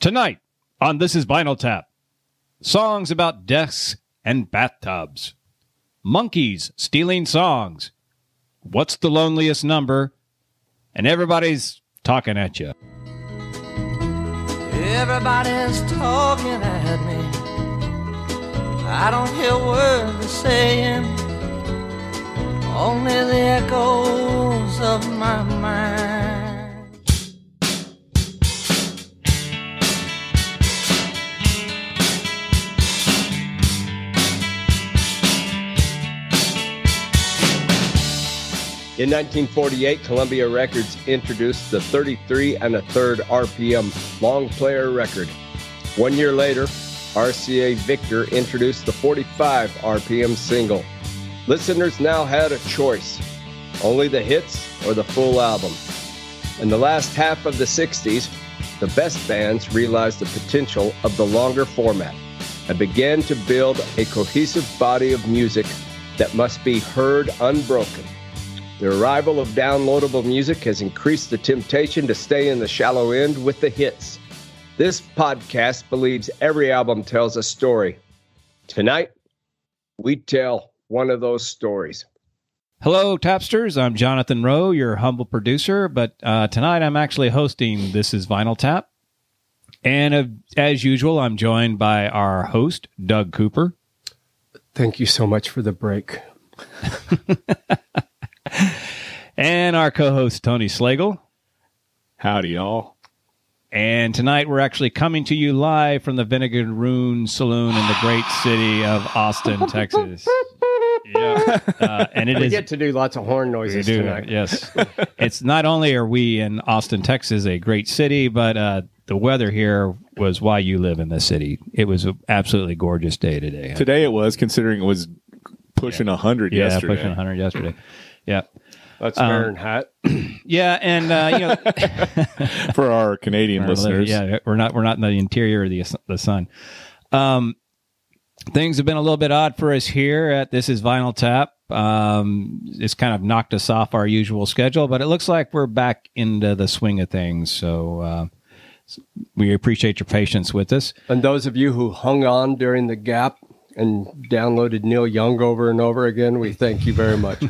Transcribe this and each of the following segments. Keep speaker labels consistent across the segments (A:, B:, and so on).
A: Tonight on This Is Vinyl Tap, songs about desks and bathtubs, monkeys stealing songs, what's the loneliest number, and everybody's talking at you.
B: Everybody's talking at me. I don't hear a word they're saying. Only the echoes of my mind.
C: In 1948, Columbia Records introduced the 33 and a third RPM long player record. One year later, RCA Victor introduced the 45 RPM single. Listeners now had a choice only the hits or the full album. In the last half of the 60s, the best bands realized the potential of the longer format and began to build a cohesive body of music that must be heard unbroken. The arrival of downloadable music has increased the temptation to stay in the shallow end with the hits. This podcast believes every album tells a story. Tonight, we tell one of those stories.
A: Hello, Tapsters. I'm Jonathan Rowe, your humble producer, but uh, tonight I'm actually hosting This Is Vinyl Tap. And uh, as usual, I'm joined by our host, Doug Cooper.
D: Thank you so much for the break.
A: and our co-host Tony Slagle.
E: Howdy, y'all.
A: And tonight we're actually coming to you live from the Vinegar Rune Saloon in the great city of Austin, Texas. Yeah, uh, and it
D: We
A: is.
D: get to do lots of horn noises
A: do,
D: tonight.
A: yes. it's not only are we in Austin, Texas, a great city, but uh, the weather here was why you live in this city. It was an absolutely gorgeous day today.
E: Today it was, considering it was pushing a 100
A: yeah,
E: yesterday.
A: pushing 100 yesterday. Yeah,
D: That's
A: Um,
D: burn hot.
A: yeah, and uh, you know,
E: For our Canadian
A: Our
E: listeners.
A: living- Yeah, we're not we're not in the interior of the the sun. Um, things have been a little bit odd for us here at this is Vinyl Tap. Um, it's kind of knocked us off our usual schedule, but it looks like we're back into the swing of things. So uh, we appreciate your patience with us.
D: And those of you who hung on during the gap and downloaded Neil Young over and over again, we thank you very much.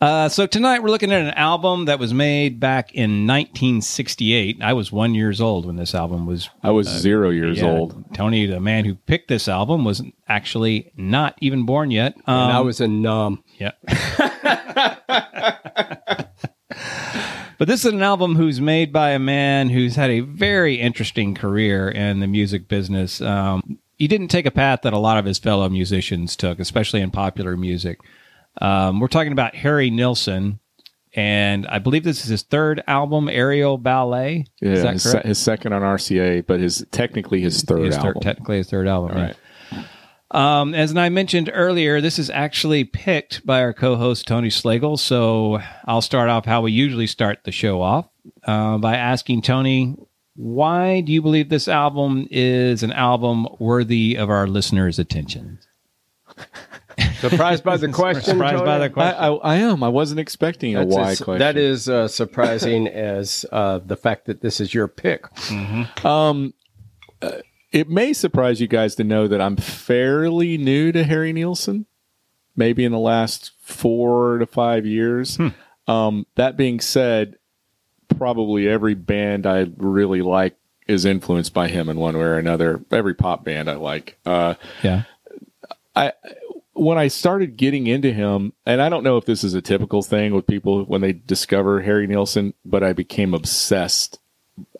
A: Uh, so tonight we're looking at an album that was made back in 1968. I was one years old when this album was
E: I was zero years
A: Uh, yeah,
E: old.
A: Tony, the man who picked this album, was actually not even born yet. Um,
D: and I was in Nam.
A: Yeah. but this is an album who's made by a man who's had a very interesting career in the music business. Um, he didn't take a path that a lot of his fellow musicians took, especially in popular music. Um, we're talking about Harry Nilsson, and I believe this is his third album, Aerial Ballet.
E: Yeah,
A: is that
E: his, se-
A: correct?
E: his second on RCA, but his technically his third
A: His
E: album.
A: third, technically his third album.
E: All
A: yeah.
E: right.
A: Um, as I mentioned earlier, this is actually picked by our co-host Tony Slagle. So I'll start off how we usually start the show off uh, by asking Tony, why do you believe this album is an album worthy of our listeners' attention?
D: Surprised by the question.
A: Surprised by
D: Tony?
A: the
E: I,
A: question.
E: I, I am. I wasn't expecting a
D: That's
E: why
D: as-
E: question.
D: That is uh, surprising as uh, the fact that this is your pick.
E: Um, uh, it may surprise you guys to know that I'm fairly new to Harry Nielsen, maybe in the last four to five years. Um, that being said, probably every band I really like is influenced by him in one way or another. Every pop band I like. Uh,
A: yeah.
E: when I started getting into him, and I don't know if this is a typical thing with people when they discover Harry Nielsen, but I became obsessed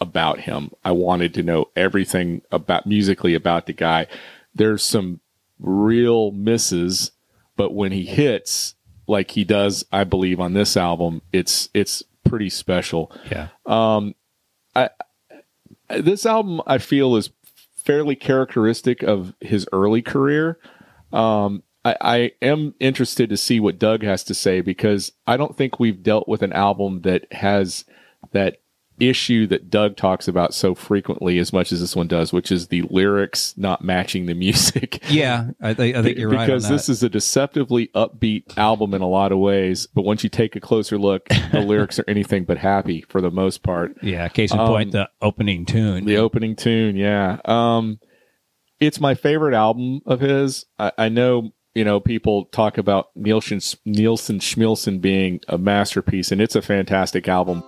E: about him. I wanted to know everything about musically about the guy. There's some real misses, but when he hits like he does, I believe on this album, it's it's pretty special
A: Yeah.
E: this album I feel is fairly characteristic of his early career. Um, I, I am interested to see what Doug has to say because I don't think we've dealt with an album that has that issue that Doug talks about so frequently as much as this one does, which is the lyrics not matching the music.
A: Yeah, I, think I think you're right.
E: because
A: on that.
E: this is a deceptively upbeat album in a lot of ways, but once you take a closer look, the lyrics are anything but happy for the most part.
A: yeah. Case in
E: um,
A: point, the opening tune.
E: The opening tune, yeah. Um, it's my favorite album of his. I, I know, you know, people talk about Nielsen Nielsen Schmielsen being a masterpiece, and it's a fantastic album.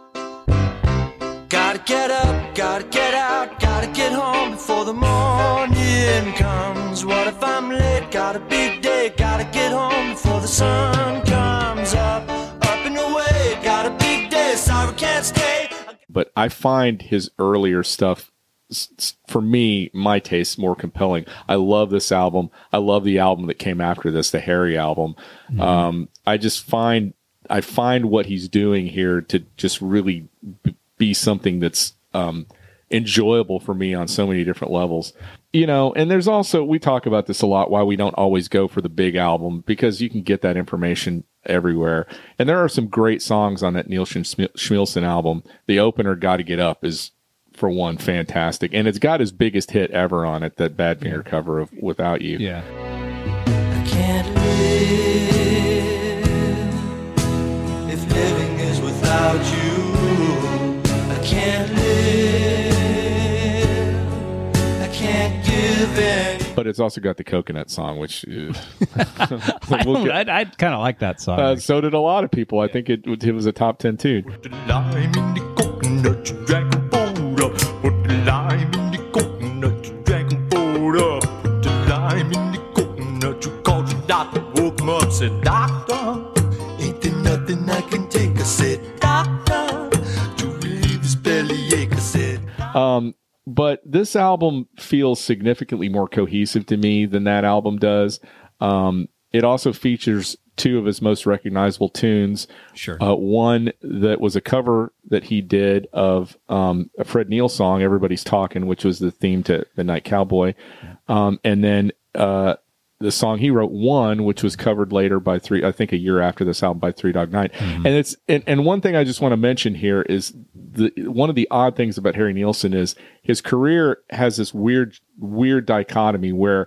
B: Gotta get up, gotta get out, gotta get home before the morning comes. What if I'm late? Got a big day, gotta get home before the sun comes up. Up and away, got a big day, sorry can't stay.
E: but I find his earlier stuff s- s- for me my taste more compelling i love this album i love the album that came after this the harry album um, i just find i find what he's doing here to just really b- be something that's um, enjoyable for me on so many different levels you know and there's also we talk about this a lot why we don't always go for the big album because you can get that information everywhere and there are some great songs on that neil Schmi- schmielsen album the opener gotta get up is for one fantastic and it's got his biggest hit ever on it that badfinger cover of without you
A: Yeah.
B: I can't live if living is without you. I can't live, I can't give in.
E: but it's also got the coconut song which ugh.
A: I,
E: We'll
A: don't-
E: get-
A: I, I kind of like that song.
E: uh, so did a lot of people i think it, it was a top 10 tune
F: Put the lime in the coconut, you drag a boat up. Put the lime in the coconut, you drag a boat up. Put the lime in the coconut, you called your doctor, woke him up, said, Doctor, ain't there nothing I can take? I said, Doctor, to relieve his bellyache, I said,
E: Um, but this album feels significantly more cohesive to me than that album does. Um, it also features two of his most recognizable tunes.
A: sure.
E: Uh, one that was a cover that he did of um, a Fred Neil song, Everybody's Talking, which was the theme to Midnight Cowboy. Um, and then uh, the song he wrote, One, which was covered later by three, I think a year after this album by Three Dog Night.
A: Mm-hmm.
E: And it's and, and one thing I just want to mention here is the one of the odd things about Harry Nielsen is his career has this weird, weird dichotomy where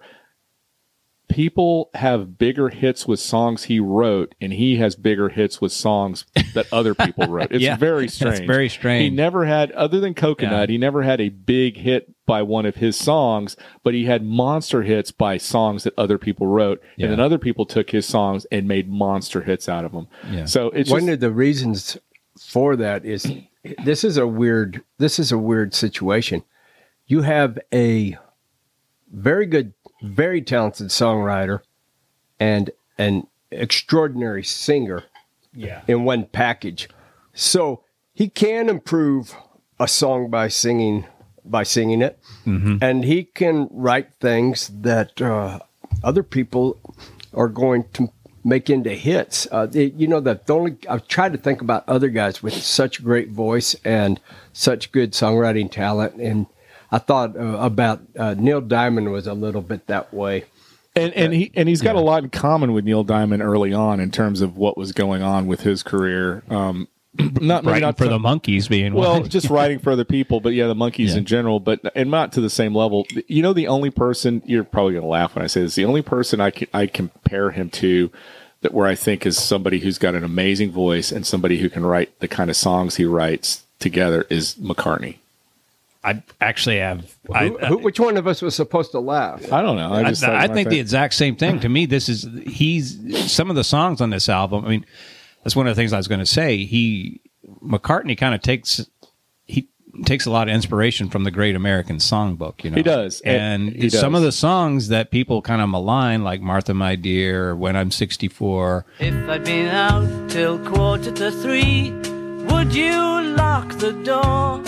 E: people have bigger hits with songs he wrote and he has bigger hits with songs that other people wrote it's
A: Yeah,
E: very
A: that's
E: strange
A: very
E: he
A: strange.
E: never had other than coconut he never had a big hit by one of his songs but he had monster hits by songs that other people wrote
A: Yeah.
E: and then other people took his songs and made monster hits out of them
A: Yeah.
E: so it's
D: One
E: just,
D: of the reasons for that is this is a weird this is a weird situation. You have a very good, very talented songwriter and an extraordinary singer
A: yeah.
D: in one package. So he can improve a song by singing by singing it,
E: Mm-hmm.
D: and he can write things that uh, other people are going to make into hits. Uh, it- you know, the, the only I've tried to think about other guys with such great voice and such good songwriting talent, and I thought uh, about uh, Neil Diamond was a little bit that way.
E: and, and he and he's got a lot in common with neil diamond early on in terms of what was going on with his career um not, maybe
A: Right
E: not
A: for
E: so-
A: the monkeys being
E: Well,
A: one.
E: just writing for other people, but yeah, the monkeys
A: Yeah.
E: in general, but and not to the same level. You know, the only person you're probably going to laugh when I say this. The only person I can, I compare him to that where I think is somebody who's got an amazing voice and somebody who can write the kind of songs he writes together is McCartney.
A: I actually have. I,
D: Who- who- which one of us was supposed to laugh?
E: I don't know. I
A: I,
E: just
A: I
E: thought-
A: think the exact same thing. To me, this is he's some of the songs on this album. I mean, that's one of the things I was going to say. He McCartney kind of takes he takes a lot of inspiration from the Great American Songbook. You know,
E: He does.
A: and
E: He does.
A: some of the songs that people kind of malign, like Martha, My Dear, When I'm 64.
B: If I'd been out till quarter to three, would you lock the door?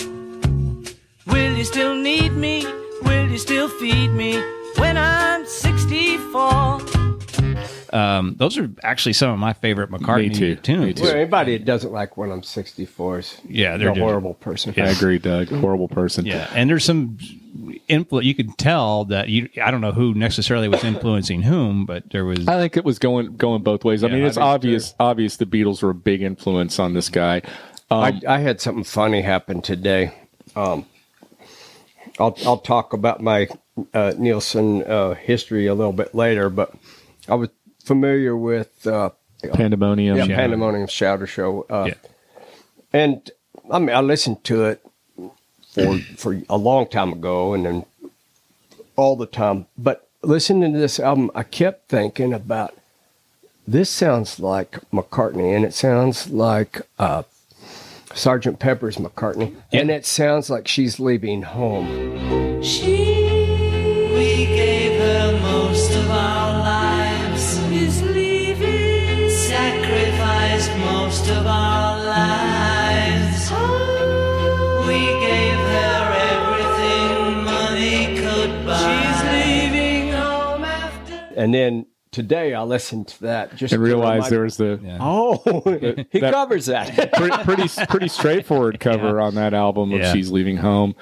B: Will you still need me? Will you still feed me when I'm 64?
A: Um, those are actually some of my favorite McCartney
E: too.
A: tunes.
E: Me too.
D: Well, anybody that doesn't like when I'm 64s,
A: Yeah, they're
D: a
A: just-
D: horrible person.
E: I agree, Doug. Horrible person.
A: Yeah, and there's some influence. You could tell that you. I don't know who necessarily was influencing whom, but there was.
E: I think it was going going both ways. I
A: Yeah,
E: mean,
A: I
E: it's obvious obvious the Beatles were a big influence on this guy.
D: I, I had something funny happen today. Um, I'll I'll talk about my uh, Nielsen uh, history a little bit later, but I was familiar with uh,
E: Pandemonium.
D: yeah, Pandemonium Shouter Show, uh,
A: Yeah.
D: and I mean I listened to it for for a long time ago, and then all the time. But listening to this album, I kept thinking about this sounds like McCartney, and it sounds like uh, Sergeant Pepper's McCartney, and it sounds like she's leaving home.
G: We gave her most of our lives. Is leaving. Sacrificed most of our lives. We gave her everything money could buy. She's leaving home after.
D: And then today, I listened to that just
E: And
D: to remind-
E: realized there was the
D: Oh, he
E: That-
D: covers that.
E: pretty, pretty pretty straightforward cover on that album of
A: Yeah.
E: She's Leaving Home.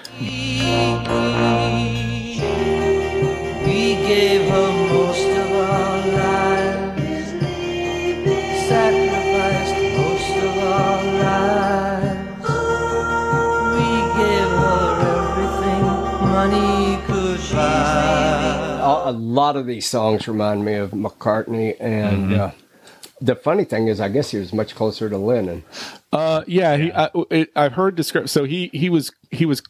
G: We gave her most of our lives, sacrificed most of our lives. We gave her everything money could buy.
D: a, a lot of these songs remind me of McCartney, and
E: Mm-hmm.
D: uh, the funny thing is, I guess he was much closer to Lennon.
E: Uh, yeah, He, I, it, I've heard described. So he he was he was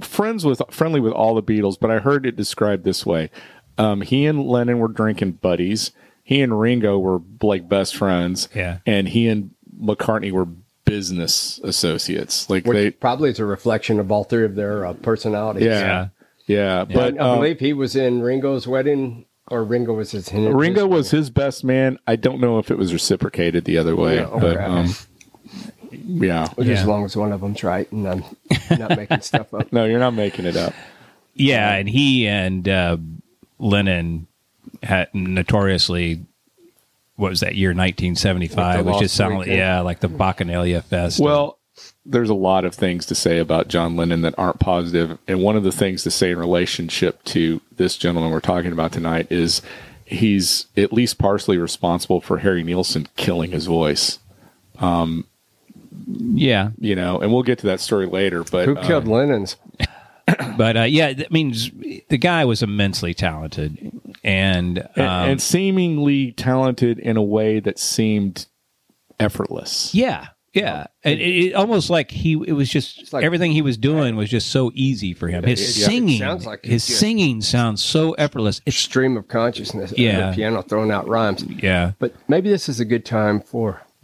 E: friends with friendly with all the Beatles, but I heard it described this way: um, he and Lennon were drinking buddies. He and Ringo were like best friends.
A: Yeah.
E: and he and McCartney were business associates. Like
D: which
E: they,
D: probably is a reflection of all three of their uh, personalities.
E: yeah, yeah. But
D: But I
E: um,
D: believe he was in Ringo's wedding, or Ringo was his.
E: Ringo was his best man. I don't know if it was reciprocated the other way, but
D: okay.
E: um, yeah.
A: Yeah.
D: as long as one of them's right, and I'm not making stuff up.
E: No, you're not making it up.
A: Yeah, and he and uh, Lennon had notoriously what was that year 1975,
D: With the
A: which is
D: Lost
A: sound
D: Weekend.
A: yeah like the Bacchanalia Fest.
E: Well, there's a lot of things to say about John Lennon that aren't positive, and one of the things to say in relationship to this gentleman we're talking about tonight is he's at least partially responsible for Harry Nielsen killing his voice.
A: yeah,
E: You know, and we'll get to that story later. But
D: Who
E: uh,
D: killed Lennon's?
A: but uh, yeah, that means the guy was immensely talented, and, um,
E: uh, and, and seemingly talented in a way that seemed effortless.
A: yeah, yeah, it, it, it almost like he it was just
D: like-
A: everything he was doing was just so easy for him. His
D: It- it
A: singing,
D: sounds like he
A: his
D: just-
A: singing sounds so effortless. It's
D: Stream of consciousness. and
A: Yeah.
D: the piano throwing out rhymes.
A: yeah,
D: But maybe this is a good time for.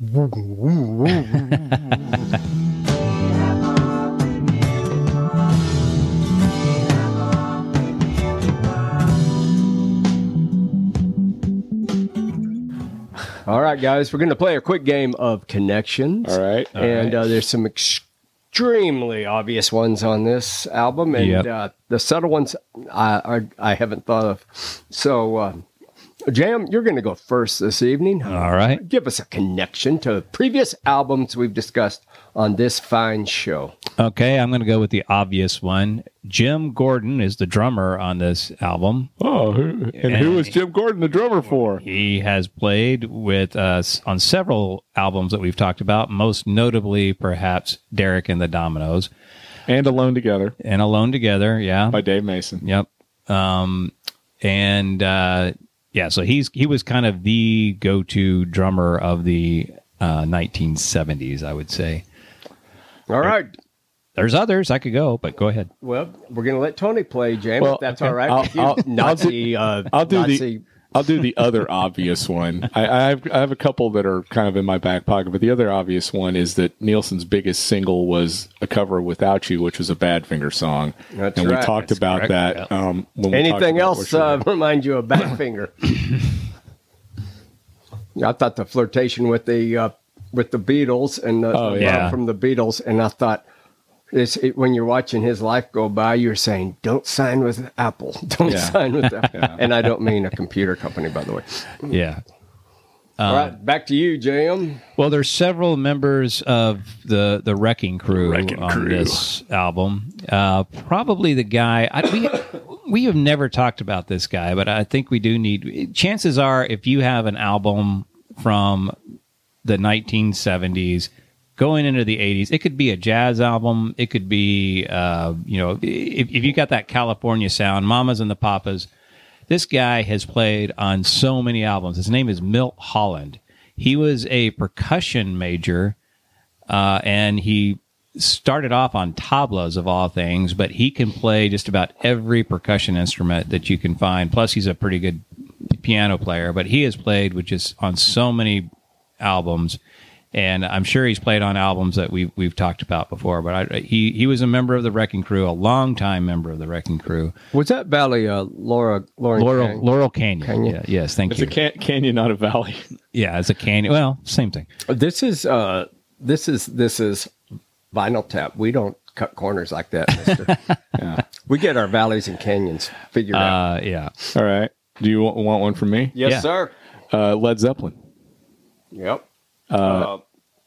D: All right, guys, we're going to play a quick game of connections.
E: All right.
D: and uh, there's some extremely obvious ones on this album, and
A: Yep.
D: uh, the subtle ones I, I I haven't thought of. So, uh, Jam, you're going to go first this evening.
E: Uh-huh.
A: all right.
D: Give us a connection to previous albums we've discussed on this fine show.
A: Okay, I'm going to go with the obvious one. Jim Gordon is the drummer on this album.
E: Oh, who, and who was Jim Gordon the drummer for?
A: He has played with us on several albums that we've talked about, most notably perhaps Derek and the Dominoes
E: And Alone Together
A: and Alone Together. Yeah.
E: by Dave Mason.
A: Yep. Um, and uh, yeah, so he's he was kind of the go-to drummer of the uh, 1970s, I would say.
D: All right.
A: There's others I could go, but go ahead.
D: Well, we're going to let Tony play, Jam,
E: Well,
D: if that's
E: okay.
D: all right.
E: I'll-
D: with you.
E: I'll- I'll do-
D: Nazi, uh,
E: I'll do
D: Nazi
E: the I'll do the other obvious one. I, I have I have a couple that are kind of in my back pocket, but the other obvious one is that Nielsen's biggest single was a cover of "Without You," which was a Badfinger song,
D: That's
E: and
D: right.
E: we talked
D: That's
E: about that. Um, when we talked
D: Anything
E: about
D: else
E: Wish You Were
D: uh, remind you of Badfinger? I thought the flirtation with the uh, with the Beatles and the,
E: Oh,
D: the
A: yeah.
D: love from the Beatles, and I thought it's, it, when you're watching his life go by, you're saying, "Don't sign with Apple. Don't
E: Yeah.
D: sign with Apple." And I don't mean a computer company, by the way.
E: Hmm.
A: Yeah.
E: Um,
D: All right, back to you, Jam.
A: Well, there's several members of the the Wrecking Crew
E: Wrecking
A: on
E: Crew.
A: this album. Uh, probably the guy I, we we have never talked about this guy, but I think we do need. Chances are, if you have an album from the 1970s, going into the 80s. It could be a jazz album. It could be, uh, you know, if, if you got that California sound, Mamas and the Papas. This guy has played on so many albums. His name is Milt Holland. He was a percussion major uh, and he started off on tablas of all things, but he can play just about every percussion instrument that you can find. Plus, he's a pretty good piano player, but he has played with just on so many albums, and I'm sure he's played on albums that we've we've talked about before. But I, he he was a member of the Wrecking Crew, a longtime member of the Wrecking Crew,
D: Was that Valley uh, Laura Lauren
A: Laurel
D: Kang?
A: Laurel Canyon.
D: Canyon.
A: Yeah, yes, thank
E: It's
A: you.
E: a can- canyon, not a valley.
A: yeah, it's a canyon. Well, same thing.
D: This is uh this is this is vinyl tap. We don't cut corners like that, mister. We get our valleys and canyons figured out.
A: Uh, yeah.
E: All right. Do you wa- want one from me?
D: Yes,
A: yeah.
D: sir.
E: Uh, Led Zeppelin.
D: Yep. Uh,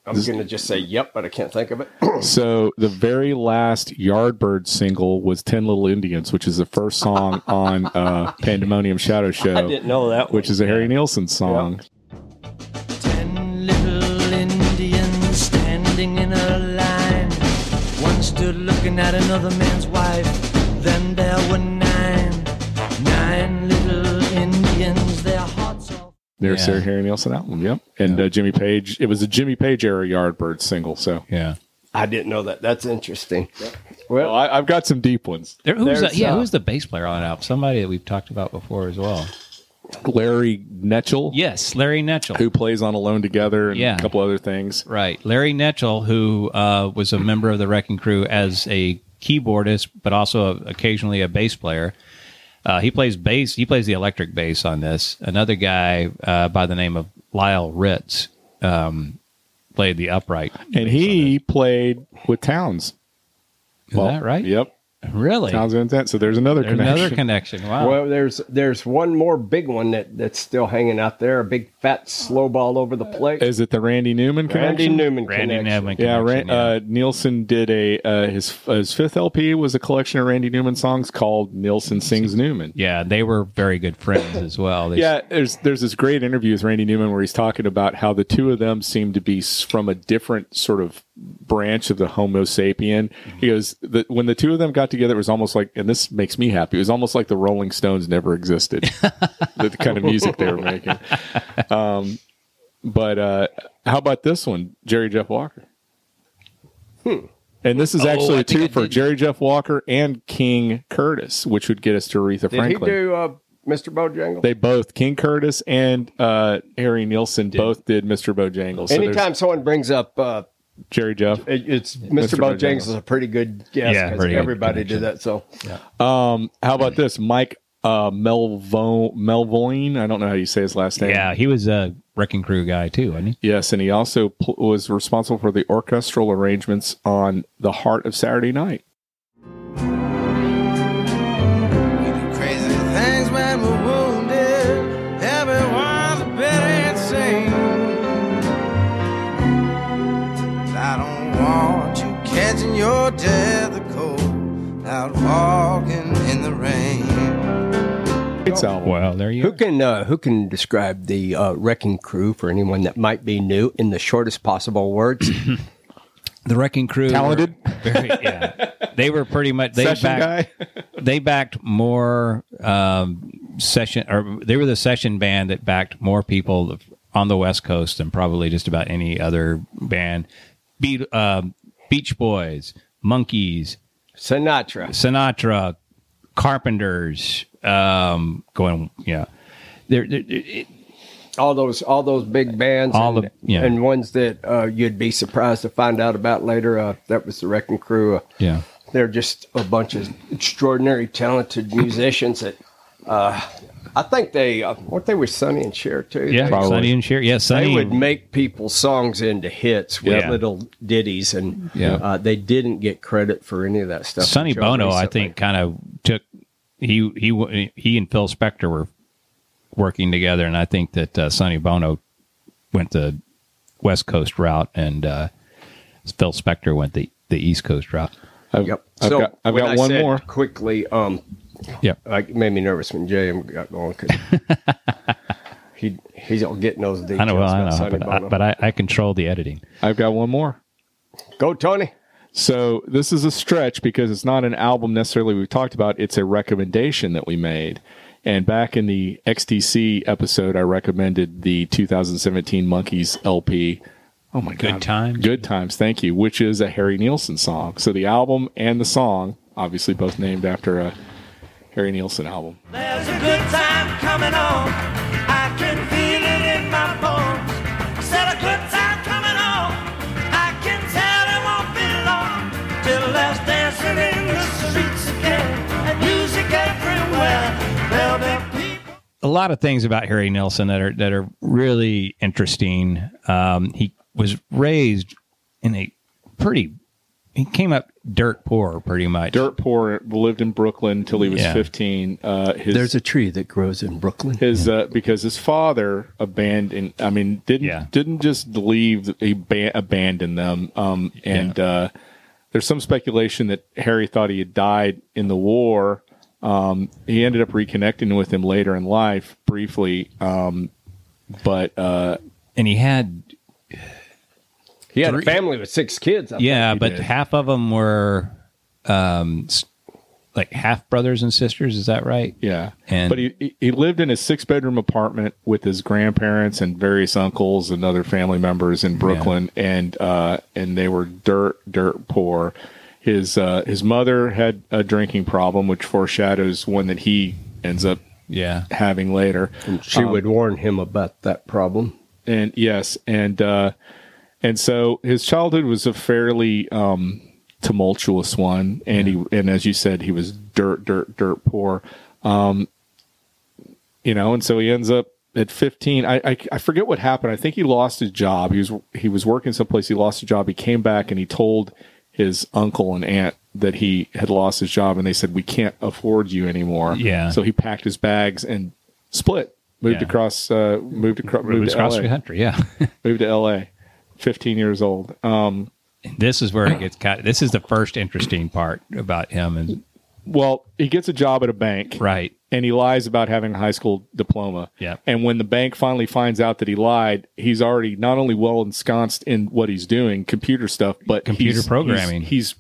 D: I'm going to just say yep, but I can't think of it.
E: Oh. So the very last Yardbird single was Ten Little Indians, which is the first song on uh, Pandemonium Shadow Show.
D: know that.
E: which is a Harry Nielsen song.
G: Ten little Indians standing in a line. One stood looking at another man's wife. Then there were nine. Nine little Indians, their hearts all.
E: There's
A: Yeah.
E: their Harry Nielsen album. Yep. And Uh, Jimmy Page. It was a Jimmy Page era Yardbird single. So
A: Yeah.
D: I didn't know that. That's interesting.
E: well, I, I've got some deep ones.
A: There, who's
D: There's,
A: the, yeah,
D: uh,
A: who's the bass player on that? album? Somebody that we've talked about before as well.
E: Larry Netchell,
A: Yes, Larry Netchell.
E: who plays on Alone Together and
A: Yeah.
E: a couple other things.
A: Right. Larry Netchell, who uh, was a member of the Wrecking Crew as a keyboardist, but also occasionally a bass player. Uh, he plays bass. He plays the electric bass on this. Another guy uh, by the name of Lyle Ritz um, played the upright.
E: And he played with Towns.
A: Is that right?
E: Yep.
A: Really?
E: Towns and Towns. So there's another
A: There's
E: connection.
A: another connection. Wow.
D: Well, there's there's one more big one that, that's still hanging out there. A big fat slow ball over the plate.
E: Is it the Randy Newman
D: Randy
E: connection?
D: Newman.
A: Randy
D: connection.
A: Newman.
E: Yeah,
A: connection,
E: Ran- Uh, Nielsen did a uh, his his fifth LP was a collection of Randy Newman songs called Nielsen Sings Newman.
A: yeah, they were very good friends as well. They-
E: Yeah, there's there's this great interview with Randy Newman where he's talking about how the two of them seem to be s- from a different sort of branch of the Homo sapien. He goes, the, when the two of them got together, it was almost like, and this makes me happy. It was almost like the Rolling Stones never existed. the kind of music they were making. Um, but uh, how about this one, Jerry Jeff Walker?
D: Hmm.
E: And
D: Oh,
E: this is actually a two for Jerry Jeff Walker and King Curtis, which would get us to Aretha
D: Did
E: Franklin.
D: he do uh, Mr. Bojangle?
E: They both, King Curtis and uh, Harry Nielsen, both did Mr. Bojangles. So there's
D: Anytime someone brings up uh,
E: Jerry Jeff.
D: it, it's Mr.
E: Mr.
D: Bojangles
E: Bojangles.
D: is a pretty good guess
A: Yeah,
D: 'cause
A: pretty good
D: everybody did that. So
E: Um, how about this, Mike uh, Melvo- Melvoin? I don't know how you say his last name.
A: yeah, he was a Wrecking Crew guy too, wasn't he?
E: Yes, and he also pl- was responsible for the orchestral arrangements on "The Heart of Saturday Night."
B: We do crazy things when we're wounded. Everyone's a bit insane. But I don't want you catching your death of cold out walking in the rain.
E: It's um, album.
A: Well, there you
D: who can uh, who can describe the uh, Wrecking Crew for anyone that might be new in the shortest possible words?
A: The Wrecking Crew,
E: Talented.
A: were very, yeah, they were pretty much they
E: Session
A: backed,
E: guy.
A: they backed more um, session or they were the session band that backed more people on the West Coast than probably just about any other band. Beat um Beach Boys, Monkeys,
D: Sinatra.
A: Sinatra, Carpenters, um, going yeah. They're, they're, it,
D: all those all those big bands
A: All
D: and,
A: the- yeah.
D: and ones that uh, you'd be surprised to find out about later uh, that was the wrecking crew uh,
A: yeah.
D: they're just a bunch of extraordinary talented musicians that uh, i think they uh, weren't they with sonny and Cher too
A: Yeah,
D: they,
A: Sonny and Cher. Yeah,
D: they
A: Sonny.
D: would make people songs into hits with
A: Yeah.
D: little ditties and
A: Yeah.
D: uh, they didn't get credit for any of that stuff
A: Sonny
D: until
A: Bono, I
D: recently.
A: think, kind of took he he he and Phil Spector were working together, and I think that uh, Sonny Bono went the West Coast route, and uh, Phil Spector went the the East Coast route.
E: I've,
D: Yep.
E: I've
D: so
E: got, I've
D: when
E: got
D: I
E: one
D: said
E: more.
D: quickly. Um,
A: Yeah.
D: like it made me nervous when JM got going 'cause he he's all getting those details.
A: I know, well, I
D: about
A: know,
D: Sonny
A: but I,
D: Bono.
A: but I, I control the editing.
E: I've got one more.
D: Go, Tony.
E: So this is a stretch because it's not an album necessarily we've talked about. It's a recommendation that we made. And back in the XTC episode, I recommended the 2017 Monkeys LP. Oh my
A: Good
E: God.
A: Times?
E: Good Times. Thank you. Which is a Harry Nielsen song. So the album and the song, obviously both named after a Harry Nielsen album.
B: There's a good time coming on. I can feel it in my bones. Said a good time coming on. I can tell it won't be long till there's dancing in the streets again and music everywhere. There'll be people.
A: a lot of things about Harry Nilsson that are that are really interesting. Um, he was raised in a pretty. He came up dirt poor, pretty much.
E: Dirt poor, lived in Brooklyn until he was
A: Yeah.
E: 15. Uh, his,
D: There's a tree that grows in Brooklyn.
E: his uh, because his father abandoned. I mean, didn't
A: Yeah.
E: didn't just leave. He ba- abandoned them. Um, and uh, there's some speculation that Harry thought he had died in the war. Um, he ended up reconnecting with him later in life, briefly. Um, but uh,
A: and he had
D: He had a family with six kids. I
A: yeah,
D: think he
A: but
D: did.
A: half of them were um, s- like half brothers and sisters. Is that right?
E: yeah,
A: And-
E: but he- he he lived in a six bedroom apartment with his grandparents and various uncles and other family members in Brooklyn, and uh, and they were dirt dirt poor. His uh, his mother had a drinking problem, which foreshadows one that he ends up
A: Yeah.
E: having later.
A: Um,
D: she would warn him about that problem.
E: and yes and uh and so his childhood was a fairly um tumultuous one and he and as you said he was dirt dirt dirt poor um you know and so he ends up at 15 I, I i forget what happened i think he lost his job he was he was working someplace he lost a job he came back and he told his uncle and aunt that he had lost his job and they said we can't afford you anymore
A: Yeah.
E: so he packed his bags and split moved
A: Yeah.
E: across uh moved across
A: It
E: moved
A: was
E: to
A: across
E: LA
A: the country. Yeah,
E: moved to LA, 15 years old. Um,
A: this is where it gets cut. This is the first interesting part about him. And
E: well, he gets a job at a bank,
A: right,
E: And he lies about having a high school diploma.
A: Yep.
E: And when the bank finally finds out that he lied, he's already not only well ensconced in what he's doing, computer stuff, but
A: Computer
E: he's-
A: programming.
E: He's, he's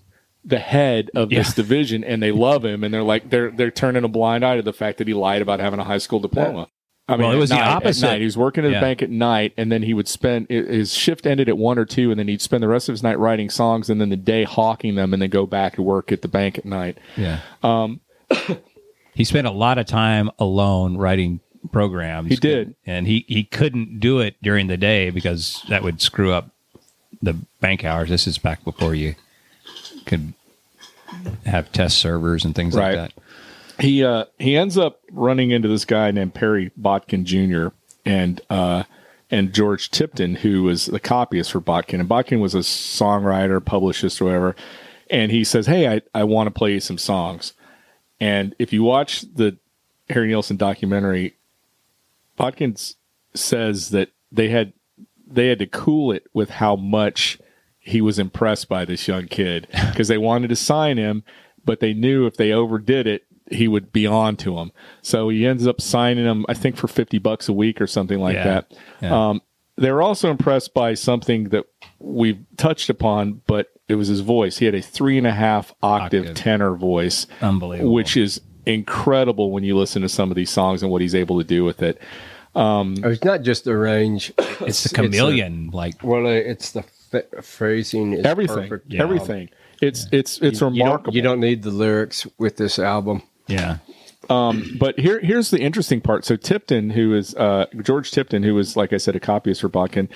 E: the head of this
A: Yeah.
E: division, and they love him, and they're like they're they're turning a blind eye to the fact that he lied about having a high school diploma. I mean,
A: Well, it
E: at
A: was the
E: night- at
A: opposite.
E: night, He was working at
A: Yeah.
E: the bank at night, and then he would spend i- his shift ended at one or two, and then he'd spend the rest of his night writing songs, and then the day hawking them, and then go back and work at the bank at night.
A: yeah. Um, he spent a lot of time alone writing programs.
E: He did.
A: and he he couldn't do it during the day because that would screw up the bank hours. This is back before you could have test servers and things
E: Right.
A: like that.
E: he uh he ends up running into this guy named Perry Botkin Jr. and uh and George Tipton, who was the copyist for Botkin, and Botkin was a songwriter, publicist, or whatever. And he says, "Hey, I I want to play you some songs." And if you watch the Harry Nielsen documentary, Bodkins says that they had they had to cool it with how much he was impressed by this young kid because they wanted to sign him, but they knew if they overdid it, he would be on to him. So he ends up signing him, I think, for fifty bucks a week or something like
A: Yeah.
E: that.
A: Yeah.
E: Um, they were also impressed by something that we've touched upon, but it was his voice. He had a three and a half octave,
A: Octave.
E: tenor voice,
A: Unbelievable.
E: which is incredible when you listen to some of these songs and what he's able to do with it.
D: It's not just the range.
A: Mm-hmm. It's the chameleon, like
D: Well, uh, it's the fa- phrasing. Is
E: everything,
D: perfect.
E: everything. It's it's it's
D: You
E: remarkable.
D: don't, you don't need the lyrics with this album.
A: yeah,
E: but here here's the interesting part. So Tipton, who is uh, George Tipton, who is like I said a copyist for Botkin,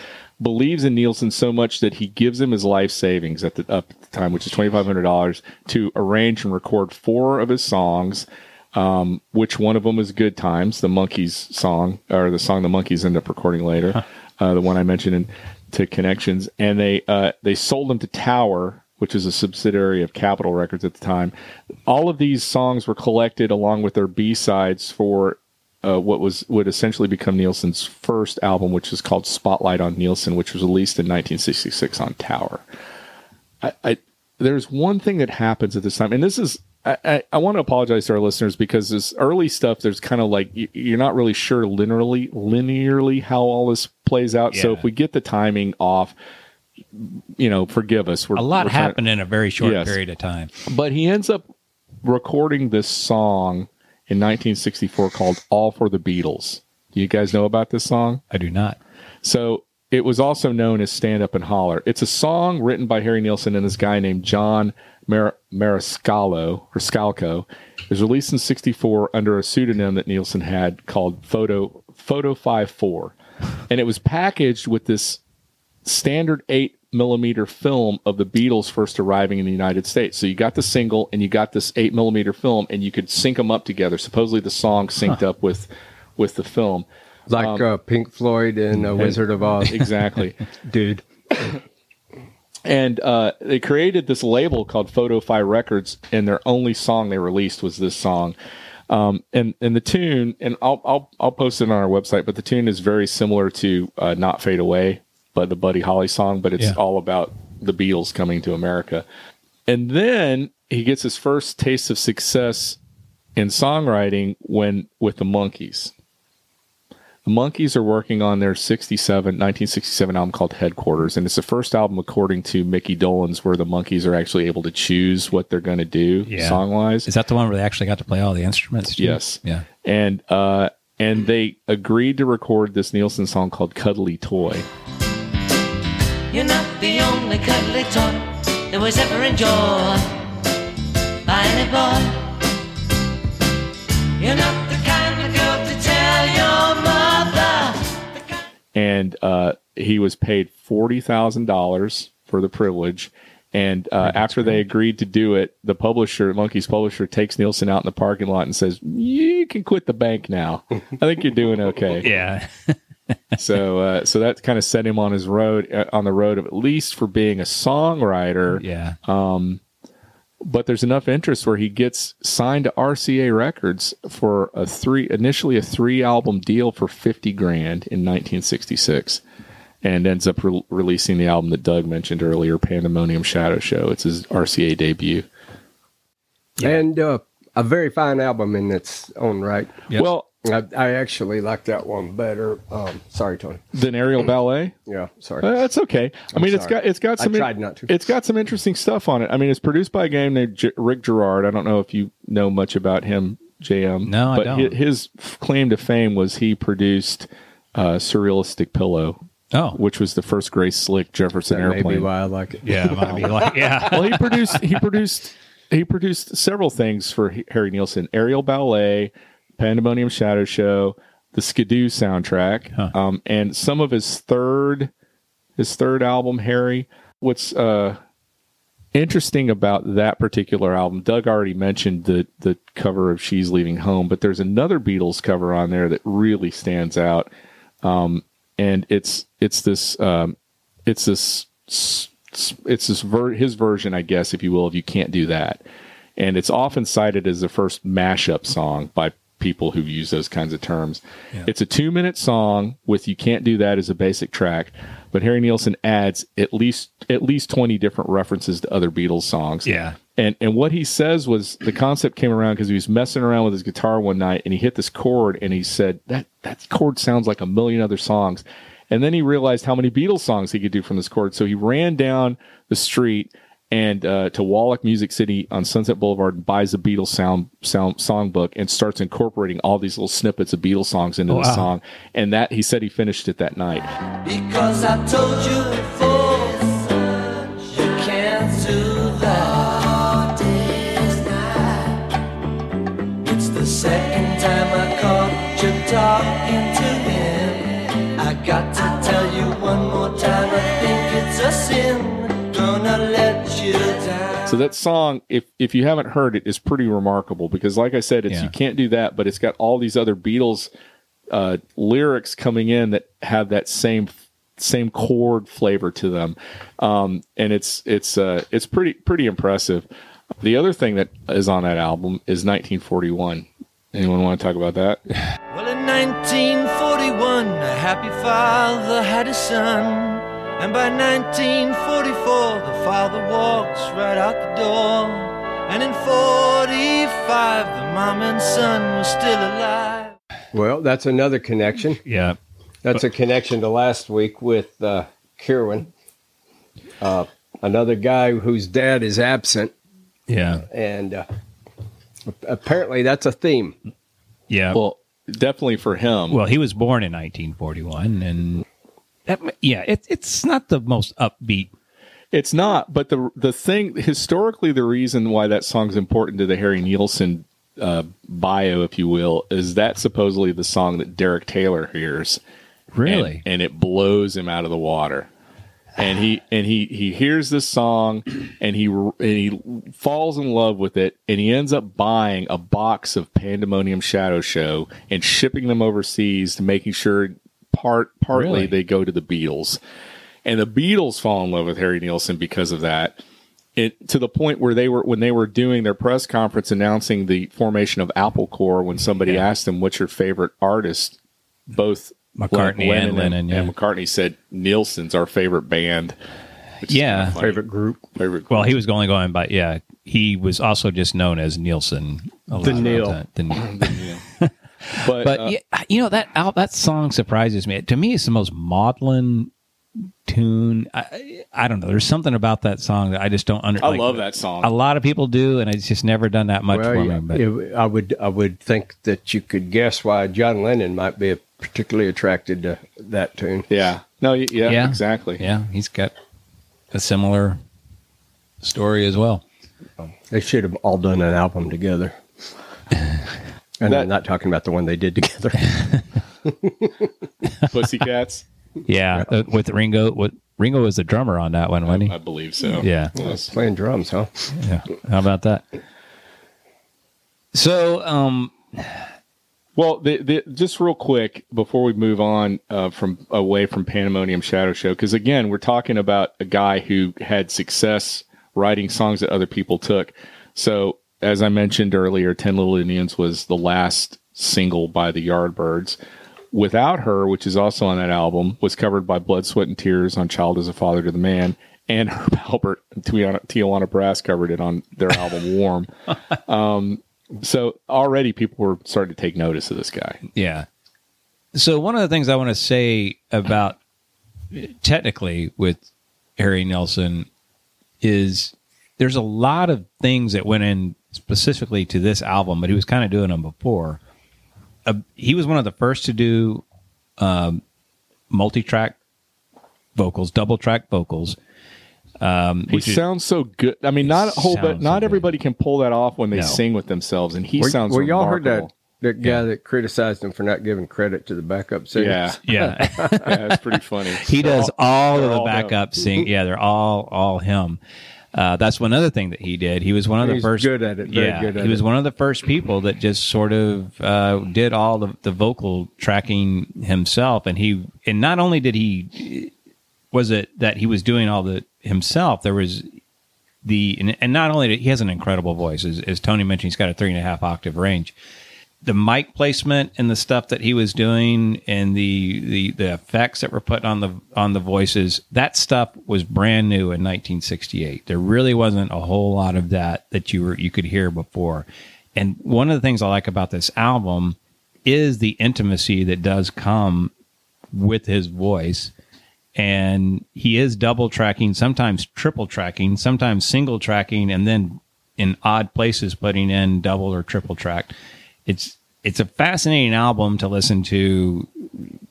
E: believes in Nielsen so much that he gives him his life savings at the up at the time, which is twenty five hundred dollars, to arrange and record four of his songs. Um, which one of them is "Good Times," the Monkeys song, or the song the Monkeys end up recording later, uh, the one I mentioned in to Connections, and they uh, they sold them to Tower, which is a subsidiary of Capitol Records at the time. All of these songs were collected along with their B sides for uh, what was would essentially become Nielsen's first album, which is called Spotlight on Nielsen, which was released in 1966 on Tower. I, I there's one thing that happens at this time, and this is I, I, I want to apologize to our listeners because this early stuff there's kind of like you, you're not really sure linearly linearly how all this plays out. So
A: Yeah.
E: if we get the timing off, you know, forgive us. We're
A: A lot
E: we're trying-
A: happened in a very short
E: Yes.
A: period of time.
E: but he ends up recording this song in 1964 called "All for the Beatles." Do you guys know about this song?
A: I do not.
E: So it was also known as Stand Up and Holler. It's a song written by Harry Nilsson and this guy named John Mar- Mariscalo or Scalco. It was released in 64 under a pseudonym that Nielsen had called Photo Photo 54. And it was packaged with this standard 8 millimeter film of the Beatles first arriving in the United States. So you got the single and you got this 8 millimeter film and you could sync them up together. Supposedly the song synced up with with the film.
D: like
E: Um,
D: uh, Pink Floyd and uh, Wizard of Oz,
E: Exactly.
D: dude.
E: and uh, they created this label called Photo Fi Records, and their only song they released was this song. Um, and and the tune, and I'll I'll I'll post it on our website, but the tune is very similar to uh, "Not Fade Away," but the Buddy Holly song, but it's
A: Yeah.
E: all about the Beatles coming to America. And then he gets his first taste of success in songwriting when with the Monkees. The Monkees are working on their 67, 1967 album called Headquarters, and it's the first album, according to Mickey Dolenz, where the Monkees are actually able to choose what they're going to do
A: Yeah.
E: song wise.
A: Is that the one where they actually got to play all the instruments? too?
E: Yes.
A: Yeah.
E: And uh, and they agreed to record this Nielsen song called Cuddly Toy.
G: You're not the only cuddly toy that was ever enjoyed by any boy. You're not the kind of girl to tell your mother.
E: and uh, he was paid forty thousand dollars for the privilege. And uh, after they agreed to do it, the publisher, Monkey's publisher, takes Nielsen out in the parking lot and says, "You can quit the bank now. I think you're doing okay."
A: Yeah.
E: So, uh, so that kind of set him on his road, uh, on the road of at least for being a songwriter.
A: Yeah.
E: But there's enough interest where he gets signed to RCA Records for a three, initially a three album deal for fifty grand in 1966, and ends up re- releasing the album that Doug mentioned earlier, Pandemonium Shadow Show. It's his RCA debut.
D: And uh, a very fine album in its own right.
A: Yes.
E: Well,
D: I, I actually like that one better. Um, sorry, Tony.
E: then Aerial Ballet.
D: Yeah, sorry.
E: Uh, that's okay. I mean, it's
D: sorry.
E: got it's got
D: I
E: some.
D: tried not to.
E: It's got some interesting stuff on it. I mean, it's produced by a guy named J- Rick Gerard. I don't know if you know much about him, JM.
A: No, I
E: but hi-
A: don't.
E: His f- claim to fame was he produced uh, "Surrealistic Pillow,"
A: oh.
E: which was the first Grace Slick Jefferson
D: that may be
E: airplane.
D: why I like it.
A: yeah. Might be like, yeah.
E: well, he produced he produced he produced several things for H- Harry Nielsen: Aerial Ballet, Pandemonium Shadow Show, the Skidoo soundtrack, um, and some of his third his third album, Harry. What's uh, interesting about that particular album? Doug already mentioned the the cover of "She's Leaving Home," but there's another Beatles cover on there that really stands out, um, and it's it's this um, it's this s- s- it's this ver- his version, I guess, if you will, if you can't do that, and it's often cited as the first mashup song by people who use those kinds of terms. It's a two minute song with "You Can't Do That" as a basic track, but Harry Nielsen adds at least at least twenty different references to other Beatles songs.
A: Yeah.
E: And and what he says was the concept came around because he was messing around with his guitar one night and he hit this chord and he said that that chord sounds like a million other songs, and then he realized how many Beatles songs he could do from this chord. So he ran down the street and uh, to Wallach Music City on Sunset Boulevard and buys the Beatles sound sound songbook and starts incorporating all these little snippets of Beatles songs into the
A: Wow.
E: song. And that he said he finished it that night.
G: Because I told you before, you can't do that. It's the second time I caught you talking to him. I got to tell you one more time, I think it's a sin. Gonna let you down.
E: So that song, if if you haven't heard it, is pretty remarkable because, like I said, it's
A: Yeah.
E: you can't do that, but it's got all these other Beatles uh, lyrics coming in that have that same same chord flavor to them, um, and it's it's uh, it's pretty pretty impressive. The other thing that is on that album is 1941. Anyone want to talk about that?
G: Well, in 1941, a happy father had a son. And by 1944, the father walks right out the door. And in 45, the mom and son were still alive.
D: Well, that's another connection.
A: Yeah.
D: That's a connection to last week with uh, Kirwan. another guy whose dad is absent,
A: Yeah.
D: and uh, apparently that's a theme.
A: Yeah. Well,
E: Well, definitely for him.
A: he was born in 1941, and that, yeah, it, it's not the most upbeat.
E: It's not, but the the thing historically, the reason why that song's important to the Harry Nielsen uh, bio, if you will, is that supposedly the song that Derek Taylor hears, and-
A: Really?
E: and, it blows him out of the water. And he and he he hears this song, and he and he falls in love with it, and he ends up buying a box of Pandemonium Shadow Show and shipping them overseas to making sure part partly
A: Really?
E: they go to the Beatles and the Beatles fall in love with Harry Nielsen because of that. It to the point where they were when they were doing their press conference announcing the formation of Apple Corps. When somebody asked them, "What's your favorite artist?" Both
A: McCartney and Lennon, yeah.
E: and McCartney said Nielsen's our favorite band. Which is
A: Yeah.
E: kinda funny. favorite group. Favorite.
A: Well, he was only going by yeah. He was also just known as Nielsen. a lot of
D: Neil.
A: time. The Neil.
E: but,
A: But
E: uh,
A: yeah, you know that al- that song surprises me. To me, it's the most maudlin tune. I, I don't know. There's something about that song that I just don't under.
E: I
A: like,
E: love that song.
A: A lot of people do, and it's just never done that much for me. But
D: yeah, I would I would think that you could guess why John Lennon might be particularly attracted to that tune.
E: yeah. No. y- Yeah.
A: Yeah.
E: Exactly.
A: yeah, he's got a similar story as well.
D: They should have all done an album together. And
E: That-
D: I'm not talking about the one they did together.
E: Pussycats.
A: Yeah, uh, with Ringo. With Ringo was the drummer on that one, wasn't
E: I believe so.
A: he? Yeah.
E: Yes.
D: Playing drums, huh?
A: Yeah. How about that? So, um,
E: Well, the, the, just real quick before we move on uh, from away from Pandemonium Shadow Show, because again, we're talking about a guy who had success writing songs that other people took. So, as I mentioned earlier, Ten Little Indians was the last single by the Yardbirds. Without Her, which is also on that album, was covered by Blood, Sweat, and Tears on Child as a Father to the Man, and Herb Albert and Tijuana, Tijuana Brass covered it on their album Warm. So already people were starting to take notice of this guy.
A: yeah. So one of the things I want to say about technically with Harry Nelson is there's a lot of things that went in specifically to this album, but he was kind of doing them before. Uh, he was one of the first to do um, multi-track vocals, double-track vocals. Um,
E: He
A: which is-
E: sounds so good. I mean, not a whole, but
A: sounds so
E: not
A: good.
E: everybody can pull that off when they
A: No.
E: sing with themselves. And he
D: Well,
E: sounds.
D: well, y'all heard that
E: remarkable.
D: that guy that criticized him for not giving credit to the backup singer.
E: Yeah,
A: yeah.
E: yeah, that's pretty funny.
A: he does all, of
E: they're
A: the
E: all
A: backup sing. Yeah, they're all all him. Uh, that's one other thing that he did. He was one of the
D: He's
A: first
D: good at it, very good at
A: he was
D: it.
A: one of the first people that just sort of uh, did all the, the vocal tracking himself, and he and not only did he was it that he was doing all the himself. There was the and, and not only did, he has an incredible voice, as, as Tony mentioned, he's got a three and a half octave range the mic placement and the stuff that he was doing and the the the effects that were put on the on the voices that stuff was brand new in 1968 there really wasn't a whole lot of that that you were you could hear before and one of the things i like about this album is the intimacy that does come with his voice and he is double tracking sometimes triple tracking sometimes single tracking and then in odd places putting in double or triple tracked it's it's a fascinating album to listen to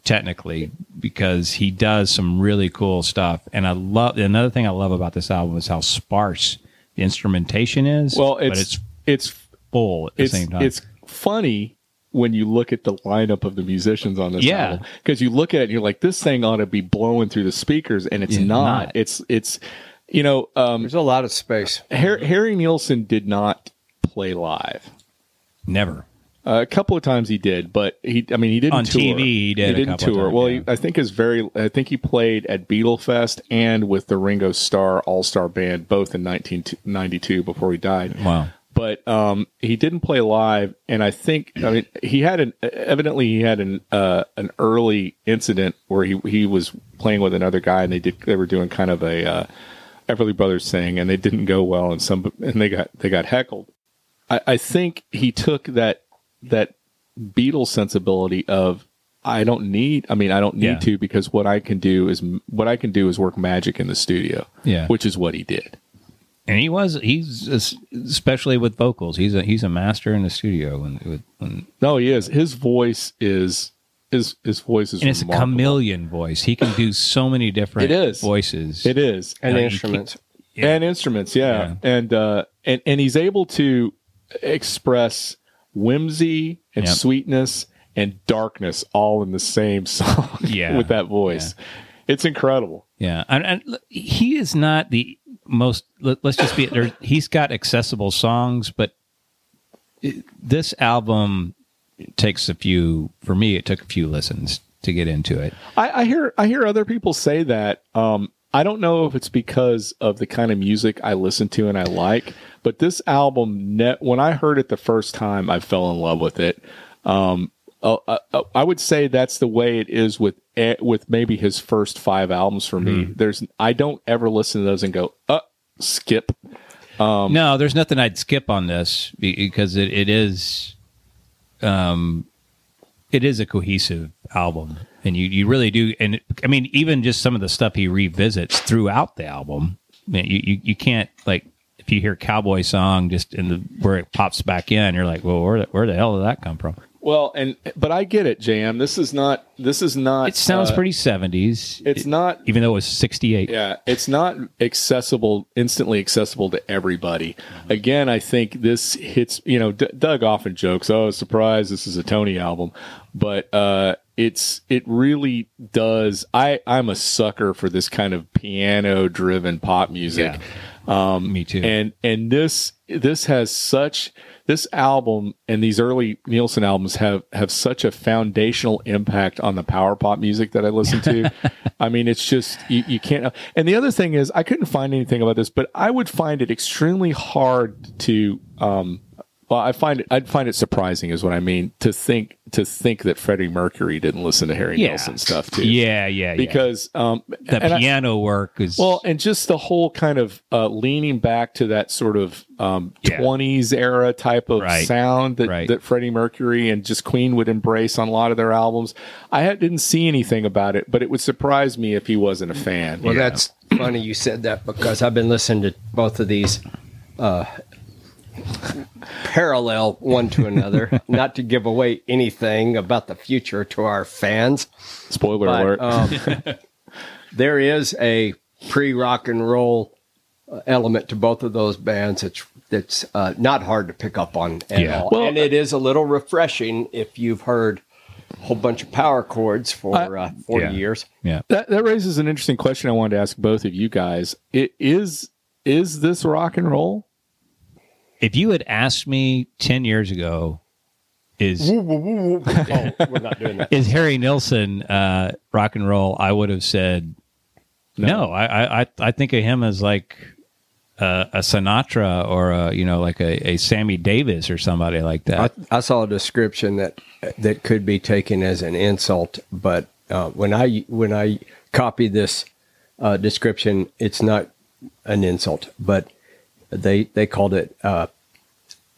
A: technically because he does some really cool stuff and i love another thing i love about this album is how sparse the instrumentation is
E: Well,
A: but
E: it's
A: it's
E: it's it's
A: full at the
E: it's,
A: same time
E: it's funny when you look at the lineup of the musicians on this
A: Yeah.
E: because you look at it and you're like, this thing ought to be blowing through the speakers, and it's
A: Yeah,
E: not.
A: not.
E: It's it's you know um,
D: There's a lot of space.
E: Har- Harry Nielsen did not play live.
A: never
E: Uh, a couple of times he did, but he, I mean, he didn't
A: On
E: tour.
A: TV, he did a
E: not
A: couple of
E: tour.
A: times,
E: well,
A: yeah.
E: he, I think his very, I think he played at Beatlefest and with the Ringo Starr All Star Band, both in 1992 before he died.
A: wow
E: But um, he didn't play live, and I think, I mean, he had an evidently he had an uh, an early incident where he he was playing with another guy, and they did they were doing kind of a uh, Everly Brothers thing, and they didn't go well, and some and they got they got heckled. I, I think he took that that Beatles sensibility of I don't need. I mean, I don't
A: Yeah.
E: need to because what I can do is what I can do is work magic in the studio.
A: Yeah.
E: which is what he did.
A: and he was he's especially with vocals. He's a he's a master in the studio and, with, and,
E: No, he is. His voice is his his voice is.
A: and it's a
E: remarkable.
A: chameleon voice. He can do so many different
E: It is.
A: voices.
E: It is,
D: and
A: you
D: instruments.
E: and instruments yeah, and uh and and he's able to express whimsy and
A: Yep.
E: sweetness and darkness all in the same song
A: Yeah.
E: with that voice it's incredible
A: Yeah, and, and l- he is not the most. Let, let's just be. There, he's got accessible songs, but it- this album takes a few. For me, it took a few listens to get into it.
E: I, I hear i hear other people say that um i don't know if it's because of the kind of music i listen to and i like but this album net when i heard it the first time i fell in love with it um uh, uh, uh, I would say that's the way it is with eh, with maybe his first five albums for
A: Hmm.
E: me. There's I don't ever listen to those and go uh skip.
A: no, there's nothing I'd skip on this be- because it, it is, um, it is a cohesive album, and you you really do. And it- I mean, even just some of the stuff he revisits throughout the album, man, you you, you can't like. If you hear cowboy song just in the where it pops back in, you're like, well, where the, where the hell did that come from?
E: Well, and but I get it, JM. This is not this is not
A: It sounds
E: uh,
A: pretty seventies.
E: it's not
A: even though it was sixty eight.
E: Yeah, it's not accessible, instantly accessible to everybody. Again, I think this hits, you know, D- Doug often jokes, oh, surprise, this is a Tony album. But uh, it's, it really does. I, I'm a sucker for this kind of piano driven pop music.
A: me too.
E: And and this this has such this album and these early Nielsen albums have have such a foundational impact on the power pop music that I listen to. I mean, it's just you, you can't. And the other thing is, I couldn't find anything about this, but I would find it extremely hard to. Um, well, I find it. I'd find it surprising, is what I mean. To think to think that Freddie Mercury didn't listen to Harry
A: Yeah.
E: Nielsen stuff too.
A: yeah, yeah, yeah.
E: because um,
A: the
E: and I-
A: piano work is
E: well, and just the whole kind of uh, leaning back to that sort of um,
A: Yeah.
E: 20s era type of
A: Right.
E: sound that,
A: Right.
E: that Freddie Mercury and just Queen would embrace on a lot of their albums. I had, didn't see anything about it, but it would surprise me if he wasn't a fan.
D: Well, that's funny you said that because I've been listening to both of these uh, parallel one to another, not to give away anything about the future to our fans.
E: Spoiler
D: but,
E: alert.
D: um, there is a pre rock and roll uh, element to both of those bands. It's that's uh, not hard to pick up on at
A: Yeah.
D: all,
E: Well,
D: and it is a little refreshing if you've heard a whole bunch of power chords for uh, forty
A: yeah.
D: years.
A: yeah.
E: that, that raises an interesting question I wanted to ask both of you guys. It, is, is this rock and roll?
A: If you had asked me ten years ago, is
D: Oh, we're not doing that.
A: is Harry Nilsson uh, rock and roll, I would have said no. I- I, I I think of him as like uh, a, a Sinatra or a you know like a, a Sammy Davis or somebody like
D: I,
A: that.
D: I saw a description that that could be taken as an insult, but uh, when I when I copy this uh, description, it's not an insult, but they they called it uh,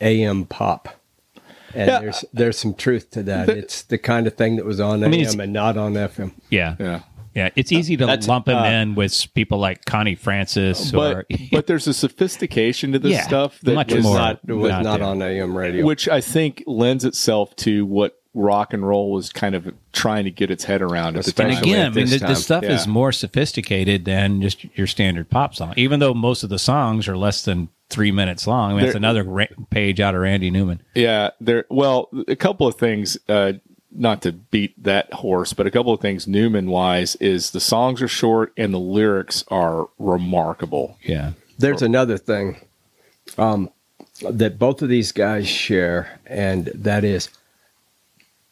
D: AM pop, and
E: Yeah.
D: there's there's some truth to that. it's the kind of thing that was on
A: mean, it's-
D: AM and not on FM.
A: yeah.
E: Yeah.
A: Yeah, it's easy to
D: That's,
A: lump him
D: uh,
A: in with people like Connie Francis or
E: But, but there's a sophistication to this
A: Yeah,
E: stuff that
A: much
E: was
A: more.
E: not
D: It was
A: Not
D: not,
A: there.
D: on AM radio.
E: which I think lends itself to what rock and roll was kind of trying to get its head around at the time.
D: Especially
A: and again, I mean,
D: this
A: the, the
D: time.
A: stuff is
E: Yeah.
A: more sophisticated than just your standard pop song. Even though most of the songs are less than three minutes long, I mean, it's
E: There-
A: another ra- page out of Randy Newman.
E: Yeah, there. Well, a couple of things. Uh, not to beat that horse, but a couple of things Newman wise is the songs are short and the lyrics are remarkable.
A: Yeah,
D: There's another thing um, that both of these guys share, and that is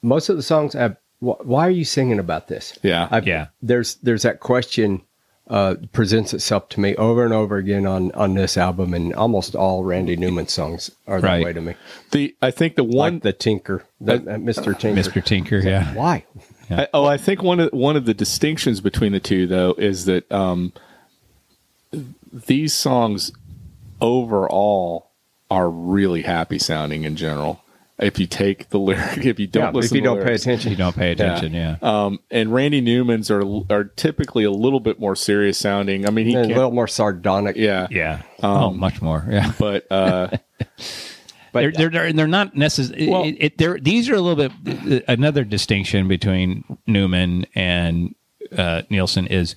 D: most of the songs have. wh- Why are you singing about this?
E: Yeah.
D: I've-
A: Yeah.
D: There's there's that question uh, presents itself to me over and over again on on this album, and almost all Randy Newman songs are that
A: Right.
D: way to me.
E: The I think the one
D: like the Tinker, the, uh, Mr. Tinker.
A: Mr. Tinker. Yeah,
D: Why?
E: I, oh, I think one of one of the distinctions between the two though is that um, these songs overall are really happy sounding in general. if you take the lyric, if you don't
D: yeah,
E: listen
D: if you
E: to the
D: don't pay
E: lyrics.
D: attention.
A: You don't pay attention. Yeah.
E: Um, and Randy Newman's are are typically a little bit more serious sounding. I mean, he
D: And a
E: can
D: little more sardonic.
E: yeah,
A: Yeah. oh, much more. Yeah.
E: but uh,
A: But they're they're, they're, they're not necessarily.
E: Well-
A: it, it, they're these are a little bit another distinction between Newman and uh, Nielsen is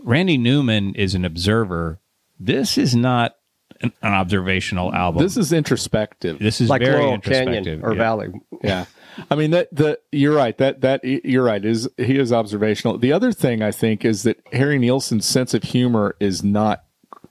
A: Randy Newman is an observer. This is not an, an observational album.
E: this is introspective.
A: this is
D: Like
A: very
D: Laurel
A: introspective
D: Canyon or
A: Yeah.
D: Valley.
E: yeah i mean that the you're right that that you're right is he is observational the other thing i think is that harry nielsen's sense of humor is not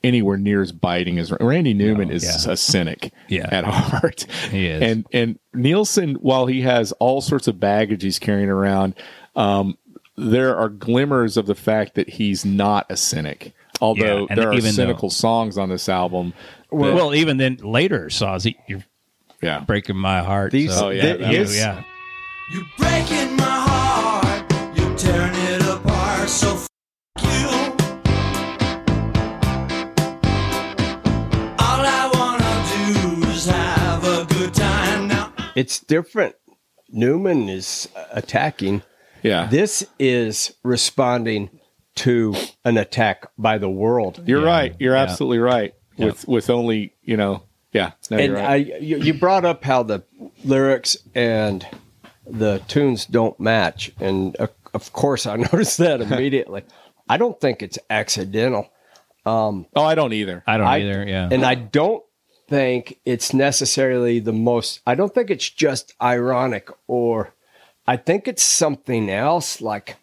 E: anywhere near as biting as randy newman
A: No,
E: is
A: yeah.
E: a cynic
A: Yeah.
E: at heart
A: He is.
E: and and nielsen while he has all sorts of baggage he's carrying around um there are glimmers of the fact that he's not a cynic although
A: Yeah, and
E: there are
A: even though-
E: cynical songs on this album
A: Well, well, even then later, Sawzy, you're
E: yeah
A: breaking my heart.
D: These-
A: so-
E: Oh, yeah,
A: yeah,
E: that
A: you-
E: was-
A: yeah.
B: You're breaking my heart. You're tearing it apart. So f you. All I wanna do is have a good time now.
D: It's different. Newman is attacking.
E: yeah
D: This is responding to an attack by the world.
E: You're right. You're
A: yeah.
E: absolutely right. With with only you know, yeah. No,
D: and
E: you're right.
D: I, you, you brought up how the lyrics and the tunes don't match, and of, of course I noticed that immediately. I don't think it's accidental,
E: oh, I don't either.
A: I don't
D: I-
A: either. Yeah.
D: and I don't think it's necessarily the most. I don't think it's just ironic, or I think it's something else. Like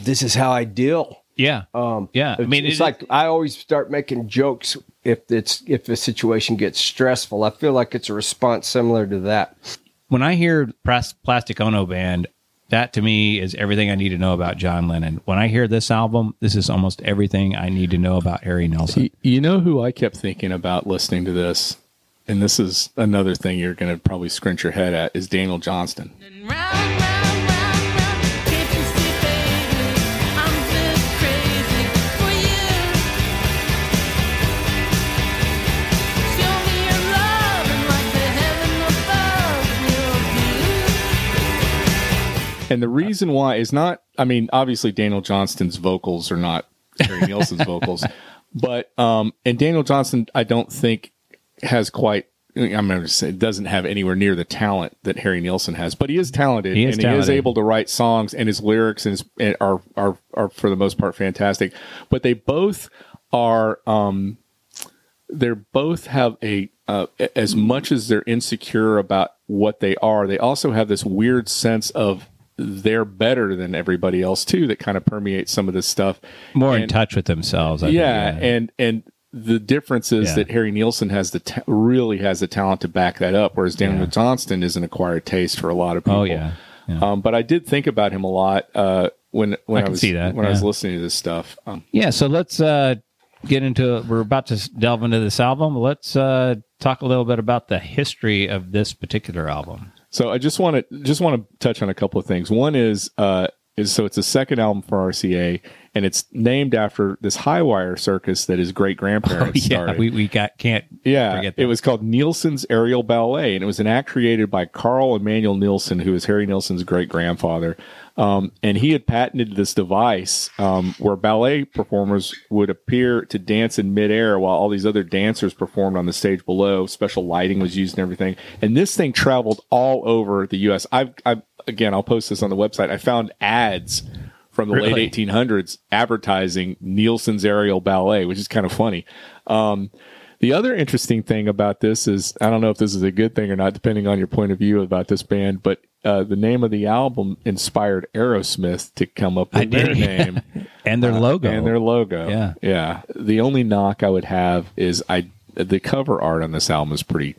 D: this is how I deal.
A: yeah.
D: Um,
A: yeah. I
D: it's-
A: mean,
D: it's
A: it-
D: like I always start making jokes if it's if the situation gets stressful. I feel like it's a response similar to that.
A: when I hear Pras- Plastic Ono Band, that to me is everything I need to know about John Lennon. When I hear this album, this is almost everything I need to know about Harry Nelson.
E: Y- You know who I kept thinking about listening to this, and this is another thing you're going to probably scrunch your head at is Daniel Johnston.
H: Round, round, round, round. Can't you see, baby? I'm just crazy for you. Show me your love and like the heaven above will do.
E: And the reason why is not, I mean, obviously Daniel Johnston's vocals are not Harry Nielsen's vocals, but, um, and Daniel Johnston, I don't think has quite, I'm going to say, doesn't have anywhere near the talent that Harry Nielsen has, but he is talented
A: He is
E: and he
A: talented.
E: is able to write songs and his lyrics and his, and are, are, are for the most part fantastic, but they both are, um, they're both have a uh, a- as much as they're insecure about what they are they also have this weird sense of they're better than everybody else too that kind of permeates some of this stuff
A: More in
E: And-
A: touch with themselves. I think,
E: yeah, and and the difference is
A: Yeah.
E: that harry nielsen has the ta- really has the talent to back that up whereas daniel johnston is an acquired taste for a lot of people
A: Oh, yeah. Yeah.
E: um, but i did think about him a lot uh, when when
A: I
E: i,
A: can
E: was
A: see that,
E: when i was
A: yeah.
E: listening to this stuff um,
A: Yeah, so let's uh, get into We're about to s- delve into this album. Let's uh, talk a little bit about the history of this particular album.
E: So I just want to just want to touch on a couple of things. One is uh is so it's a second album for RCA and it's named after this high wire circus that his great grandparents started.
A: Oh, we, we got can't
E: yeah,
A: forget that.
E: it was called Nielsen's Aerial Ballet, and it was an act created by Carl Emanuel Nielsen, who is Harry Nielsen's great grandfather. Um, and he had patented this device um, where ballet performers would appear to dance in midair while all these other dancers performed on the stage below. Special lighting was used and everything. And this thing traveled all over the U.S. I've, I've again, I'll post this on the website. I found ads from the
A: Really?
E: late 1800s advertising Nielsen's aerial ballet, which is kind of funny. Um, the other interesting thing about this is I don't know if this is a good thing or not, depending on your point of view about this band, but uh, the name of the album inspired Aerosmith to come up with
A: I
E: their
A: did, yeah.
E: name
A: and their logo
E: Uh, and their logo.
A: Yeah.
E: yeah. The only knock I would have is I the cover art on this album is pretty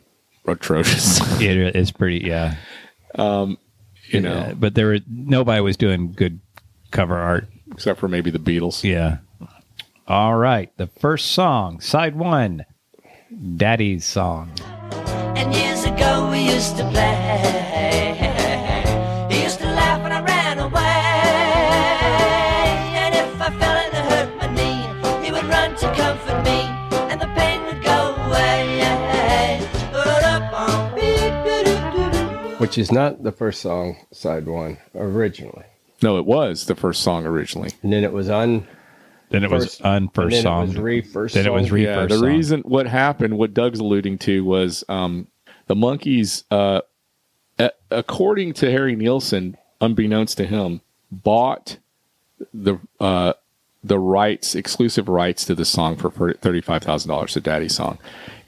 E: atrocious.
A: it is pretty yeah.
E: you know,
A: Yeah, but there were nobody was doing good cover art
E: except for maybe the Beatles.
A: Yeah. All right. The first song, side one, Daddy's song.
H: And years ago we used to play. He used to laugh when I ran away. And if I fell and I hurt my knee, he would run to comfort me, and the pain would go away. But up on beep, beep,
D: which is not the first song, side one, originally.
E: No, it was the first song originally.
D: And then it was on.
A: Then it was
D: First- and
A: unfirst
D: then
A: song.
D: It was re first.
A: Then it was
D: song.
A: re
E: yeah,
A: first
E: the
A: song.
E: reason what happened, what Doug's alluding to, was um, the monkeys, uh, a- according to Harry Nielsen, unbeknownst to him, bought the uh, the rights, exclusive rights to the song for thirty five thousand dollars, the Daddy song,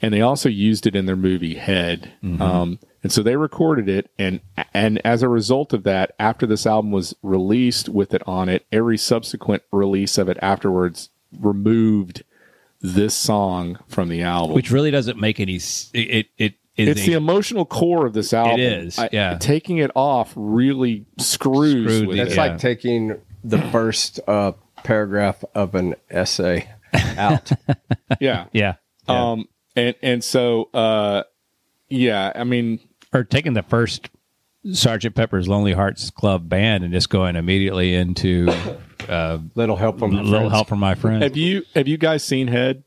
E: and they also used it in their movie Head.
A: Mm-hmm.
E: Um, and so they recorded it, and and as a result of that, after this album was released with it on it, every subsequent release of it afterwards removed this song from the album.
A: which really doesn't make any. s- It it, it is
E: it's
A: a-
E: the emotional core of this album.
A: is,
E: I-
A: yeah.
E: taking it off really screws.
A: Screwed
E: with
A: the-
E: it.
D: It's
A: yeah.
D: like taking the first uh, paragraph of an essay out.
E: yeah.
A: yeah. yeah.
E: Um, and and so uh, yeah, I mean,
A: or taking the first Sergeant Pepper's Lonely Hearts Club Band and just going immediately into
D: Little help
A: a
D: from my
A: little
D: friends.
A: help from my friend.
E: have you have you guys seen Head?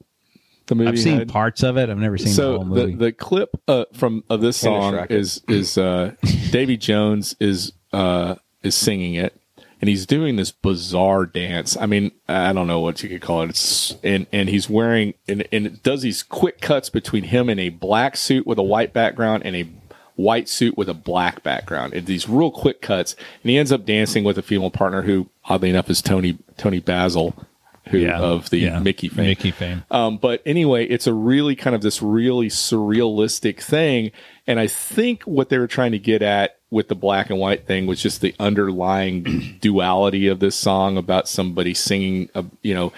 E: The movie
A: I've seen
E: Head?
A: parts of it. I've never seen the
E: so
A: whole
E: the,
A: movie.
E: the clip uh, from of this
D: Tennis
E: song
D: racket.
E: is is uh, Davy Jones is uh, is singing it, and he's doing this bizarre dance. I mean, I don't know what you could call it. It's and and he's wearing and and it does these quick cuts between him in a black suit with a white background and a white suit with a black background. It, these real quick cuts, and he ends up dancing with a female partner who, oddly enough, is Tony Tony Basil. Who of the
A: Yeah.
E: Mickey fame.
A: Mickey fame.
E: Um, but anyway, it's a really kind of this really surrealistic thing. And I think what they were trying to get at with the black and white thing was just the underlying duality of this song about somebody singing, uh, you know,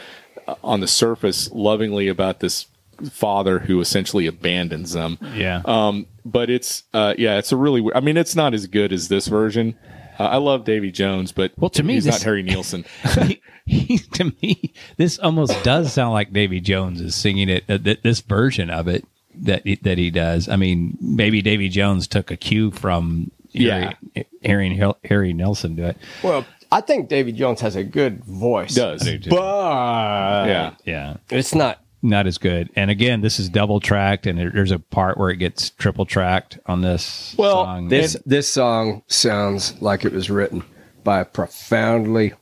E: uh, on the surface lovingly about this father who essentially abandons them.
A: yeah.
E: Um, but it's, uh, yeah, it's a really, weird, I mean, it's not as good as this version. Uh, I love Davy Jones, but
A: Well, to me,
E: he's
A: this-
E: not Harry Nielsen.
A: he, he- to me, this almost does sound like Davy Jones is singing it. Uh, th- this version of it that he, that he does. I mean, maybe Davy Jones took a cue from Harry, Harry, Hel- Harry Nelson to it.
D: Well, I think David Jones has a good voice.
E: does.
D: But
E: Yeah.
A: Yeah,
D: it's not.
A: not as good. And again, this is double tracked, and there- there's a part where it gets triple tracked on this
E: Well,
A: song.
D: This this song sounds like it was written by a profoundly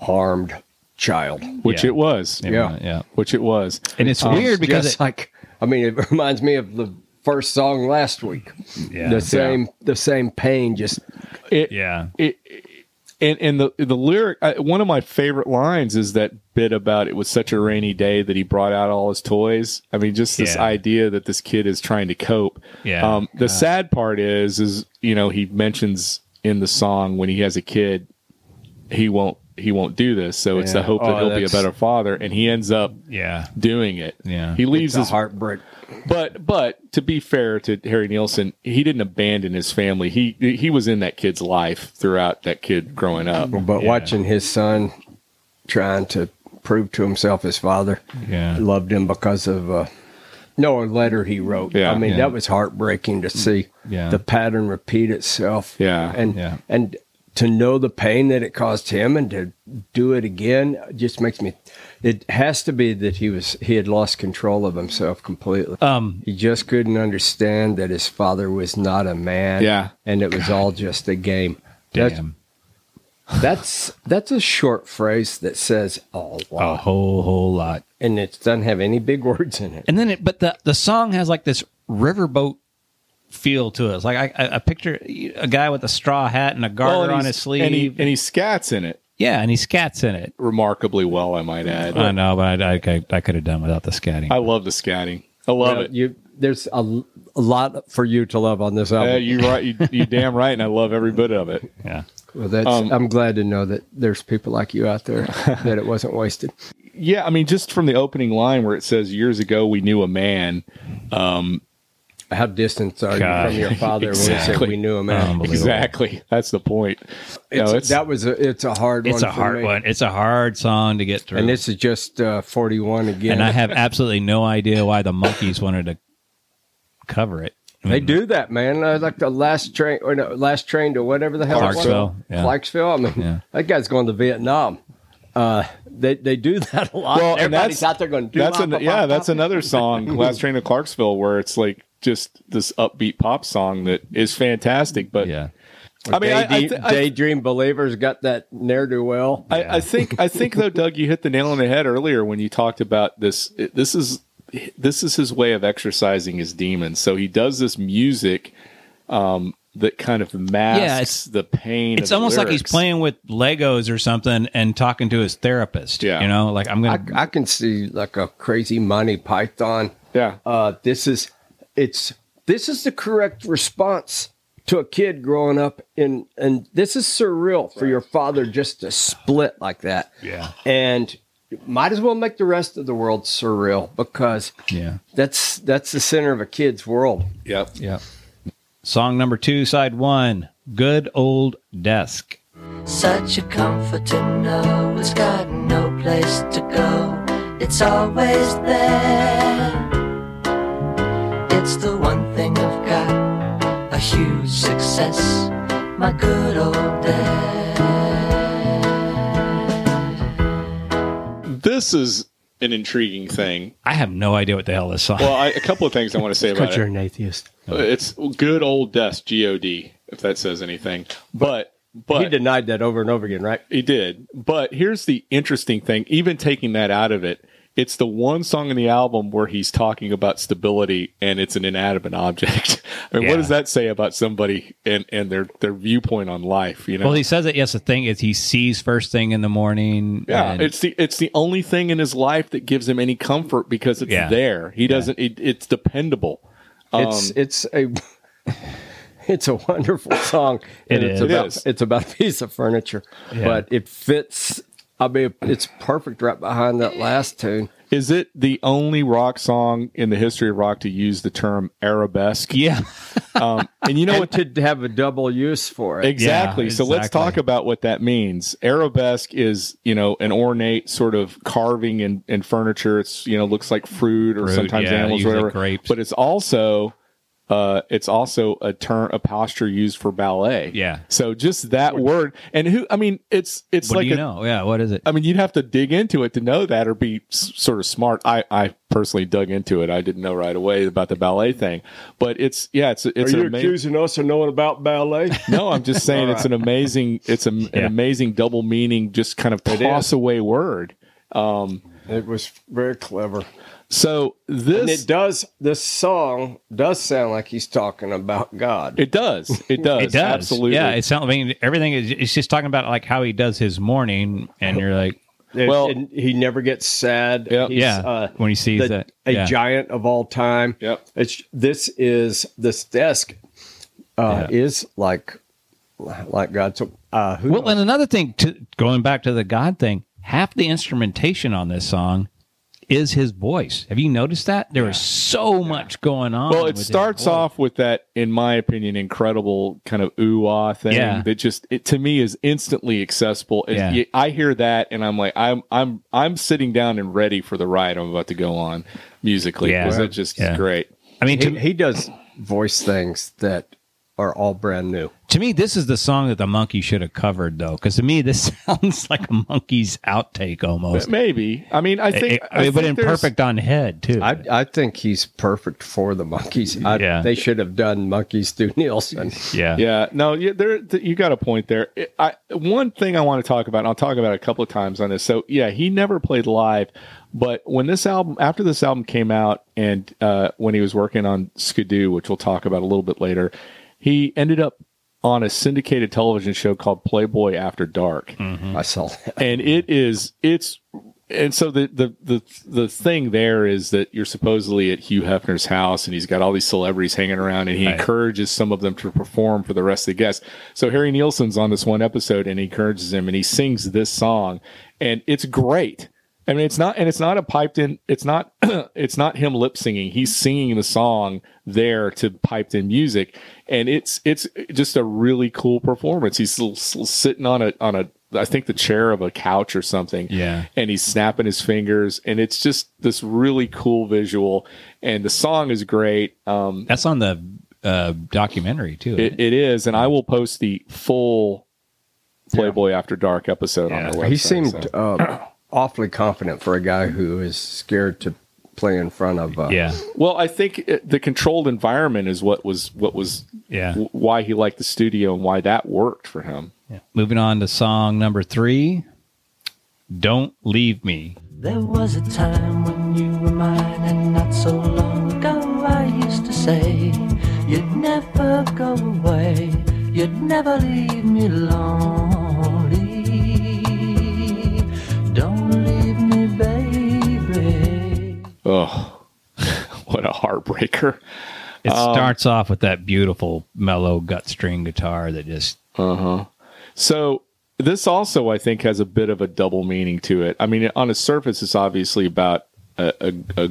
D: harmed child.
E: Which
A: Yeah.
E: it was.
A: yeah,
D: yeah.
A: yeah.
E: Which it was.
A: And it's
E: Um,
A: weird because
D: Just
A: it,
D: like I mean, it reminds me of the first song last week.
A: yeah,
D: The same the same pain. Just
E: It,
A: yeah,
E: it, and and the the lyric I, one of my favorite lines is that bit about it was such a rainy day that he brought out all his toys i mean just this
A: Yeah.
E: idea that this kid is trying to cope
A: Yeah.
E: um the sad part is is you know he mentions in the song when he has a kid he won't he won't do this so it's the
D: Yeah.
E: hope that
D: Oh,
E: he'll be a
D: that's-
E: better father and he ends up
A: yeah,
E: doing it
A: Yeah.
E: he leaves
D: it's a
E: his
D: heartbreak.
E: but but to be fair to Harry Nielsen, he didn't abandon his family. He he was in that kid's life throughout that kid growing up.
D: But watching his son trying to prove to himself his father
A: yeah.
D: loved him because of uh, no a letter he wrote.
E: Yeah.
D: I mean
A: Yeah.
D: that was heartbreaking to see
A: Yeah.
D: the pattern repeat itself.
E: Yeah.
D: and
A: Yeah.
D: and to know the pain that it caused him and to do it again just makes me. It has to be that he was he had lost control of himself completely.
A: Um,
D: He just couldn't understand that his father was not a man.
E: Yeah.
D: and it was all just a game. That's
A: damn,
D: that's that's a short phrase that says a lot,
E: Oh.
A: a whole whole lot.
D: and it doesn't have any big words in it.
A: and then it but the the song has like this riverboat feel to it it's like i i, I picture a guy with a straw hat and a
E: Well,
A: garter
E: and
A: on
E: he's-
A: his sleeve
E: and he, and he scats in it
A: yeah and he scats in it
E: remarkably well. I might add.
A: i know but i i, I could have done without the scatting
E: I love the scatting. I love
D: Well,
E: it.
D: You, there's a, l- a lot for you to love on this album.
E: Yeah, you Uh, right. You, you damn right, and I love every bit of it.
A: yeah
D: well, that's,
E: um,
D: I'm glad to know that there's people like you out there that it wasn't wasted.
E: Yeah, I mean, just from the opening line where it says, "Years ago, we knew a man."
D: How distant are
A: God.
D: you from your father when we
E: Exactly.
D: said we knew him? man?
A: Unbelievable.
E: Exactly. That's the point.
D: It's-
E: no, it's
D: that was a, it's a hard one.
A: it's a
D: for
A: hard
D: me.
A: one it's a hard song to get through
D: and
A: and,
D: this is just uh, 41 again.
A: i have absolutely no idea why the monkeys wanted to cover it I
D: They
A: mean,
E: Mm-hmm.
D: do that, man. Uh, like the last train, or no, last train to whatever the hell. it was.
A: Clarksville, yeah.
D: Clarksville. I mean,
A: Yeah.
D: that guy's going to Vietnam. Uh, they they do that a lot.
E: Well, and
D: Everybody's
E: that's-
D: out there going.
E: that's an, yeah, that's another song, Last Train to Clarksville, where it's like just this upbeat pop song that is fantastic. But
I: yeah.
E: I mean, I, I,
C: Daydream,
E: th- I,
C: daydream believers got that ne'er do well.
E: I, I think I think though, Doug, you hit the nail on the head earlier when you talked about this. This is this is his way of exercising his demons. So he does this music um, that kind of masks
A: Yeah, it's-
E: the pain.
A: It's
E: of the
A: almost like he's
E: lyrics.
A: playing with Legos or something and talking to his therapist.
E: Yeah.
A: You know, like I'm
D: I,
A: going to.
D: I can see like a crazy Monty Python.
E: Yeah.
D: Uh, this is it's this is the correct response to a kid growing up in and this is surreal for your father just to split like that. Yeah. And might as well make the rest of the world surreal because
A: Yeah.
D: that's that's the center of a kid's world.
E: Yep.
A: Yeah. Song number two, side one Good Old Desk.
G: Such a comfort to know it's got no place to go. It's always there. It's the one thing I've got a huge success. My good old dad.
E: This is an intriguing thing.
A: I have no idea what the hell this song
E: Well, I, a couple of things I want to say about it.
D: an atheist.
E: It's good old desk, G O D, if that says anything. But but
D: He denied that over and over again, right?
E: He did. But here's the interesting thing, even taking that out of it, it's the one song in the album where he's talking about stability and it's an inanimate object. I mean, what
A: Yeah.
E: does that say about somebody and, and their, their viewpoint on life? You know,
A: Well, he says that, yes, the thing is he sees first thing in the morning.
E: yeah,
A: and-
E: it's the, it's the only thing in his life that gives him any comfort because it's
A: Yeah.
E: there. He doesn't, it, it's dependable.
A: Um,
D: It's it's a it's a wonderful song. and
A: It
D: it's
A: is.
D: about
E: It is.
D: it's about a piece of furniture,
A: Yeah.
D: but it fits. I mean, it's perfect right behind that last tune.
E: Is it the only rock song in the history of rock to use the term arabesque?
A: yeah.
E: Um, and you know what?
D: To have a double use for it,
E: Exactly.
A: Yeah,
E: so let's
A: exactly.
E: talk about what that means. Arabesque is, you know, an ornate sort of carving in, in furniture. It's, you know, looks like fruit or
A: Fruit,
E: sometimes
A: yeah,
E: animals,
A: usually
E: whatever.
A: grapes.
E: But it's also, uh, it's also a term, a posture used for ballet.
A: Yeah.
E: So just that word, and who? I mean, it's it's
A: What
E: like
A: do you
E: a,
A: know? Yeah. What is it?
E: I mean, you'd have to dig into it to know that or be s- sort of smart. I, I personally dug into it. I didn't know right away about the ballet thing, but it's yeah, it's it's an amazing.
D: us of knowing about ballet?
E: No, I'm just saying it's an amazing, it's a, an
A: Yeah.
E: amazing double meaning, just kind of toss away word.
D: it was very clever,
E: So
D: and
E: this
D: it
E: it,
D: does. This song does sound like he's talking about God.
E: does, it does,
A: It does.
E: absolutely.
A: Yeah. It sounds, I mean, everything is, it's just talking about like how he does his morning. And you're like,
E: Well-
D: well, and he never gets sad.
E: Yep.
D: He's,
A: yeah.
D: uh,
A: when he sees
D: the-
A: that.
D: a
A: yeah.
D: giant of all time.
E: Yep.
D: It's this is this desk uh, is like like God. So uh, who
A: Well,
D: knows?
A: and another thing, to, going back to the God thing, half the instrumentation on this song is his voice. Have you noticed that? There is so much going on.
E: Well,
A: with
E: it
A: his
E: starts
A: voice.
E: off with that, in my opinion, incredible kind of ooh ah thing
A: Yeah.
E: that just it, to me is instantly accessible. It-
A: Yeah.
E: you- I hear that and I'm like, I'm I'm I'm sitting down and ready for the ride I'm about to go on musically
A: Yeah.
E: because it just
A: Yeah.
E: is great.
A: I mean, to,
D: he, he does voice things that are all brand new.
A: to me, this is the song that the monkey should have covered, though, because to me, this sounds like a monkey's outtake almost.
E: Maybe I mean I
A: It-
E: think
A: it- I mean, but
E: think
A: in
E: there's-
A: perfect on head too.
D: I, I think he's perfect for the monkeys.
A: Yeah.
D: I,
A: Mm-hmm.
D: They should have done monkeys through Nielsen.
A: yeah,
E: Yeah, no, you, there th- you got a point there. It- I one thing I want to talk about, and I'll talk about it a couple of times on this. So yeah, he never played live, but when this album, after this album came out, and uh, when he was working on Skidoo, which we'll talk about a little bit later, he ended up on a syndicated television show called Playboy After Dark
D: I saw that.
E: and it is it's and so the, the the the thing there is that you're supposedly at Hugh Hefner's house and he's got all these celebrities hanging around and he encourages some of them to perform for the rest of the guests. So Harry Nielsen's on this one episode and he encourages him and he sings this song and it's great. I mean it's not and it's not a piped in it's not it's not him lip singing. He's singing the song there to piped in music and it's it's just a really cool performance. He's l- s- sitting on a on a I think the chair of a couch or something.
A: Yeah.
E: And he's snapping his fingers, and it's just this really cool visual. And the song is great. Um,
A: That's on the uh, documentary too.
E: it, it is, and I will post the full Playboy After Dark episode on our website.
D: He
E: so.
D: seemed uh, awfully confident for a guy who is scared to play in front of. Uh,
A: Yeah.
E: Well, I think it, the controlled environment is what was what was
A: Yeah.
E: w- why he liked the studio and why that worked for him.
A: Moving on to song number three Don't Leave Me.
G: There was a time when you were mine, and not so long ago I used to say, You'd never go away, you'd never leave me lonely. Don't leave me, baby.
E: Oh, what a heartbreaker!
A: It
E: Oh.
A: starts off with that beautiful, mellow gut string guitar that just,
E: So this also, I think, has a bit of a double meaning to it. I mean, on a surface, it's obviously about a, a, a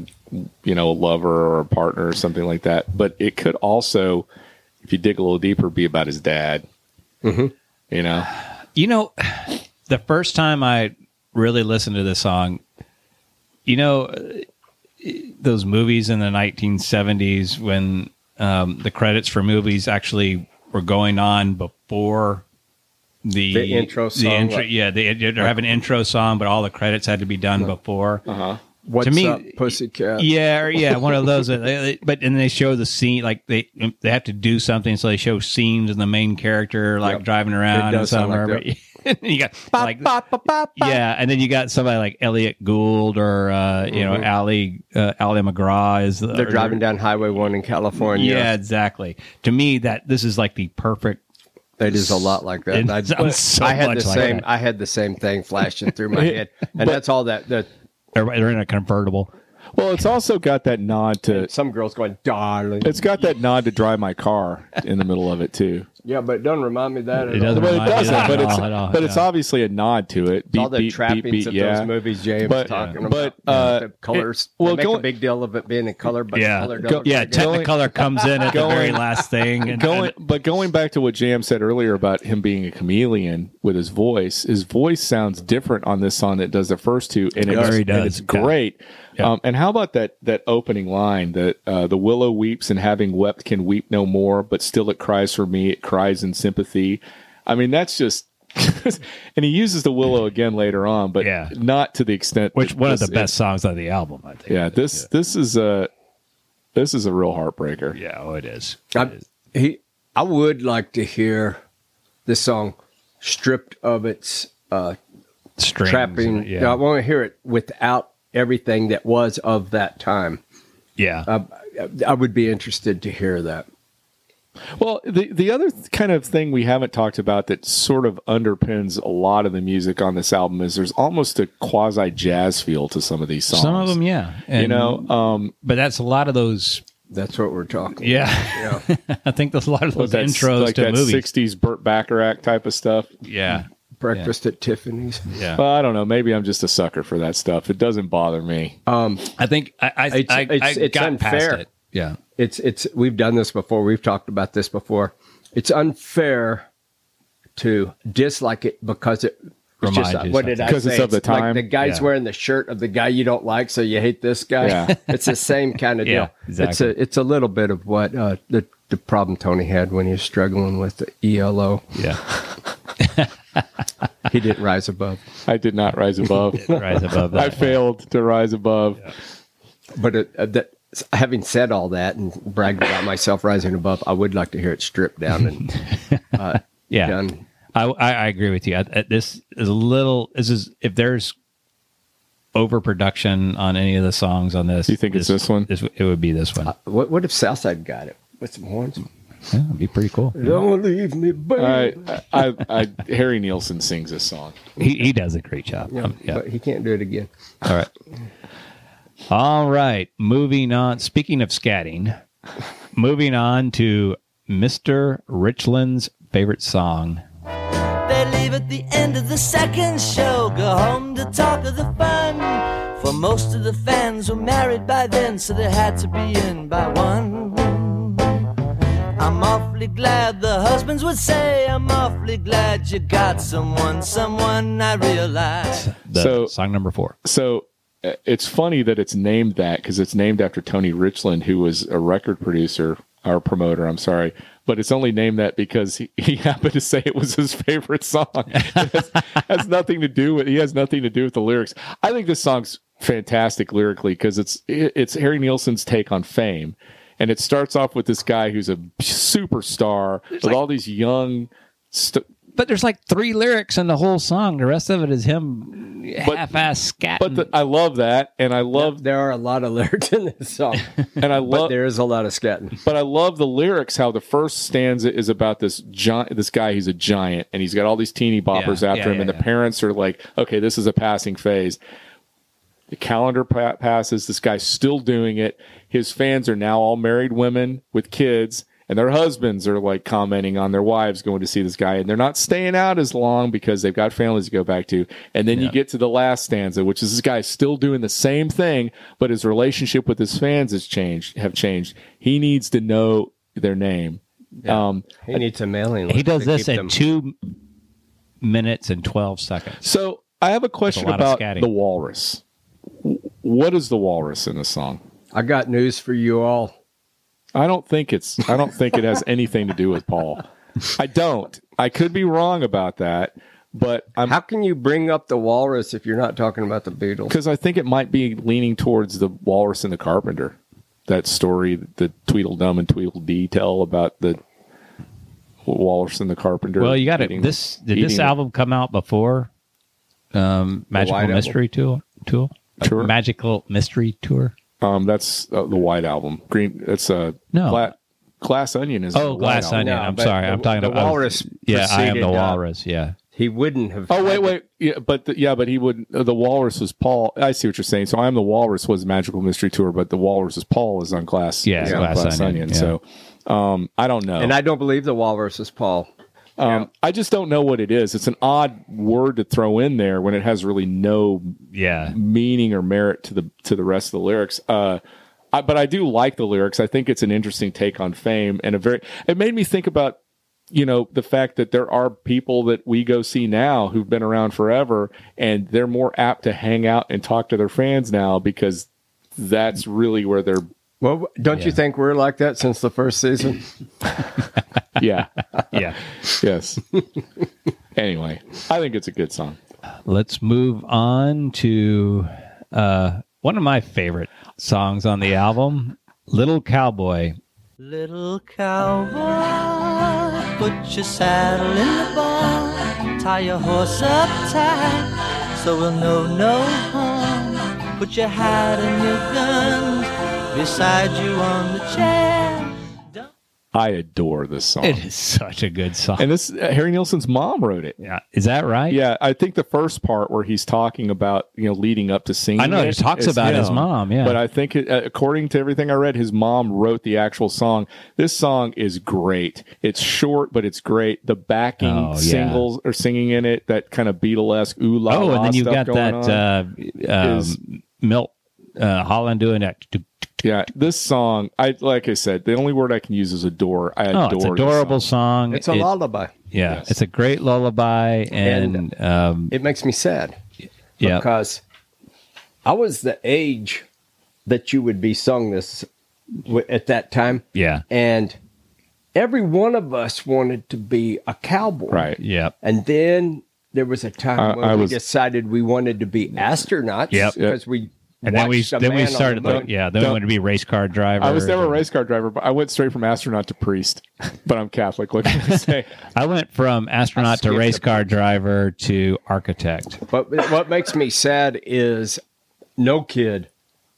E: you know a lover or a partner or something like that, but it could also, if you dig a little deeper, be about his dad.
D: Mm-hmm.
E: You know,
A: you know, the first time I really listened to this song, you know, uh, those movies in the 1970s when um, the credits for movies actually were going on before the,
D: The intro song,
A: The intro,
D: like- Uh-huh.
A: yeah, they, they have an intro song, but all the credits had to be done before.
D: What's
A: To me,
D: up, pussycat?
A: Yeah, or- yeah, one of those. that they- they- but and they show the scene like they they have to do something, so they show scenes and the main character like
D: Yep.
A: driving around
D: It
A: or
D: does sound
A: somewhere.
D: like
A: but- you got like yeah, and then you got somebody like Elliot Gould or uh, you know Ali uh, Ali McGraw is
D: Mm-hmm. They're driving down Highway One in California.
A: Yeah, exactly. To me, that this is like the perfect.
D: That is a lot like that.
A: It
D: I,
A: sounds so
D: I had
A: much
D: the
A: like
D: same.
A: that.
D: I had the same thing flashing through my head, and that's all that. That
A: They're they're in a convertible.
E: well, it's also got that nod to.
D: some girls going, darling.
E: It's got that nod to drive my car in the middle of it too.
D: yeah, but don't remind me that.
A: It doesn't.
E: Well, it
A: remind me of
E: doesn't,
A: that
E: but
A: at
E: it's
A: all, at all,
E: but it's
A: yeah.
E: obviously a nod to it. Beep,
D: all the
E: beep, beep,
D: trappings
E: beat,
D: of
E: yeah.
D: those movies James
E: But-
D: talking
E: yeah.
D: about.
E: but, uh,
D: the colors.
E: it- well,
D: they make
E: going-
D: a big deal of it being a color, but
A: yeah,
D: color
A: Go-
D: doesn't
A: yeah.
D: make it.
A: Technicolor comes in at the very
E: Going-
A: last thing. And,
E: Going, but going back to what Jam said earlier about him being a chameleon with his voice, his voice sounds different on this song than it does the first two, and it
A: Yeah, he
E: and
A: does.
E: it's
A: Yeah.
E: great.
A: Yeah.
E: Um, and how about that that opening line that uh, the willow weeps and having wept can weep no more, but still it cries for me. It cries in sympathy. I mean, that's just. and he uses the willow again later on, but
A: Yeah.
E: not to the extent.
A: which
E: that
A: one of the
E: this-
A: best songs on the album, I think.
E: Yeah, this this is a this is a real heartbreaker.
A: Yeah, oh, it is.
D: I, he, I would like to hear this song stripped of its uh,
A: Strings,
D: trapping.
A: Yeah,
D: I want to hear it without everything that was of that time.
A: yeah.
E: uh,
D: I, I would be interested to hear that.
E: Well, the the other th- kind of thing we haven't talked about that sort of underpins a lot of the music on this album is there's almost a quasi jazz feel to some of these songs.
A: Some of them, yeah.
E: you
A: And-
E: know, um,
A: but that's a lot of those.
D: That's what we're talking.
A: Yeah,
D: Yeah.
A: I think there's a lot of
E: but
A: those
E: that's
A: intros
E: like
A: to
E: that
A: movies.
E: '60s Burt Bacharach type of stuff.
A: yeah,
D: Breakfast at Tiffany's.
A: yeah.
E: Well, I don't know. Maybe I'm just a sucker for that stuff. It doesn't bother me.
A: I think I I,
D: It's-
A: I,
D: it's-
A: I
D: it's
A: got
D: unfair.
A: past it. Yeah,
D: It's it's we've done this before. We've talked about this before. It's unfair to dislike it because it was just
A: Reminds you
D: what did I
E: Because
D: say?
E: it's of the
D: like
E: time.
D: the guy's
A: Yeah.
D: wearing the shirt of the guy you don't like, so you hate this guy.
E: Yeah.
D: it's the same kind of
A: Yeah,
D: deal. It's a it's a little bit of what uh, the the problem Tony had when he was struggling with the ELO.
A: yeah.
D: He didn't rise above,
E: I did not rise above.
A: Rise above
E: I
A: that.
E: failed to rise above.
D: but it, uh, that. Having said all that and bragged about myself rising above, I would like to hear it stripped down and
A: yeah,
D: done.
A: I, I I agree with you. I, I- this is a little. This is if there's overproduction on any of the songs on this.
E: You think it's this one? Uh,
A: it would be this one.
D: What, what if Southside got it with some horns?
A: yeah, it'd be pretty cool.
D: Don't leave me, baby.
E: I, I, I, Harry Nielsen sings this song.
A: He, he does a great job.
D: yeah,
A: Um, yeah.
D: But he can't do it again.
A: All right. All right. Moving on. Speaking of scatting, moving on to Mr. Richland's favorite song.
G: They leave at the end of the second show, go home to talk of the fun. For most of the fans were married by then, so they had to be in by one. I'm awfully glad the husbands would say, I'm awfully glad you got someone, someone I realize.
A: The
E: So-
A: song number four.
E: So uh, it's funny that it's named that because it's named after Tony Richland, who was a record producer or promoter. I'm sorry, but it's only named that because he, he happened to say it was his favorite song. It has, has nothing to do with he has nothing to do with the lyrics. I think this song's fantastic lyrically because it's it- it's Harry Nielsen's take on fame, and it starts off with this guy who's a superstar with all these young. St-
A: But there's like three lyrics in the whole song. The rest of it is him
E: But-
A: half-ass scat.
E: but the, I love that, and I love
D: There are a lot of lyrics in this song,
E: and I
D: but
E: love
D: there is a lot of scatting.
E: but I love the lyrics. How the first stanza is about this giant, this guy who's a giant, and he's got all these teeny boppers
A: Yeah,
E: after
A: yeah,
E: him, and
A: yeah,
E: the
A: yeah.
E: parents are like, "Okay, this is a passing phase." The calendar pa- passes. This guy's still doing it. His fans are now all married women with kids, and their husbands are like commenting on their wives going to see this guy, and they're not staying out as long because they've got families to go back to. And then you get to the last stanza, which is this guy's still doing the same thing, but his relationship with his fans has changed. Have changed. He needs to know their name. Um,
D: He needs a mailing list.
A: he does
D: to
A: this
D: keep
A: in
D: them-
A: two minutes and twelve seconds.
E: so I have a question
A: lot of
E: about
A: scatting.
E: the walrus. W- What is the walrus in the song?
D: I got news for you all.
E: I don't think it's. I don't think it has anything to do with Paul. I don't. I could be wrong about that, but I'm
A: Um,
D: How can you bring up the walrus if you're not talking about the Beatles?
E: because I think it might be leaning towards the Walrus and the Carpenter. That story, the Tweedledum and Tweedledee tell about the Walrus and the Carpenter.
A: Well, you got
E: eating-
A: it. This did
E: eating
A: this
E: the-
A: album come out before um, Magical
D: White
A: Mystery Tour? Tour?
E: Tour.
A: Magical Mystery Tour.
E: Um, that's uh, the White Album. Green. That's uh,
A: No.
E: Gla- Glass Onion is.
A: Oh,
E: the White
A: Glass
E: Album.
A: Onion.
D: No,
A: I'm
D: but
A: sorry.
D: the-
A: I'm talking
D: the
A: about oh,
D: Walrus
A: Yeah, I am
D: preceded,
A: the
D: uh,
A: Walrus. Yeah.
D: He wouldn't have.
E: Oh wait, wait, yeah, but the, yeah, but he would. uh, The Walrus was Paul. I see what you're saying. So I'm the Walrus was Magical Mystery Tour, but the Walrus is Paul is on Glass.
A: Yeah,
E: is on
A: Glass Onion, yeah.
E: So um, I don't know.
D: And I don't believe the walrus is Paul.
E: Um, I just don't know what it is. It's an odd word to throw in there when it has really no
A: Yeah.
E: meaning or merit to the to the rest of the lyrics. Uh, I, but I do like the lyrics. I think it's an interesting take on fame and a very. It made me think about you know the fact that there are people that we go see now who've been around forever and they're more apt to hang out and talk to their fans now because that's really where they're
D: Well, don't you
A: Yeah.
D: think we're like that since the first season?
E: yeah
A: Yeah.
E: yes anyway i think it's a good song
A: Let's move on to uh, one of my favorite songs on the album, Little Cowboy.
G: Little cowboy, put your saddle in the barn, tie your horse up tight, so we'll know no harm. Put your hat and your guns beside you on the chair.
E: i adore this song
A: It is such a good song.
E: and this uh, harry nielsen's mom wrote it
A: yeah. Is that right?
E: yeah i think the first part where he's talking about you know leading up to singing
A: I know. He
E: it
A: talks
E: is
A: about his
E: him.
A: mom. Yeah.
E: But I think, uh, according to everything I read, his mom wrote the actual song. This song is great. It's short, but it's great. The backing
A: Oh, yeah.
E: singles are singing in it. That kind of Beatlesque ooh la
A: oh,
E: la
A: and then you've
E: stuff
A: got that
E: going on.
A: uh, um,
E: is-
A: Milt uh, Holland doing that.
E: yeah, this song. I like I said, the only word I can use is adore. I
A: Oh,
E: adore.
A: it's
E: this
A: adorable song.
D: It's a
A: It-
D: lullaby.
A: Yeah,
E: Yes.
A: it's a great lullaby, and, um,
D: It makes me sad
A: yeah,
D: because I was the age that you would be sung this w- at that time,
A: yeah,
D: and every one of us wanted to be a cowboy.
E: Right.
A: yeah.
D: And then there was a time
E: I-
D: when
E: I
D: we
E: was-
D: decided we wanted to be astronauts.
A: Yep.
D: Because we
A: And then we
D: watched a
A: then we
D: man on the
A: started
D: moon.
A: like yeah, then we
E: Don't-
A: wanted to be race car driver.
E: I was never a race car driver, but I went straight from astronaut to priest. But I'm Catholic. What can I say?
A: I went from astronaut to
D: skipped
A: race
D: a
A: car driver to architect.
D: But what makes me sad is no kid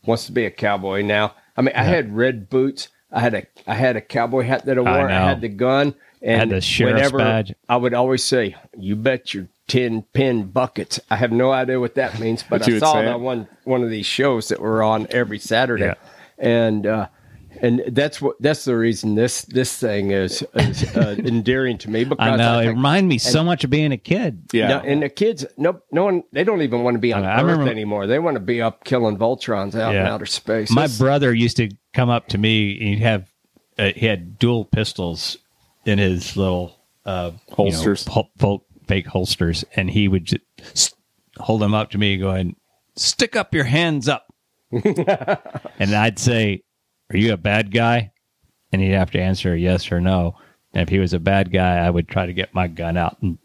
D: wants to be a cowboy now. I mean, I had red boots. I had a I had a cowboy hat that I wore. I,
A: know.
D: had the gun and
A: the sheriff's
D: whenever
A: badge.
D: I would always say, "You bet your ten pin buckets." I have no idea what that means, but
E: But you
D: I
E: would
D: saw
E: say
D: it
E: it?
D: on one one of these shows that were on every Saturday,
A: Yeah.
D: and uh, and that's what that's the reason this this thing is, is uh, endearing to me because
A: I know it
D: think-
A: reminded me so much of being a kid.
E: Yeah.
D: no, and the kids, no, no one, they don't even want to be on
A: I
D: Earth
A: remember-
D: anymore. They want to be up killing Voltrons out in
A: Yeah.
D: outer space.
A: My
D: It's-
A: brother used to come up to me. He'd have uh, he had dual pistols in his little uh, you know,
E: Holsters.
A: hol- fol- fake holsters, and he would just st- hold them up to me, going, "Stick up your hands up," and I'd say, "Are you a bad guy?" And he'd have to answer yes or no. And if he was a bad guy, I would try to get my gun out and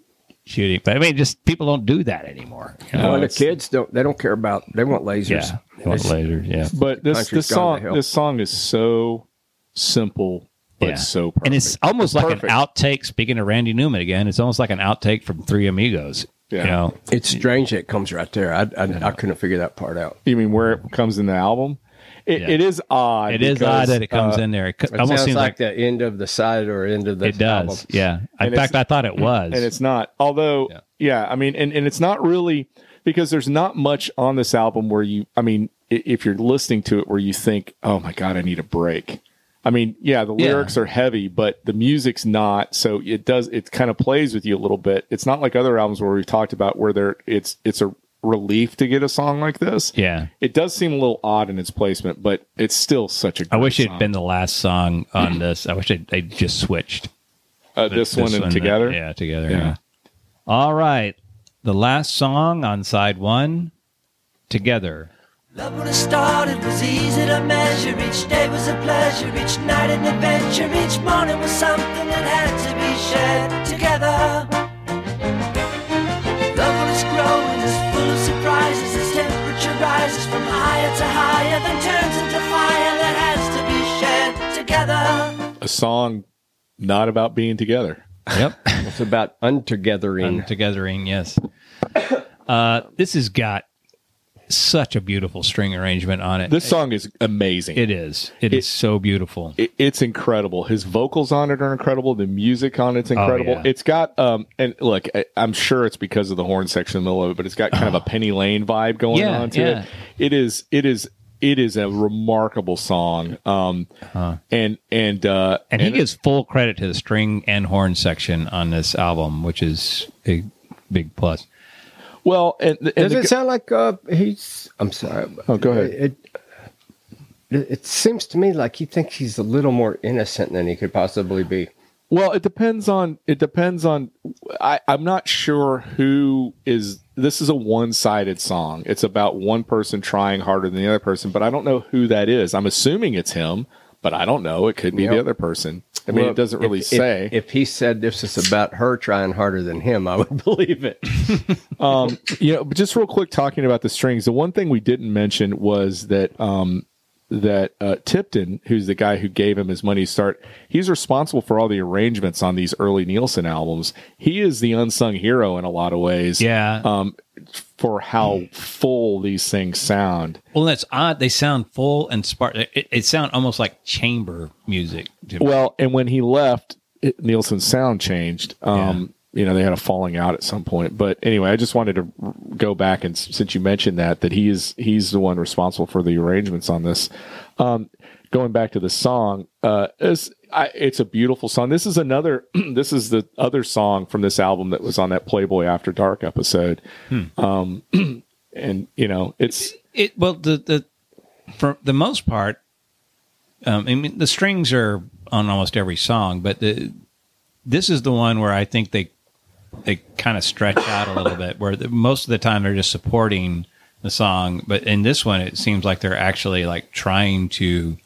A: shoot him. But I mean, just people don't do that anymore. you know?
D: Well, the
E: it's-
D: kids don't. They don't care about. They want lasers.
A: yeah, they want
D: It's-
A: laser. Yeah,
E: But this
D: Country's
E: this
D: gone to
E: song
D: hell.
E: this song is so simple but
A: Yeah.
E: so perfect.
A: and it's almost like
E: Perfect.
A: an outtake. Speaking of Randy Newman again, it's almost like an outtake from Three Amigos.
E: Yeah.
A: You know,
D: It's strange that it comes right there. I, I, I couldn't figure that part out.
E: You mean where it comes in the album? It,
A: Yeah.
E: it is odd.
A: it is
E: because,
A: odd that it comes
E: uh,
A: in there. It co-
D: It
A: almost
D: sounds
A: seems like,
D: like, the end of the side or end of the
A: it does.
D: album.
A: Yeah. In
E: And it's-
A: fact, I thought it was.
E: and it's not. Although,
A: Yeah.
E: yeah, I mean, and, and it's not really because there's not much on this album where you, I mean, i- if you're listening to it where you think, oh my God, I need a break. I mean, yeah, the
A: Yeah.
E: lyrics are heavy, but the music's not. So it does, it kind of plays with you a little bit. It's not like other albums where we've talked about where there, it's, it's a relief to get a song like this.
A: yeah.
E: It does seem a little odd in its placement, but it's still such a.
A: I wish
E: great
A: it
E: song.
A: had been the last song on this. I wish they they just switched
E: uh, this, one, and together.
A: yeah, together.
E: Yeah.
A: yeah. All right. The last song on side one, together.
G: Love when it started was easy to measure. Each day was a pleasure, each night an adventure. Each morning was something that had to be shared together. Love when it's growing is full of surprises. Its temperature rises from higher to higher, then turns into fire that has to be shared together.
E: a song not about being together.
A: Yep.
D: It's about untogethering.
A: Togethering, yes. Uh, this has got such a beautiful string arrangement on it.
E: This song is amazing.
A: it is. it is so beautiful.
E: It- it's incredible. His vocals on it are incredible. The music on it's incredible.
A: Oh, yeah.
E: It's got um and look, I, I'm sure it's because of the horn section in the middle of it, but it's got kind of a Penny Lane vibe going
A: Oh. Yeah,
E: on to
A: yeah.
E: it. It is it is it is a remarkable song. Um and and uh
A: and, he gives full credit to the string and horn section on this album, which is a big plus.
E: well and, and
D: Does
E: the
D: it
E: g-
D: sound like uh, he's? I'm sorry.
E: Oh, go ahead.
D: It, it it seems to me like he thinks he's a little more innocent than he could possibly be.
E: Well, it depends on it depends on I, I'm not sure who is this is a one sided song. It's about one person trying harder than the other person, but I don't know who that is. I'm assuming it's him, but I don't know. It could be the
D: Yep.
E: other person. I mean
D: Well,
E: it doesn't
D: if-
E: really
D: if-
E: say.
D: If, he said this is about her trying harder than him, I would believe it.
E: um, you know, but just real quick talking about the strings, the one thing we didn't mention was that um, that uh, Tipton, who's the guy who gave him his money to start, he's responsible for all the arrangements on these early Nielsen albums. He is the unsung hero in a lot of ways.
A: Yeah.
E: Um, for how full these things sound.
A: Well, that's odd. They sound full and spark. It, it sound almost like chamber music. To me.
E: Well, and when he left, it, Nielsen's sound changed. Um, You know, they had a falling out at some point. But anyway, I just wanted to r- go back and s- since you mentioned that, that he is he's the one responsible for the arrangements on this. Um, going back to the song, uh, it's, I, it's a beautiful song. This is another. this is the other song from this album that was on that Playboy After Dark episode. Um, and you know, it's
A: it well the the for the most part um i mean the strings are on almost every song but the this is the one where i think they they kind of stretch out a little bit where the, most of the time they're just supporting the song but in this one it seems like they're actually like trying to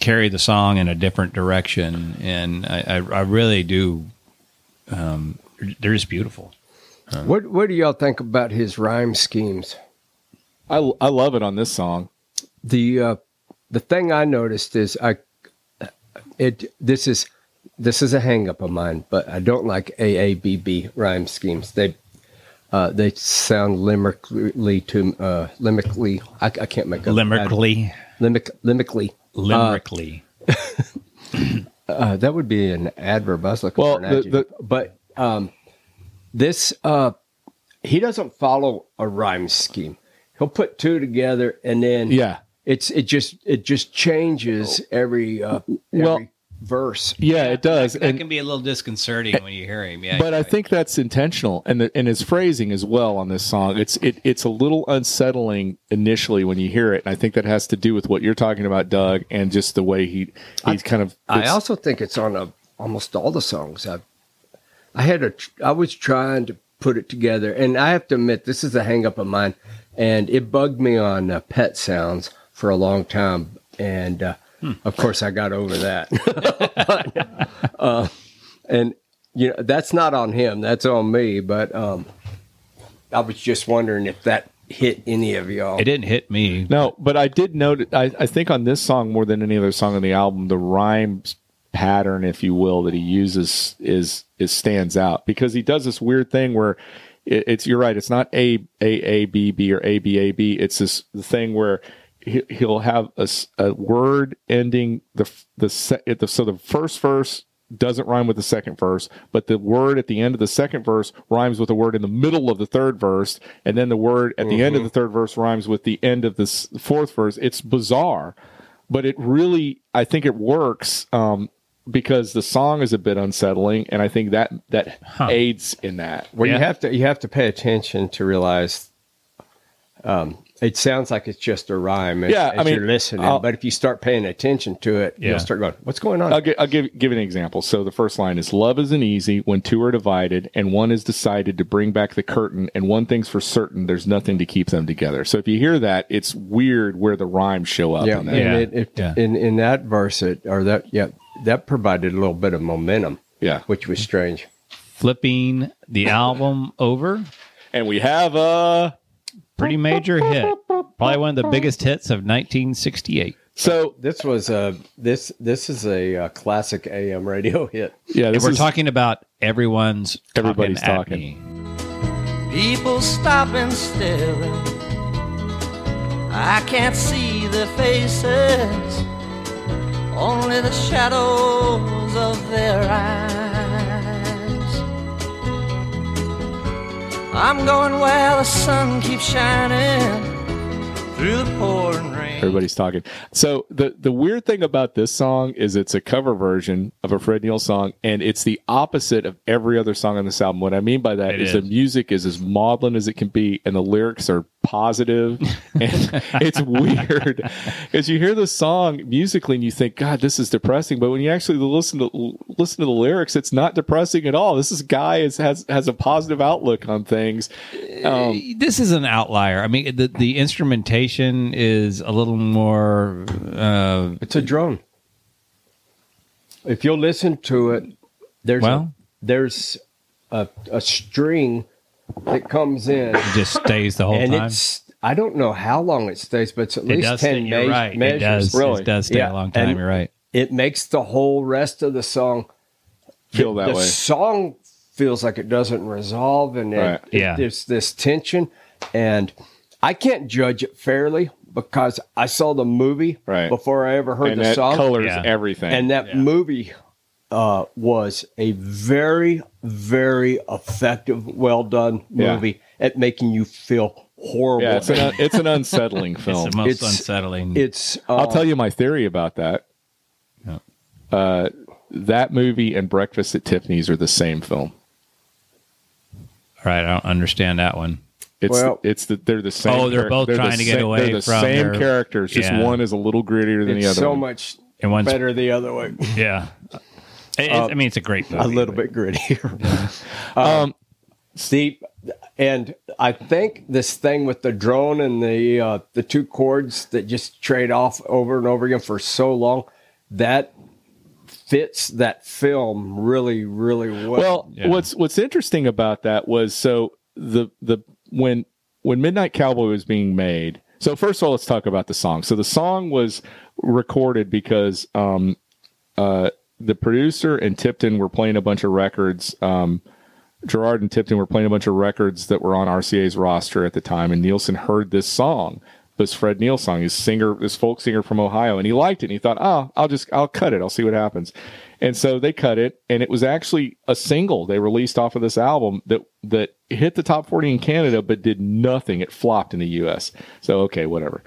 A: carry the song in a different direction and i i, I really do um they're just beautiful
D: What What do y'all think about his rhyme schemes?
E: I I love it on this song.
D: the uh, the thing I noticed is I it this is this is a hang up of mine, but I don't like AABB rhyme schemes. They uh, they sound limerickly to uh, limically. I, I can't make up
A: limerically
D: Limic, limically.
A: limerically
D: Uh, that would be an adverb. I was looking
E: Well,
D: for an
E: the-
D: adjective. but um, this uh, he doesn't follow a rhyme scheme. He'll put two together and then
E: Yeah.
D: it's it just it just changes every uh,
E: Well-
D: every verse.
E: Yeah, it does.
A: That can be a little disconcerting when you hear him. Yeah,
E: but I think that's intentional, and the, and his phrasing as well on this song. It's it it's a little unsettling initially when you hear it, and I think that has to do with what you're talking about, Doug, and just the way he he's kind of.
D: I
E: it's-
D: also think it's on a, almost all the songs. I I had a tr- I was trying to put it together, and I have to admit this is a hang up of mine, and it bugged me on uh, Pet Sounds for a long time, and uh, of course I got over that. But, uh, and you know that's not on him that's on me but um i was just wondering if that hit any of y'all
A: It didn't hit me.
E: No, but I did note. I, I think on this song more than any other song on the album, the rhyme pattern, if you will, that he uses is is stands out because he does this weird thing where it, it's you're right. It's not a a a b b or a b a b. It's this thing where he, he'll have a, s- a word ending the f- the, se- at the so the first verse doesn't rhyme with the second verse, but the word at the end of the second verse rhymes with the word in the middle of the third verse, and then the word at the end of the third verse rhymes with the end of the s- fourth verse. It's bizarre, but it really, I think it works um, because the song is a bit unsettling, and I think that that aids in that.
D: well
A: Yeah.
D: you have to you have to pay attention to realize um it sounds like it's just a rhyme as,
E: Yeah,
D: as
E: I mean,
D: you're listening
E: I'll-
D: but if you start paying attention to it
A: Yeah.
D: you'll start going what's going on
E: I'll, gi- I'll give give an example. So the first line is love isn't easy when two are divided and one is decided to bring back the curtain and one thing's for certain there's nothing to keep them together. So if you hear that, it's weird where the rhymes show up.
D: yeah, and
E: in that.
A: Yeah.
D: It, it,
A: Yeah.
D: in in that verse it or that yeah that provided a little bit of momentum
E: Yeah.
D: which was strange
A: Flipping the album over,
E: And we have uh
A: pretty major hit. Probably one of the biggest hits of 1968.
E: so
D: this was a this this is a, uh classic am radio hit
E: yeah,
A: And
E: this
A: we're
E: is
A: talking about everyone's talking
E: Everybody's
A: at
E: talking.
A: me.
G: People stopping staring. I can't see their faces, only the shadows of their eyes. I'm going where the sun keeps shining through the pouring rain.
E: Everybody's talking. So the the weird thing about this song is it's a cover version of a Fred Neil song, and it's the opposite of every other song on this album. What I mean by that
A: It
E: is,
A: is.
E: the music is as maudlin as it can be, and the lyrics are positive, and it's weird because you hear the song musically and you think, God, this is depressing. But when you actually listen to listen to the lyrics, it's not depressing at all. This is guy is, has has a positive outlook on things. Um,
A: Uh, this is an outlier. I mean, the the instrumentation is a little more. Uh,
D: It's a drone. If you'll listen to it, there's
A: Well-
D: a, there's a, a string that comes in,
A: just stays the whole
D: and
A: time.
D: it's I don't know how long it stays, but it's at
A: it
D: least
A: does.
D: ten
A: stay- you're
D: me-
A: right. It
D: measures.
A: does.
E: really.
A: It does stay
D: Yeah,
A: a long time.
D: and-
A: You're right.
D: It makes the whole rest of the song
E: feel that
D: the
E: way.
D: song feels like it doesn't resolve, and it-
E: Right.
D: it-
A: Yeah.
D: there's this tension, and I can't judge it fairly because I saw the movie
E: Right.
D: before I ever heard
E: And
D: the
E: that
D: song.
E: colors
A: Yeah.
E: everything.
D: And that movie uh, was a very, very effective, well done
E: Yeah.
D: movie at making you feel horrible.
E: yeah, it's an un- it's an unsettling film.
A: It's the most
D: It's-
A: unsettling.
D: it's uh,
E: I'll tell you my theory about that.
A: Yeah.
E: Uh, that movie and Breakfast at Tiffany's are the same film.
A: All right, I don't understand that one.
E: It's
D: Well-
E: it's the, they're the same.
A: Oh, they're
E: char-
A: both
E: the
A: trying to get
E: same-
A: away
E: They're the
A: from
E: same
A: their-
E: characters. Just
A: Yeah.
E: one is a little grittier than
D: it's
E: the other.
D: so
E: one.
D: much
A: And one's
D: better the other way.
A: yeah. It- it's- I mean, it's a great movie.
D: Uh, a little
A: but-
D: bit grittier. um, Steve, and I think this thing with the drone and the uh, the two chords that just trade off over and over again for so long that fits that film really, really well.
E: Well,
A: Yeah.
E: what's what's interesting about that was so the the when when Midnight Cowboy was being made. So first of all, let's talk about the song. So the song was recorded because um, uh, the producer and Tipton were playing a bunch of records. Um, Gerard and Tipton were playing a bunch of records that were on RCA's roster at the time, and Nielsen heard this song, this Fred Neil song, his singer, this folk singer from Ohio, and he liked it. And he thought, oh, I'll just, I'll cut it. I'll see what happens. And so they cut it, and it was actually a single they released off of this album that that hit the top forty in Canada, but did nothing. It flopped in the U.S. So okay, whatever.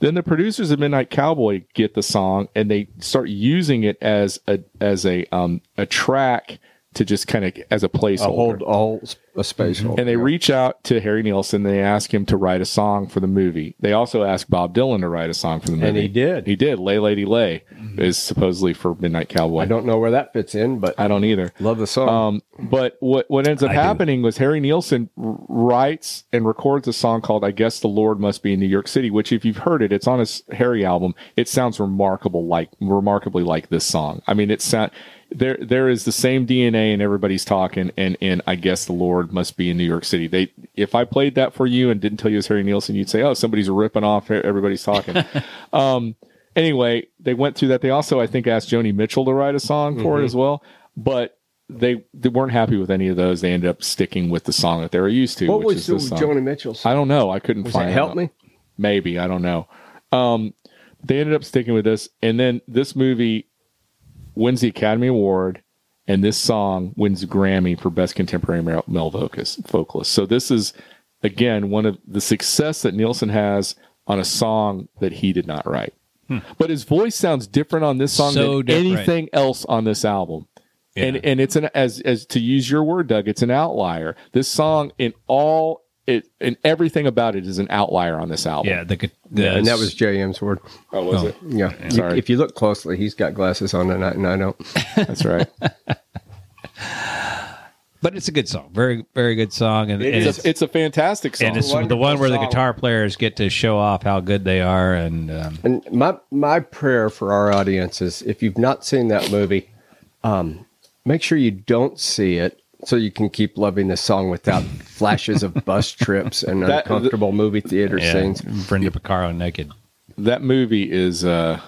E: Then the producers of Midnight Cowboy get the song and they start using it as a as a um a track to just kind of as a placeholder
D: a whole, a whole a space hole.
E: And they
D: yeah.
E: reach out to Harry Nielsen. They ask him to write a song for the movie. They also ask Bob Dylan to write a song for the movie.
D: And he did. Mm-hmm.
E: He did. Lay Lady Lay is supposedly for Midnight Cowboy.
D: I don't know where that fits in, but
E: I don't either.
D: love the song.
E: Um, but what what ends up happening was Harry Nielsen r- writes and records a song called "I Guess the Lord Must Be in New York City," which, if you've heard it, it's on his Harry album. It sounds remarkable, like remarkably like this song. I mean, it sound there there is the same DNA in everybody's talking, and in "I Guess the Lord Must Be in New York City." They if I played that for you and didn't tell you it was Harry Nielsen, you'd say, "Oh, somebody's ripping off everybody's talking." anyway, they went through that. They also, I think, asked Joni Mitchell to write a song for
D: Mm-hmm.
E: it as well, but they they weren't happy with any of those. They ended up sticking with the song that they were used to.
D: what
E: which
D: was
E: is
D: the
E: this song.
D: Joni Mitchell's?
E: I don't know. I couldn't
D: Was
E: find.
D: that
E: it
D: Help
E: out.
D: Me?
E: Maybe I don't know. Um, they ended up sticking with this, and then this movie wins the Academy Award, and this song wins Grammy for Best Contemporary Male, male vocus, Vocalist. So this is again one of the success that Nielsen has on a song that he did not write. But his voice sounds different on this song
A: Hmm. So
E: than
A: different.
E: anything else on this album. And and it's an as as to use your word, Doug, it's an outlier. This song in all it in everything about it is an outlier on this album.
A: Yeah, the, gu- the
D: Yeah, and that was JM's word.
E: Oh, was it?
D: Yeah. You-
E: Sorry.
D: if you look closely, he's got glasses on tonight, and I don't.
E: That's right.
A: but it's a good song, very very good song, and and
E: it's, a, it's a fantastic song.
A: and it's the one where the guitar players get to show off how good they are, and um,
D: And my my prayer for our audience is, if you've not seen that movie, um, make sure you don't see it. So you can keep loving the song without flashes of bus trips and
E: That-
D: uncomfortable movie theater
A: yeah,
D: scenes.
A: Brenda Picaro naked.
E: that movie is uh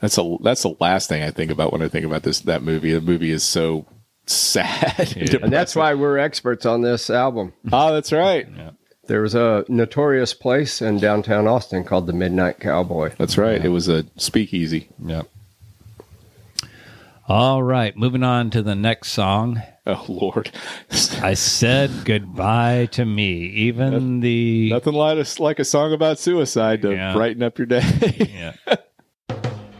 E: that's a that's the last thing I think about when I think about this that movie. The movie is so sad. and
D: And that's why we're experts on this album.
E: depressing. oh, that's right.
D: There was a notorious place in downtown Austin called the Midnight Cowboy.
E: That's right. It was a speakeasy.
A: Yep. All right, moving on to the next song.
E: Oh Lord,
A: I said goodbye to me, even the
E: nothing like a, like a song about suicide to
A: Yeah.
E: brighten up your day.
A: Yeah.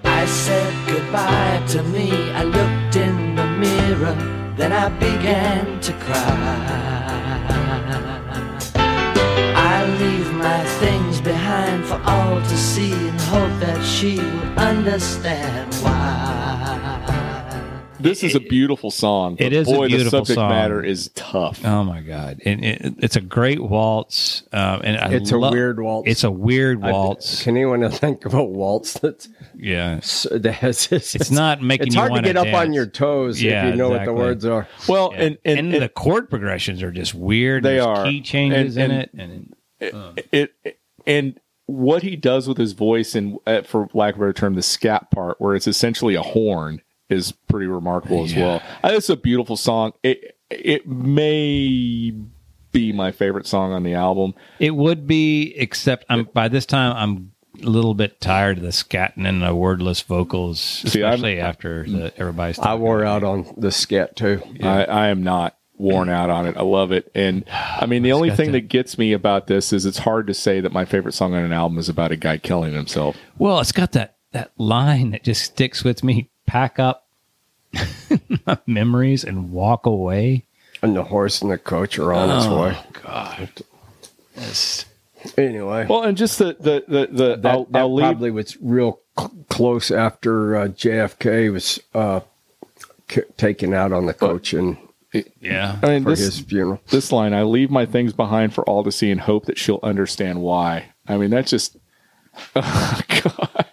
G: I said goodbye to me. I looked in the mirror, then I began to cry. I leave my things behind for all to see and hope that she will understand why.
E: This is a beautiful song. but
A: It is a
E: boy,
A: beautiful
E: the subject
A: song.
E: matter is tough.
A: Oh my God! And it, it's a great waltz, um, and I
D: It's a
A: lo-
D: weird waltz.
A: It's a weird waltz.
D: Can anyone think of a waltz that's
A: yeah, it's
D: that has this? It's
A: not making.
D: It's
A: you
D: hard to
A: wanna
D: get up on
A: dance.
D: your toes
A: Yeah,
D: if you know
A: exactly.
D: what the words are.
E: well,
A: Yeah.
E: and, and,
A: the chord progressions are just weird.
E: They
A: There's
E: are.
A: key changes
E: And-
A: in
E: and-
A: it, and
E: it, it and what he does with his voice and uh, for lack of a better term the scat part where it's essentially a horn is pretty remarkable as well Uh, it's a beautiful song it it may be my favorite song on the album
A: it would be. Except I'm by this time I'm a little bit tired of the scatting and the wordless vocals,
E: I'm-
A: especially after the, everybody's.
D: I
A: talking.
D: wore out on the scat too.
E: I, I am not worn out on it i love it and i mean the only
A: got
E: thing
A: that-
E: that gets me about this is it's hard to say that my favorite song on an album is about a guy killing himself
A: Well, it's got that that line that just sticks with me. Pack up my memories and walk away.
D: And the horse and the coach are on its way.
A: Oh, God.
D: Anyway,
E: well and just the the the, the
D: that,
E: I'll,
D: that
E: I'll leave
D: probably was real cl- close after uh, JFK was uh, k- taken out on the coach and
A: Yeah.
E: I mean,
D: for
E: this,
D: his funeral.
E: this line i leave my things behind for all to see and hope that she'll understand why i mean that's just oh god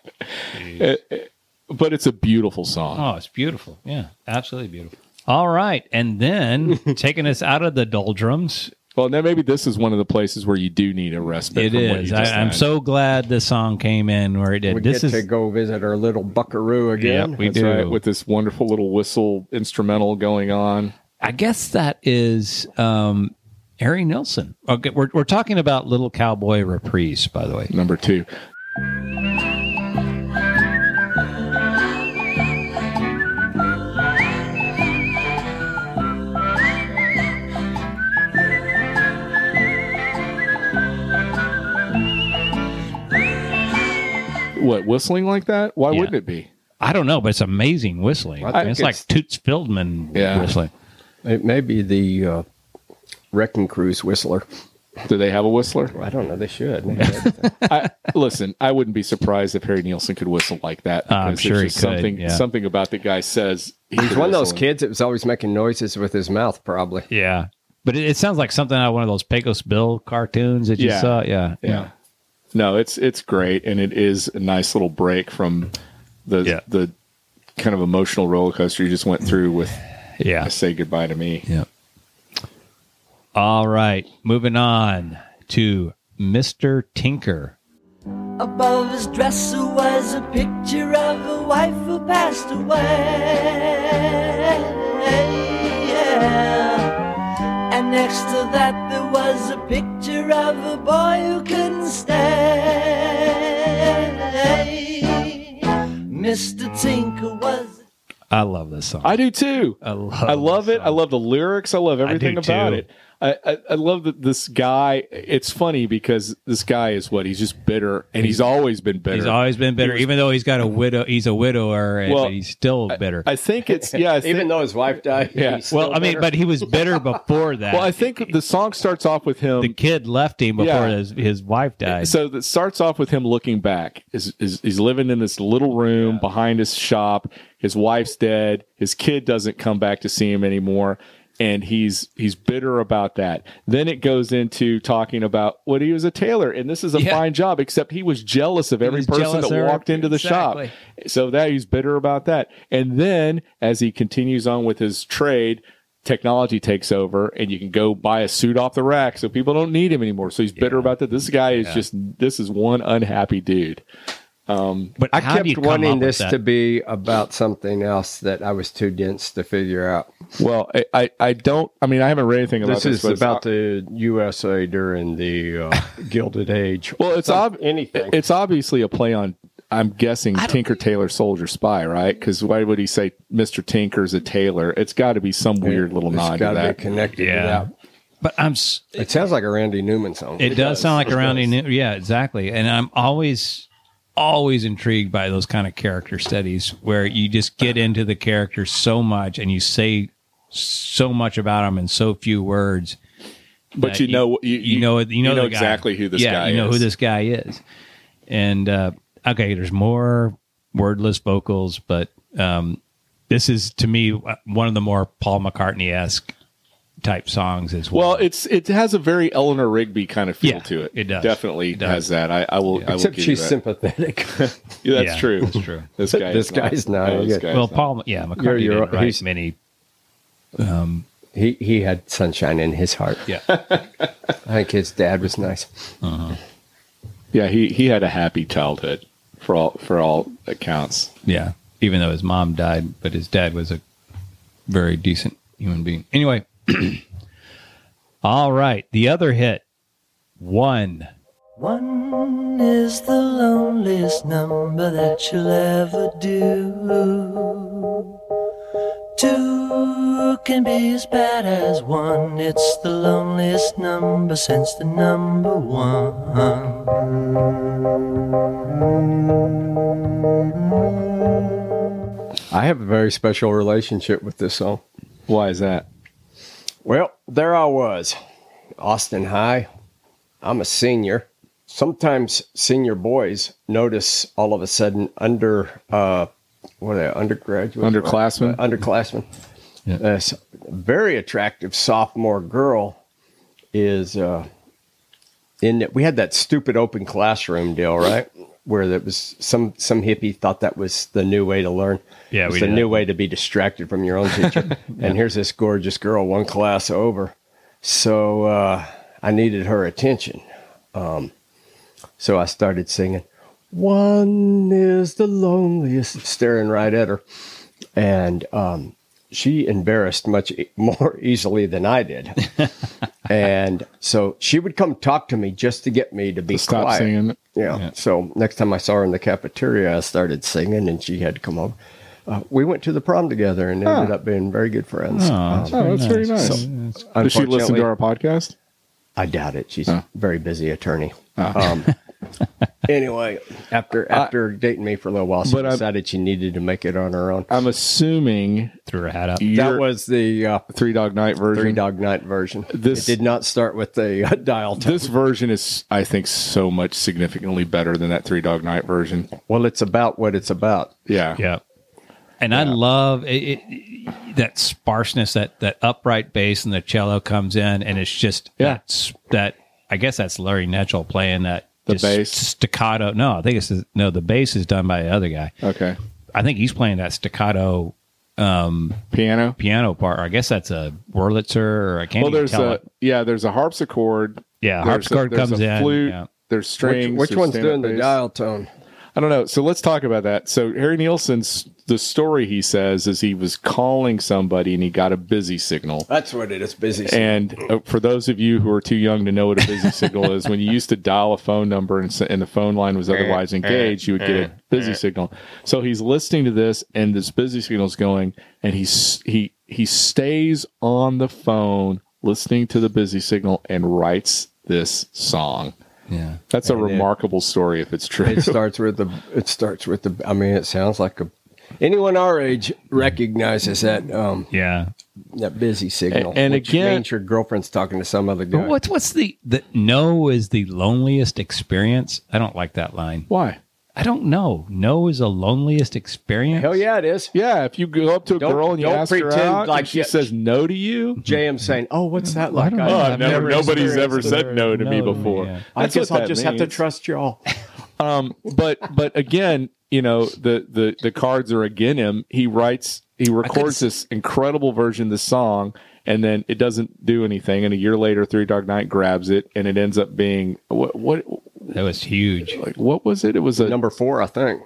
E: It- it- but it's a beautiful song
A: Oh, it's beautiful. Yeah, absolutely beautiful. All right. And then taking us out of the doldrums,
E: well now maybe this is one of the places where you do need a respite
A: it
E: from what you
A: is.
E: just
A: I, I'm
E: had.
A: so glad this song came in where it did.
D: We
A: this
D: get
A: is
D: to go visit our little buckaroo
A: yeah,
D: again.
A: we
E: That's
A: do.
E: right, with this wonderful little whistle instrumental going on
A: I guess that is um, Harry Nilsson. Okay, we're we're talking about Little Cowboy Reprise, by the way.
E: number two what whistling like that why
A: Yeah.
E: wouldn't it be
A: I don't know, but it's amazing whistling.
D: I think
A: it's like
D: it's-
A: Toots Fieldman
E: Yeah.
A: whistling.
D: It may be the uh, Wrecking Crews Whistler.
E: Do they have a whistler?
D: I don't know. They should.
E: I, listen, I wouldn't be surprised if Harry Nielsen could whistle like that.
A: Uh, I'm
E: because
A: sure
E: there's
A: he
E: just
A: could,
E: Something,
A: yeah.
E: something about the guy says
D: He's one of those kids
E: kids.
D: that was always making noises with his mouth, probably.
A: Yeah. But it, it sounds like something out of one of those Pecos Bill cartoons that you
E: Yeah.
A: saw. Yeah.
E: yeah. No, it's it's great, and it is a nice little break from the
A: Yeah.
E: the kind of emotional roller coaster you just went through with
A: Yeah.
E: "I "Say Goodbye to Me."
A: Yep. All right. Moving on to Mr. Tinker.
G: Above his dresser was a picture of a wife who passed away. Yeah. And next to that there was a picture of a boy who couldn't stay. Mr. Tinker was
A: I love this song.
E: I do too.
A: I love,
E: I love
A: this
E: it. I
A: song.
E: love the lyrics. I love everything
A: Oh, do
E: about
A: too.
E: it. I, I, I love that this guy. It's funny because this guy is what he's just bitter, and he's always been bitter.
A: He's always been bitter, even though he's got a widow. He's a widower, and
E: Well,
A: but he's still bitter.
E: I think it's yeah. I think,
D: Even though his wife died.
E: Yeah.
D: he's
A: well,
D: still
A: I mean,
D: bitter.
A: but he was bitter before that.
E: well, I think the song starts off with him.
A: the kid left him before
E: Yeah.
A: his, his wife died.
E: so that starts off with him looking back. Is, is he's living in this little room behind his shop. His wife's dead. His kid doesn't come back to see him anymore, and he's he's bitter about that. Then it goes into talking about what he was a tailor, and this is a
A: Yeah.
E: fine job, except he was jealous of every
A: was
E: person
A: jealous
E: that
A: of her-
E: walked into the
A: Exactly.
E: shop. So that he's bitter about that. And then as he continues on with his trade, technology takes over and you can go buy a suit off the rack so people don't need him anymore. So he's bitter about that. This guy is just this is one unhappy dude.
A: but
D: I
A: how do you come
D: kept
A: up
D: wanting
A: with
D: this
A: that?
D: to be about something else that I was too dense to figure out.
E: Well, I, I, I don't I mean I haven't read anything about
D: This
E: this.
D: is
E: but it's-
D: about the USA during the uh, Gilded Age.
E: well it's ob-
D: anything.
E: it's obviously a play on I'm guessing Tinker Tailor Soldier Spy, right? Because why would he say Mr. Tinker's a tailor? It's got to be some weird little nod
D: it's
E: to
D: got to
E: that.
D: be connected
A: Yeah.
D: to that.
A: but I'm. s-
D: It sounds like a Randy Newman song.
A: It, does, sound like around. New, yeah, exactly. And I'm always, always intrigued by those kind of character studies where you just get into the character so much and you say so much about them in so few words.
E: but
A: that
E: you know you,
A: Uh, you know you know, the guy.
E: exactly who this
A: yeah,
E: guy
A: you know
E: is.
A: who this guy is and uh okay there's more wordless vocals but um this is to me uh, one of the more paul mccartney-esque type songs as well
E: Well, it's it has a very Eleanor Rigby kind of feel
A: Yeah,
E: to it.
A: it does.
E: Definitely
A: It does.
E: has that. I, I will. I will
D: Except
E: give
D: she's
E: you that.
D: sympathetic.
E: Yeah, that's
A: Yeah,
E: true.
A: that's true.
E: This guy.
D: This
E: is not-
D: guy's not.
E: no, this
D: Yeah.
E: guy's
A: well
E: not.
A: paul yeah mccartney
D: You're- you're-
A: didn't write
D: he's-
A: many
D: he he had sunshine in his heart.
A: yeah
D: I think his dad was nice.
E: yeah, he he had a happy childhood for all for all accounts.
A: yeah even though his mom died but his dad was a very decent human being anyway all right the other hit one
G: One is the loneliest number that you'll ever do. Two can be as bad as one. It's the loneliest number since the number one.
D: I have a very special relationship with this song.
E: Why is that?
D: Well, there I was, Austin High. I'm a senior. Sometimes senior boys notice all of a sudden under uh, what are they undergraduate
E: Underclassmen?
D: uh, underclassmen.
A: Yeah.
D: This very attractive sophomore girl is uh, in. That we had that stupid open classroom deal, right? Where there was some some hippie thought that was the new way to learn.
A: Yeah,
D: it's
A: we
D: the
A: did.
D: new way to be distracted from your own teacher. And here's this gorgeous girl, one class over. So uh, I needed her attention. Um, so I started singing. One is the loneliest, staring right at her, and um, she embarrassed much e- more easily than I did. and so she would come talk to me just to get me to be
E: Stop
D: quiet.
E: singing.
D: Yeah. So next time I saw her in the cafeteria, I started singing, and she had to come over. Uh, we went to the prom together and ended up being very good friends. Um,
E: Oh, that's very nice. Does she listen
D: unfortunately-
E: to our podcast?
D: I doubt it. She's
E: Huh.
D: a very busy attorney. Um, anyway, after after dating me for a little while, she
E: but I'm-
D: decided she needed to make it on her own.
E: I'm assuming
A: Threw her hat up.
E: your
D: that was the uh,
E: Three Dog Night version.
D: Three Dog Night version.
E: This-
D: it did not start with the uh, dial tone.
E: This version is, I think, so much significantly better than that Three Dog Night version.
D: well, it's about what it's about.
E: Yeah.
A: Yeah. And I love it, it, that sparseness that that upright bass and the cello comes in, and it's just
E: Yeah.
A: that, s- that I guess that's Larry Netchell playing that
E: The
A: just
E: bass?
A: staccato. No, I think it's no the bass is done by the other guy.
E: Okay.
A: I think he's playing that staccato
E: Piano.
A: piano part. Or I guess that's a Wurlitzer. Or I can't
E: Well,
A: even
E: there's
A: tell
E: a
A: it.
E: yeah. There's a harpsichord.
A: Yeah,
E: There's
A: harpsichord
E: a, there's
A: comes
E: a
A: in,
E: Flute.
A: yeah.
E: There's
D: Which,
E: strings.
D: which
E: there's
D: one's
E: stand-up
D: doing the
E: bass.
D: dial tone?
E: I don't know. So let's talk about that. So Harry Nielsen's the story he says is he was calling somebody and he got a busy signal.
D: That's what it is. Busy.
E: And uh, for those of you who are too young to know what a busy signal is, when you used to dial a phone number and, s- and the phone line was otherwise engaged, you would get a busy signal. So he's listening to this, and this busy signal's going, and he's he he stays on the phone listening to the busy signal and writes this song.
A: Yeah.
E: That's a remarkable story if it's true.
D: It starts with the. It starts with the. I mean, it sounds like a. Anyone our age recognizes that um,
A: Yeah.
D: that busy signal.
E: And- and
D: which
E: again-
D: means your girlfriend's talking to some other guy.
A: But what's what's the the no is the loneliest experience? I don't like that line.
E: Why?
A: I don't know. No is the loneliest experience.
D: Hell yeah, it is.
E: Yeah, if you go up to a
D: Don't-
E: girl and you
D: don't
E: ask her
D: pretend
E: out,
D: like
E: and she
D: you-
E: says no to you.
D: JM saying, "Oh, what's that like?"
A: don't know.
E: Oh,
A: I've
E: I've never,
A: never
E: nobody's ever
A: experienced
E: said no to me
A: no to me,
E: before.
A: yeah.
D: I
E: That's what
D: guess I'll
E: that
D: just have to
E: means.
D: trust y'all.
E: but but again, you know, the the the cards are again him. He writes, he records this incredible version of the song, and then it doesn't do anything. And a year later, Three Dog Night grabs it, and it ends up being what what
A: that was huge.
E: like what was it? It was a number,
D: Number four, I think.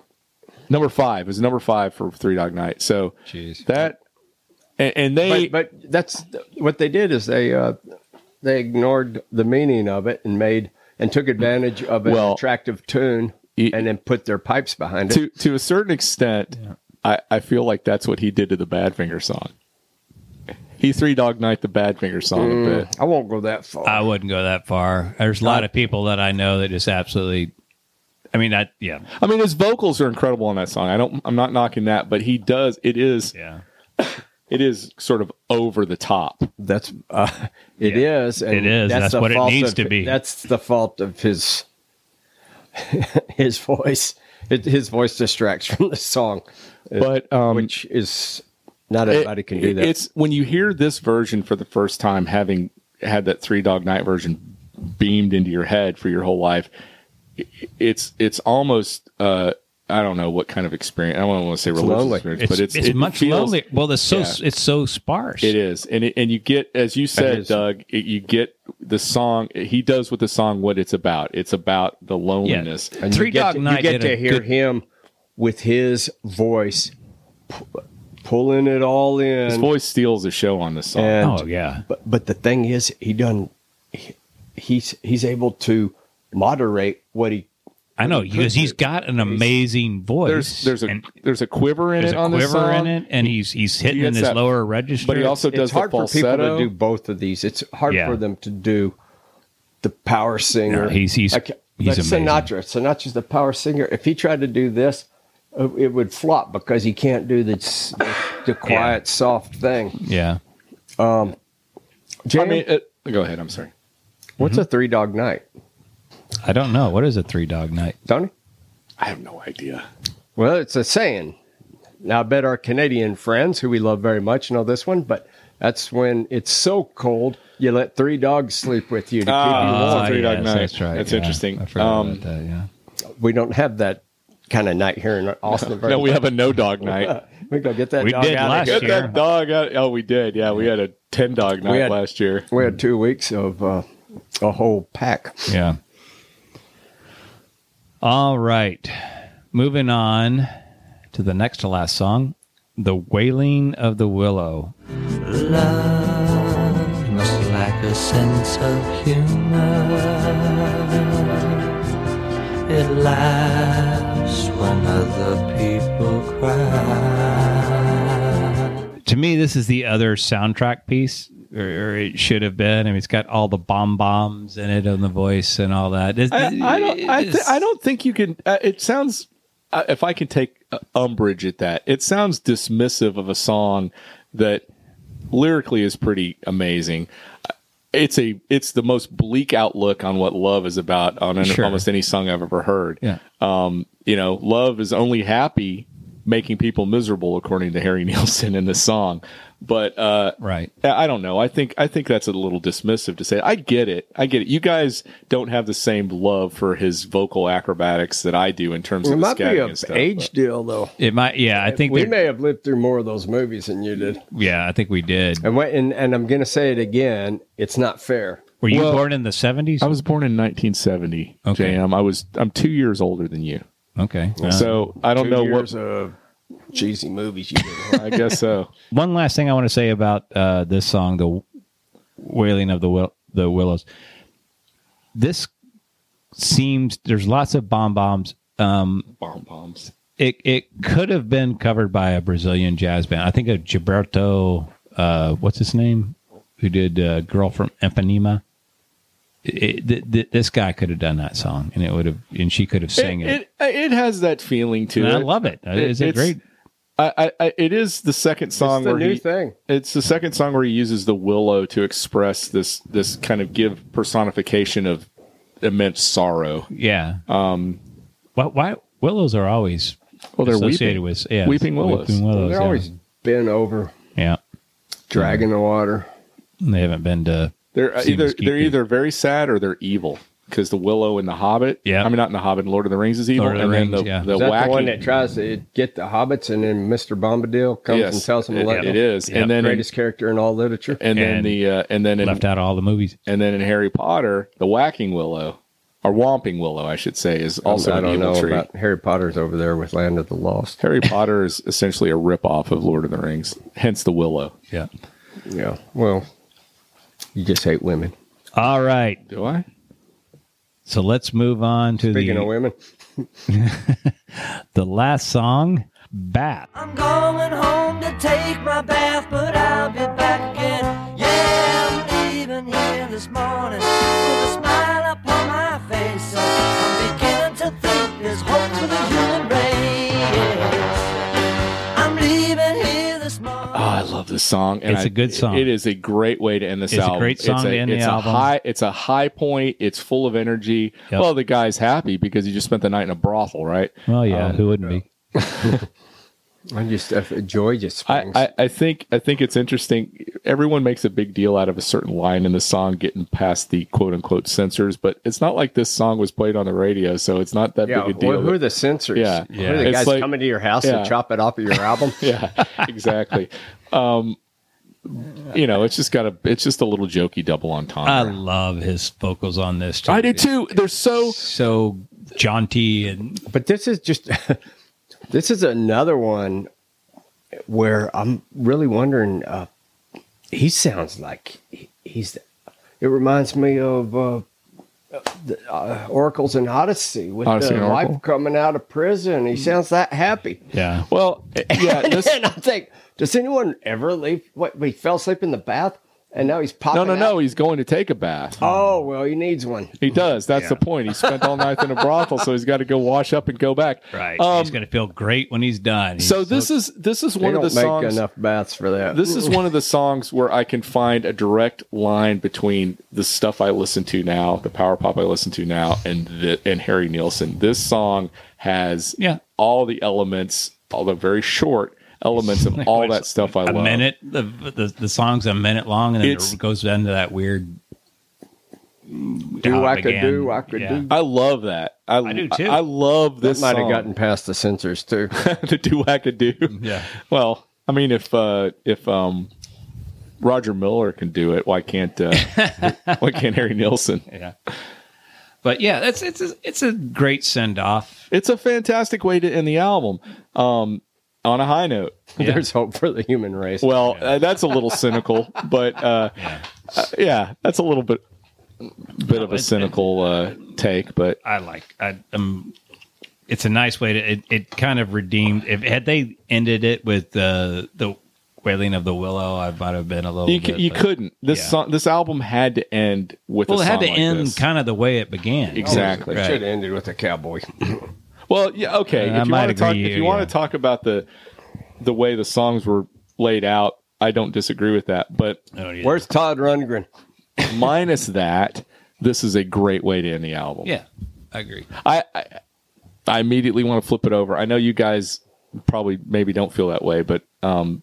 E: five. It was number five for Three Dog Night. So
A: Jeez.
E: that and, and they
D: But, but that's what they did is they uh, they ignored the meaning of it and made and took advantage of an
E: Well,
D: attractive tune
E: it-
D: and then put their pipes behind it.
E: to to a certain extent, I, I feel like that's what he did to the Badfinger song. He Three Dog Night the Badfinger song a bit.
D: I won't go that far.
A: I wouldn't go that far. There's a lot of people that I know that just absolutely. I mean, I yeah,
E: I mean, his vocals are incredible on that song. I don't, I'm not knocking that, but he does. It is,
A: yeah.
E: it is sort of over the top.
D: that's uh, it is. and
A: It is. That's
D: the
A: what it
D: fault
A: needs
D: of-
A: to be.
D: That's the fault of his his voice. It, his voice distracts from the song,
E: But um,
D: which is not
E: it-
D: everybody can do that.
E: It's when you hear this version for the first time, having had that Three Dog Night version beamed into your head for your whole life. i- It's it's almost uh, I don't know what kind of experience. I don't want to say religious
D: lonely.
E: experience,
A: It's,
E: but it's
A: it's
E: it
A: much
E: feels-
A: lonelier. Well, it's so
E: yeah.
A: it's so sparse.
E: It is, and it, and you get as you said,
D: is.
E: Doug. It, you get the song. He does with the song what it's about. It's about the loneliness.
A: And Three
D: you get
A: Dog
D: to,
A: Night
D: You get
A: did a
D: to hear
A: good-
D: him with his voice pu- pulling it all in.
E: His voice steals the show on this song.
D: and-
A: Oh yeah,
D: But but the thing is, he done. He, he's he's able to moderate what he.
A: I know because he's got an amazing voice.
E: there's there's a
A: and
E: there's a quiver in
A: there's
E: it
A: a
E: on this
A: quiver
E: song,
A: in it, and he's he's hitting in
E: gets
A: his
E: that-
A: lower register.
E: but he also does
D: it's hard
E: the
D: for people to
E: falsetto.
D: do both of these. It's hard
A: Yeah.
D: for them to do the power singer.
A: No, he's- he's-
D: like,
A: he's
D: like
A: amazing.
D: Sinatra. Sinatra's the power singer. If he tried to do this, uh, it would flop because he can't do the s- the quiet, soft thing.
A: yeah.
E: I
D: Jam,
E: mean, it, go ahead. I'm sorry.
D: what's a three dog night,
A: I don't know what is a Three Dog Night.
D: Tony?
E: I have no idea.
D: Well, it's a saying. Now, I bet our Canadian friends, who we love very much, know this one, but that's when it's so cold, you let three dogs sleep with you to keep
E: Ah,
D: you
E: Three Dog Night.
A: That's right.
E: That's
A: yeah.
E: interesting.
A: I forgot
E: Um,
A: about that. Yeah.
D: warm. We don't have that kind of night here in Austin.
E: No, we have a no dog night.
D: we go get that
A: We
D: dog
A: did
D: out
A: last
D: of here.
E: Get
A: year.
E: that dog out. Oh, we did. Yeah, we had a ten dog night
D: had-
E: last year.
D: We had two weeks of uh, a whole pack.
A: Yeah. All right. Moving on to the next to last song, The Wailing of the Willow.
G: Love must lack a sense of humor. It laughs when other people cry.
A: To me, this is the other soundtrack piece or, or it should have been. I mean, it's got all the bomb bombs in it on the voice and all that. It's-
E: I, I don't. I, th-
A: it's-
E: I don't think you can. Uh, it sounds. Uh, if I can take uh, umbrage at that, it sounds dismissive of a song that lyrically is pretty amazing. Uh, It's a. It's the most bleak outlook on what love is about on an-
A: Sure.
E: almost any song I've ever heard.
A: Yeah.
E: Um. You know, love is only happy making people miserable, according to Harry Nielsen in this song. But uh,
A: Right.
E: I I don't know. I think I think that's a little dismissive to say. I get it. I get it. You guys don't have the same love for his vocal acrobatics that I do in terms
D: It
E: of the
D: might be
E: scatting
D: a
E: and stuff.
D: age
E: but-
D: deal, though.
A: It might. Yeah. I think.
D: We
A: they're-
D: may have lived through more of those movies than you did.
A: yeah. I think we did.
D: And wha- and, and I'm going to say it again. It's not fair.
A: Were you
E: Well,
A: born in the seventies?
E: I was born in 1970.
A: Okay.
E: Okay. JM. I was I'm two years older than you,
A: Okay. Uh,
E: so I
D: Two
E: don't know
D: years
E: what.
D: of cheesy movies you did.
E: I guess so.
A: one last thing I want to say about uh, this song, the wailing of the Will- the willows. This seems there's lots of bomb bombs. Um,
E: Bomb bombs.
A: it it could have been covered by a Brazilian jazz band. I think of Gilberto, uh, what's his name, who did uh, "Girl from Ipanema." It, it- th- th- this guy could have done that song, and it would have, and she could have sang it.
E: It, it it has that feeling to
A: And
E: it.
A: I love it. It's, a
E: it's-
A: great.
E: I, I, I it is the second song
D: It's the
E: where
D: new
E: he,
D: thing.
E: It's the second song where he uses the willow to express this this kind of give personification of immense sorrow.
A: Yeah. Um. Why, why willows are always
E: Well, they're
A: associated
E: weeping.
A: with yeah,
E: Weeping willows.
A: willows,
D: They're
A: yeah.
D: always bent over,
A: yeah.
D: dragging the water.
A: They haven't been to
E: They're
A: Seems
E: either they're
A: geeky.
E: either very sad or they're evil because the willow in the Hobbit.
A: Yeah.
E: I mean not in the Hobbit. Lord of the Rings is evil,
A: Lord of the
E: and
A: Rings,
E: then the
A: yeah.
E: the
D: Is that
E: wacky
D: the one that tries to get the hobbits and then Mr. Bombadil comes
E: yes,
D: and tells him to
E: it,
D: let him?
E: it is,
A: Yeah.
E: and then
D: Greatest character in all literature.
E: and then
A: And
E: the uh, and then in,
A: left out of all the movies.
E: and then in Harry Potter, the whacking willow or whomping willow, I should say, is also
D: I
E: an
D: don't
E: evil
D: know
E: tree.
D: about Harry Potter's over there with Land of the Lost.
E: Harry Potter is essentially a ripoff of Lord of the Rings, hence the willow.
A: Yeah.
D: Yeah. Well, you just hate women.
A: All right.
E: Do I?
A: So let's move on to
D: Speaking of
A: the,
D: women,
A: the last song, Bat.
B: I'm going home to take my bath, but I'll be back again. Yeah, I'm leaving here this morning with a smile upon my face. So I'm beginning to think there's hope for the human race. I'm leaving here this morning.
E: Oh, I love this song. and
A: It's
E: I-
A: a good song.
E: It is a great way to end this
A: It's a
E: album.
A: great song
E: it's a,
A: to end the
E: it's a
A: album.
E: High, it's a high point. It's full of energy.
A: Yep.
E: Well, the guy's happy because he just spent the night in a brothel, right?
A: Well, yeah,
E: Um,
A: who wouldn't be?
D: I just uh, joy just
E: I,
D: springs.
E: I, I think I think it's interesting. Everyone makes a big deal out of a certain line in the song getting past the quote unquote censors, but it's not like this song was played on the radio, so it's not that
D: yeah,
E: big a deal.
D: well, who are the censors?
E: Yeah.
D: Who are
E: Yeah.
D: the
E: It's
D: guys
E: like-
D: coming to your house
E: Yeah.
D: and chop it off of your album?
E: yeah, exactly. Um, you know, it's just got a it's just a little jokey double
A: I
E: entendre.
A: love his vocals on this. Too.
E: I do too. They're so
A: So jaunty and
D: But this is just this is another one where I'm really wondering. Uh, he sounds like he- he's. It reminds me of uh, the, uh, Oracles and Odyssey with
E: Odyssey and
D: the wife
E: Oracle?
D: coming out of prison. He sounds that happy.
A: yeah.
E: well. Yeah, this,
D: and I think, does anyone ever leave? What he fell asleep in the bath, and now he's popping.
E: no, no,
D: out?
E: no. He's going to take a bath.
D: Oh well, he needs one.
E: He does. That's the point. He spent all night in a brothel, so he's got to go wash up and go back.
A: Right.
E: Um,
A: he's gonna feel great when he's done. He's
E: so this is this is
D: They
E: one
D: don't
E: of the
D: make
E: songs.
D: enough baths for that.
E: This is one of the songs where I can find a direct line between the stuff I listen to now, the power pop I listen to now, and the, and Harry Nielsen. This song has
A: Yeah.
E: all the elements, although very short elements of all that stuff I
A: a
E: love.
A: minute. The, the the song's a minute long, and then
E: It's-
A: it goes into that weird.
D: do
A: how it
D: I could
A: began.
D: do, I could
A: Yeah.
D: do.
E: I love that. I, I
A: do, too.
E: I, love
D: This
E: this.
D: might have
E: song.
D: gotten past the censors too.
E: the do I could do.
A: Yeah.
E: Well, I mean, if uh, if um, Roger Miller can do it, why can't uh, why can't Harry Nilsson?
A: Yeah. But yeah, that's it's a, it's a great send off.
E: It's a fantastic way to end the album um, on a high note.
D: There's hope for the human race.
E: Well, uh, that's a little cynical, but uh, yeah. yeah, that's a little bit bit of a cynical uh, take, but
A: I like. I um, it's a nice way to. It, it kind of redeemed. If had they ended it with uh, the the Wailing of the Willow, I might have been a little
E: You,
A: bit.
E: c- you
A: but-
E: couldn't. This
A: yeah.
E: song, this album had to end with.
A: Well,
E: a
A: it had
E: song
A: to
E: like
A: end
E: this.
A: kind of the way it began.
E: Exactly.
A: Right.
D: Should have ended with a cowboy.
E: Well, yeah, okay.
A: Uh, I
E: if you
A: might
E: want to talk,
A: agree,
E: if you want
A: yeah.
E: to talk about the the way the songs were laid out, I don't disagree with that. But
A: Oh, yeah.
D: Where's Todd Rundgren?
E: minus that, this is a great way to end the album.
A: Yeah, I agree.
E: I, I I immediately want to flip it over. I know you guys probably maybe don't feel that way, but um,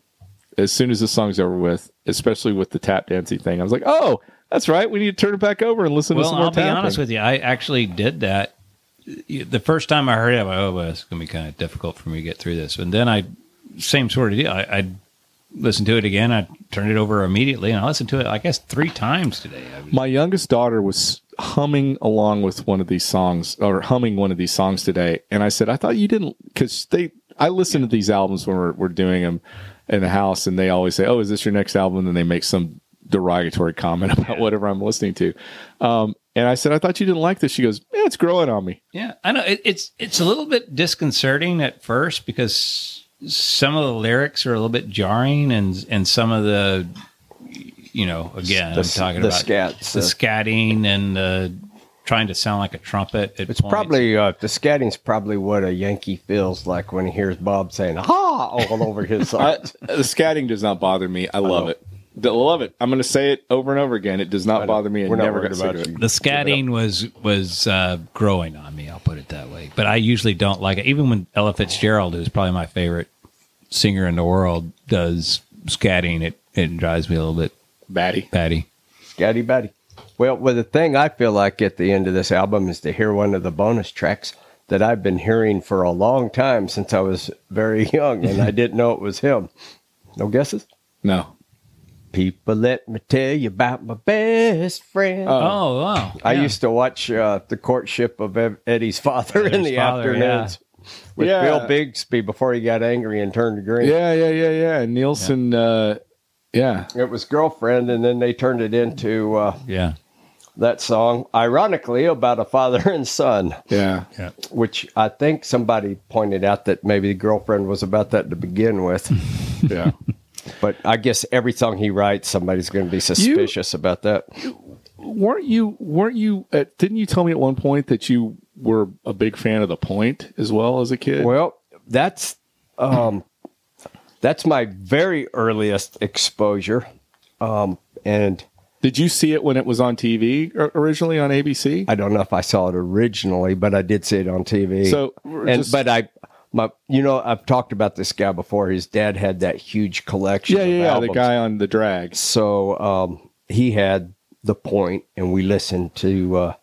E: as soon as this song's over with, especially with the tap dancing thing, I was like, oh, that's right. We need to turn it back over and listen to
A: Well,
E: some more
A: I'll be honest with you. I actually did that. The first time I heard it, I went, oh, well, it's going to be kind of difficult for me to get through this. And then I, same sort of deal. I, I listened to it again. I turned it over immediately, and I listened to it, I guess, three times today. I was-
E: My youngest daughter was humming along with one of these songs or humming one of these songs today. And I said, I thought you didn't, because they, I listen to these albums when we're, we're doing them in the house and they always say, Oh, is this your next album? And then they make some derogatory comment about whatever I'm listening to. Um, and I said, I thought you didn't like this. She goes, Yeah, it's growing on me.
A: Yeah, I know it, it's it's a little bit disconcerting at first because some of the lyrics are a little bit jarring, and and some of the, you know, again, I'm talking
D: the
A: about
D: scats,
A: the
D: uh,
A: scatting, and uh, trying to sound like a trumpet. At
D: It's
A: points.
D: probably uh, the scatting's probably what a Yankee feels like when he hears Bob saying "ha" all over his
E: I,
D: heart.
E: the scatting does not bother me. I love it. I love it. I'm going to say it over and over again. It does not bother me. It
D: We're not
E: never
D: worried
E: gets
D: about
E: sick of
D: you.
E: it.
A: the scatting was was uh, growing on me. I'll put it that way. But I usually don't like it, even when Ella Fitzgerald, who's probably my favorite singer in the world, does scatting. It it drives me a little bit
E: Batty.
A: batty.
D: Scatty Batty. Well, well, the thing I feel like at the end of this album is to hear one of the bonus tracks that I've been hearing for a long time since I was very young, and I didn't know it was him. No guesses.
E: No.
D: People, let me tell you about my best friend.
A: Oh wow!
D: I
A: Yeah.
D: used to watch uh, the courtship of Ev- Eddie's father in
A: Eddie's
D: the
A: father, yeah.
D: afternoons with
E: Yeah.
D: Bill Bigsby before he got angry and turned green.
E: Yeah, yeah, yeah, yeah. Nielsen, uh, yeah.
D: It was girlfriend, and then they turned it into uh,
A: yeah.
D: that song, ironically, about a father and son,
E: Yeah.
D: which I think somebody pointed out that maybe the girlfriend was about that to begin
A: Hmm.
D: with.
E: Yeah.
D: but I guess every song he writes, somebody's going to be suspicious about that.
E: weren't you weren't you at, didn't you tell me at one point that you were a big fan of the point as well as a kid?
D: Well, that's um, that's my very earliest exposure, um, and
E: Did you see it when it was on TV or- originally on ABC?
D: I don't know if I saw it originally, but I did see it on TV.
E: So, we're
D: and
E: just-
D: but I, my, you know, I've talked about this guy before. His dad had that huge collection.
E: yeah,
D: of
E: yeah, yeah. The
D: albums.
E: guy on the drag.
D: So um, he had the point, and we listened to uh,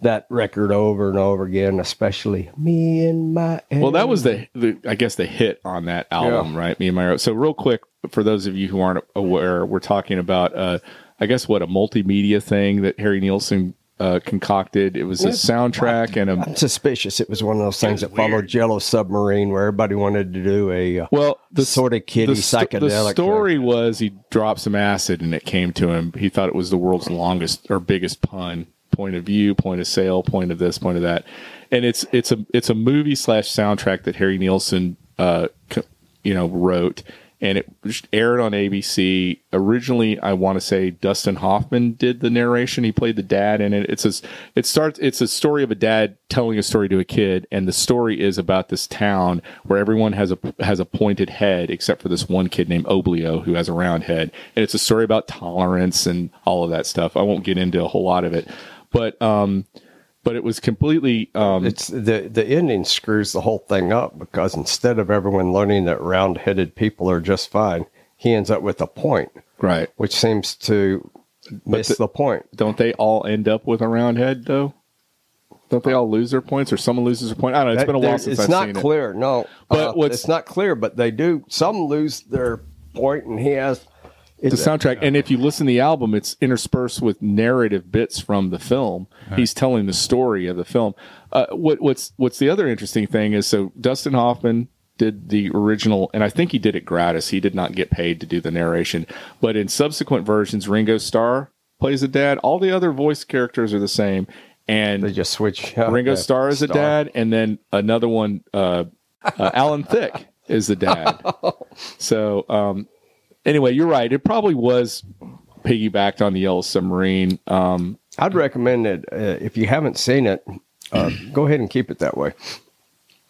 D: that record over and over again, especially me and my.
E: Well, that was the, the I guess the hit on that album, right? Me and my so real quick for those of you who aren't aware, we're talking about uh, I guess what a multimedia thing that Harry Nielsen uh, concocted. It was a soundtrack and a
D: I'm suspicious. It was one of those things that followed Jello Submarine, where everybody wanted to do a uh,
E: Well,
D: the sort of kiddie
E: sto-
D: psychedelic.
E: The story was he dropped some acid and it came to him. He thought it was the world's longest or biggest pun. Point of view, point of sale, point of this, point of that, and it's it's a it's a movie slash soundtrack that Harry Nielsen, uh, co- you know, wrote, and it just aired on ABC. Originally, I want to say Dustin Hoffman did the narration. He played the dad in it. It's a it starts it's a story of a dad telling a story to a kid, and the story is about this town where everyone has a has a pointed head except for this one kid named Oblio who has a round head, and it's a story about tolerance and all of that stuff. I won't get into a whole lot of it, but um, but it was completely um,
D: It's the the ending screws the whole thing up because instead of everyone learning that round headed people are just fine, he ends up with a point,
E: right.
D: which seems to miss
E: the-
D: the, point.
E: Don't they all end up with a round head though? Don't they all lose their points, or someone loses their point? I don't know. It's
D: That-
E: been a
D: there-
E: while since
D: it's
E: I've
D: not
E: seen it.
D: clear. No,
E: But
D: Uh,
E: what's-
D: it's not clear, but they do. Some lose their point, and he has.
E: the
D: It's
E: soundtrack. And if you listen to the album, it's interspersed with narrative bits from the film. He's telling the story of the film. Uh, what, what's what's the other interesting thing is so Dustin Hoffman did the original, and I think he did it gratis. He did not get paid to do the narration, but in subsequent versions, Ringo Starr plays the dad. All the other voice characters are the same, and
D: they just switch. out
E: Ringo
D: the
E: Starr is the
D: star.
E: dad, and then another one, uh, uh, Alan Thicke is the dad. So um, anyway, you're right. It probably was piggybacked on the Yellow Submarine. Um,
D: I'd recommend it uh, if you haven't seen it. Uh, go ahead and keep it that way,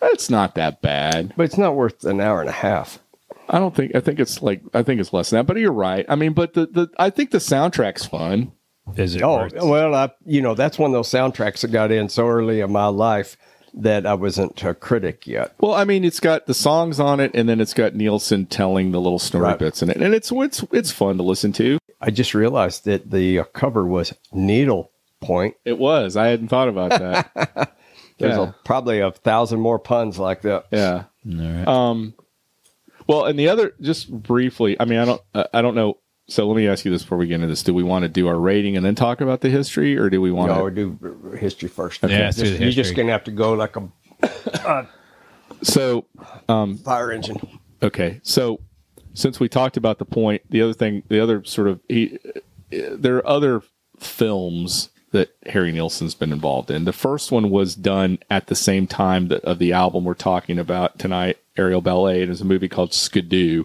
E: it's not that bad.
D: but it's not worth an hour and a half.
E: I don't think. I think it's like. I think it's less than that. But you're right. I mean, but the, the I think the soundtrack's fun.
I: Is it?
D: Oh
I: worth-
D: well, I you know that's one of those soundtracks that got in so early in my life that I wasn't a critic yet.
E: Well, I mean, it's got the songs on it, and then it's got Nielsen telling the little story
D: Right.
E: bits in it, and it's it's it's fun to listen to.
D: I just realized that the uh, cover was needle point.
E: It was. I hadn't thought about that.
D: There's
E: Yeah.
D: a, probably a thousand more puns like that.
E: Yeah. Um, well, and the other, just briefly. I mean, I don't, uh, I don't know. So let me ask you this before we get into this: Do we want to do our rating and then talk about the history, or do we want
D: No,
E: to?
D: we do uh, history first.
I: Okay. Yeah, let's do
D: Just-
I: the
D: you're just
I: history.
D: gonna have to go like a
E: So
D: fire engine.
E: Okay, so since we talked about the point, the other thing, the other sort of, he, there are other films that Harry Nilsson's been involved in. The first one was done at the same time that, of the album we're talking about tonight, Aerial Ballet. It was a movie called Skidoo.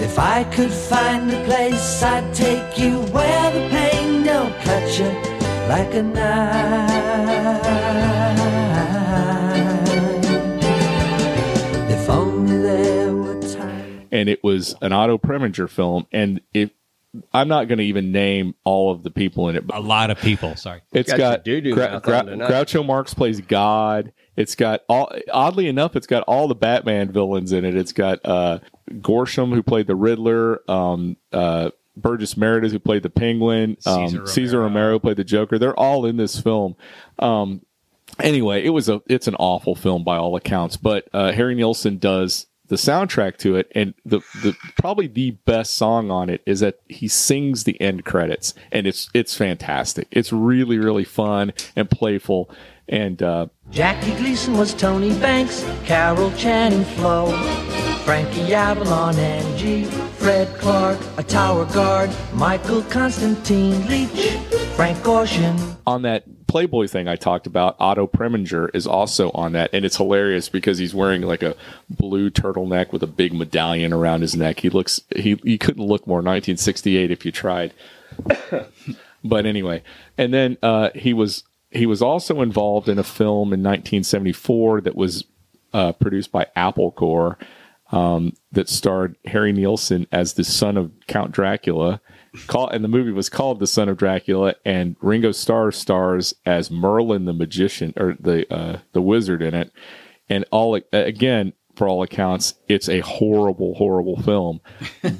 G: If I could find a place, I'd take you where the pain don't cut you like a knife. If only there were time.
E: and it was an Otto Preminger film. And if I'm not going to even name all of the people in it,
I: a
E: but
I: lot of people. Sorry.
E: it's
D: got
E: got,
D: your doo-doo
E: Gra-
D: mouth on
E: Gra-
D: tonight.
E: Groucho Marx plays God. It's got all oddly enough, it's got all the Batman villains in it. It's got uh, Gorsham who played the Riddler, um, uh, Burgess Meredith who played the Penguin, um,
I: Cesar
E: Caesar
I: Romero.
E: Romero played the Joker. They're all in this film anyway, it was a it's an awful film by all accounts, but uh, Harry Nilsson does the soundtrack to it, and the the probably the best song on it is that he sings the end credits, and it's it's fantastic. It's really really fun and playful, and uh,
G: Jackie Gleason was Tony Banks, Carol Channing Flo, Frankie Avalon, Angie, Fred Clark, a tower guard, Michael Constantine Leach, Frank Ocean.
E: on that Playboy thing I talked about, Otto Preminger is also on that, and it's hilarious because he's wearing like a blue turtleneck with a big medallion around his neck. He looks he he couldn't look more 1968 if you tried. but anyway, and then uh, he was he was also involved in a film in 1974 that was uh, produced by AppleCore um, that starred Harry Nielsen as the son of Count Dracula. Call, and the movie was called The Son of Dracula, and Ringo Starr stars as Merlin the magician or the uh, the wizard in it. And all again, for all accounts, it's a horrible, horrible film,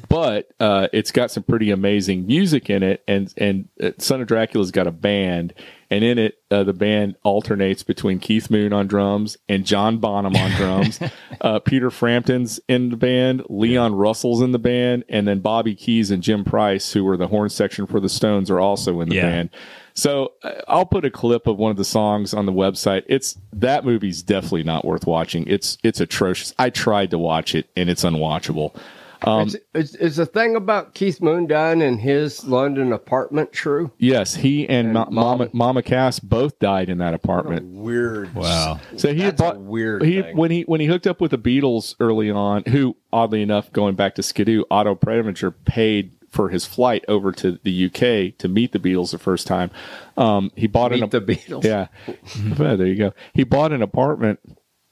E: but uh, it's got some pretty amazing music in it. And and uh, Son of Dracula's got a band, and in it, uh, the band alternates between Keith Moon on drums and John Bonham on drums. uh, Peter Frampton's in the band, Leon Russell's in the band, and then Bobby Keys and Jim Price, who were the horn section for the Stones, are also in the
I: Yeah.
E: band. So uh, I'll put a clip of one of the songs on the website. It's that movie's definitely not worth watching. It's it's atrocious. I tried to watch it and it's unwatchable.
I: Um,
D: Is, is, is the thing about Keith Moon dying in his London apartment true?
E: Yes, he and, Ma- Mama
D: Mama-
E: Mama Cass both died in that apartment.
D: Weird.
I: Wow.
E: So he had
D: That's a
E: bought
D: weird
E: He
D: thing.
E: when he when he hooked up with the Beatles early on, who oddly enough, going back to Skidoo, Otto Preminger paid for his flight over to the UK to meet the Beatles the first time. Um, he bought an
D: Meet
E: ap-
D: the Beatles.
E: Yeah, Well, there you go. He bought an apartment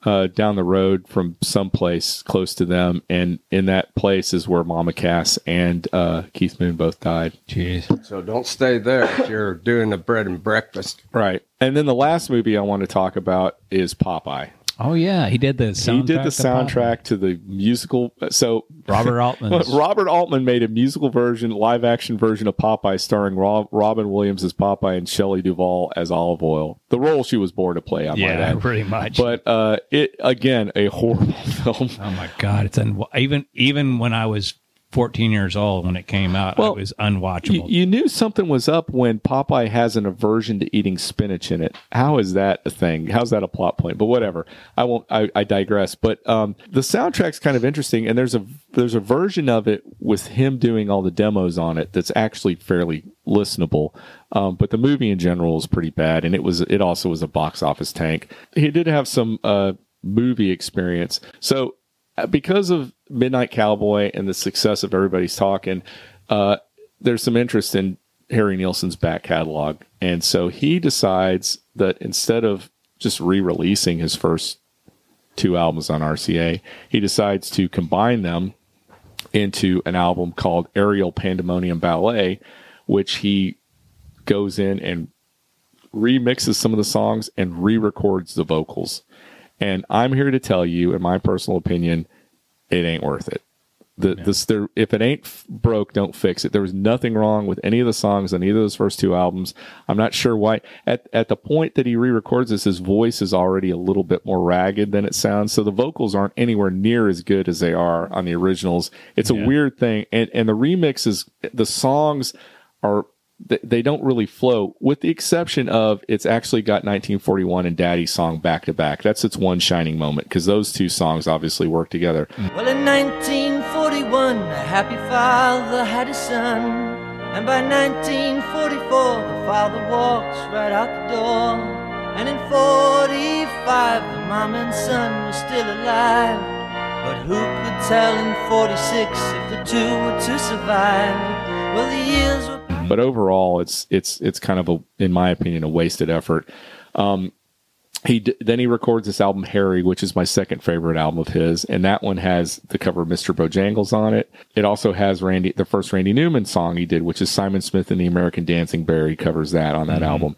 E: uh, down the road from someplace close to them, and in that place is where Mama Cass and uh, Keith Moon both died.
I: Jeez.
D: So don't stay there if you're doing the bread and breakfast.
E: Right. And then the last movie I want to talk about is Popeye.
I: Oh yeah, he did the soundtrack.
E: he did the
I: to Pop-
E: soundtrack to the musical. uh, So
I: Robert Altman.
E: Robert Altman made a musical version, live action version of Popeye, starring Rob, Robin Williams as Popeye and Shelley Duvall as Olive Oil, the role she was born to play. I might
I: yeah,
E: add.
I: pretty much.
E: But uh, it again a horrible film.
I: oh my god, it's un- even even when I was 14 years old when it came out,
E: Well,
I: it was
E: You,
I: unwatchable.
E: you knew something was up when Popeye has an aversion to eating spinach in it. How is that a thing? How's that a plot point? But whatever. I won't. I, I digress. But um, the soundtrack's kind of interesting, and there's a there's a version of it with him doing all the demos on it that's actually fairly listenable. Um, but the movie in general is pretty bad, and it was it also was a box office tank. He did have some uh, movie experience, so because of Midnight Cowboy and the success of Everybody's Talking, uh, there's some interest in Harry Nielsen's back catalog. And so he decides that instead of just re releasing his first two albums on RCA, he decides to combine them into an album called Aerial Pandemonium Ballet, which he goes in and remixes some of the songs and re-records the vocals. And I'm here to tell you, in my personal opinion, it ain't worth it. The, this, there, if it ain't f- broke, don't fix it. There was nothing wrong with any of the songs on either of those first two albums. I'm not sure why. At, at the point that he re-records this, his voice is already a little bit more ragged than it sounds. So the vocals aren't anywhere near as good as they are on the originals. It's a weird thing. And and the remixes, the songs are th- they don't really flow with the exception of it's actually got 1941 and daddy's song back to back that's its one shining moment because those two songs obviously work together
G: Well, in 1941, a happy father had a son. And by 1944, the father walks right out the door. And in 45, the mom and son were still alive. But who could tell in 46 if the two were to survive? Well, the years were.
E: but overall it's it's it's kind of a in my opinion a wasted effort um he d- then he records this album harry which is my second favorite album of his and that one has the cover of mr bojangles on it it also has randy the first randy newman song he did which is simon smith and the american dancing bear he covers that on that album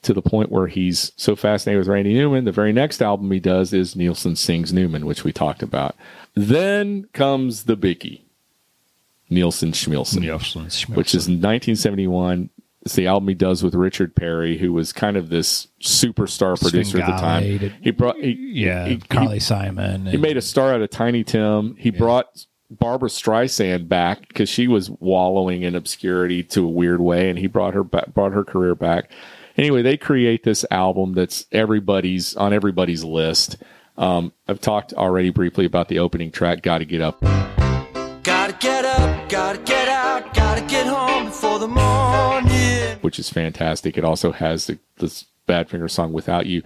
E: to the point where he's so fascinated with Randy Newman. The very next album he does is Nielsen Sings Newman, which we talked about. Then comes the Bicky, Nielsen Schmielsen, which is 1971. It's the album he does with Richard Perry, who was kind of this superstar producer at the
I: Swingali did-
E: time. He brought, he,
I: yeah,
E: he-
I: Carly Simon.
E: he made a star out of Tiny Tim. He brought Barbara Streisand back because she was wallowing in obscurity to a weird way, and he brought her back, brought her career back. Anyway, they create this album that's everybody's on everybody's list. Um, I've talked already briefly about the opening track, "Got to Get Up."
B: Gotta get up, gotta get out, gotta get home before the morning.
E: which is fantastic. It also has the, this Badfinger song "Without You."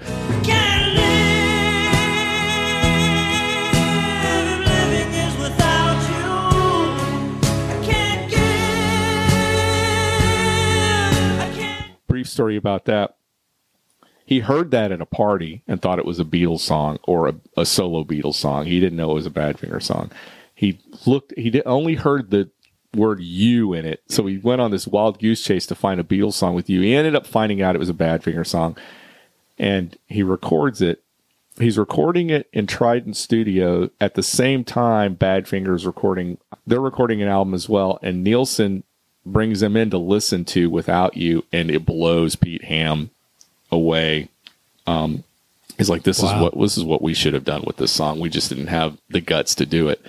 E: Brief story about that. He heard that at a party and thought it was a Beatles song or a, a solo Beatles song. He didn't know it was a Badfinger song. He looked. He did, only heard the word "you" in it, so he went on this wild goose chase to find a Beatles song with "you." He ended up finding out it was a Badfinger song, and he records it. He's recording it in Trident Studio at the same time Badfinger's recording. They're recording an album as well, and Nielsen brings them in to listen to "Without You," and it blows Pete Ham away. Um, he's like, "This is what this is what we should have done with this song. We just didn't have the guts to do it."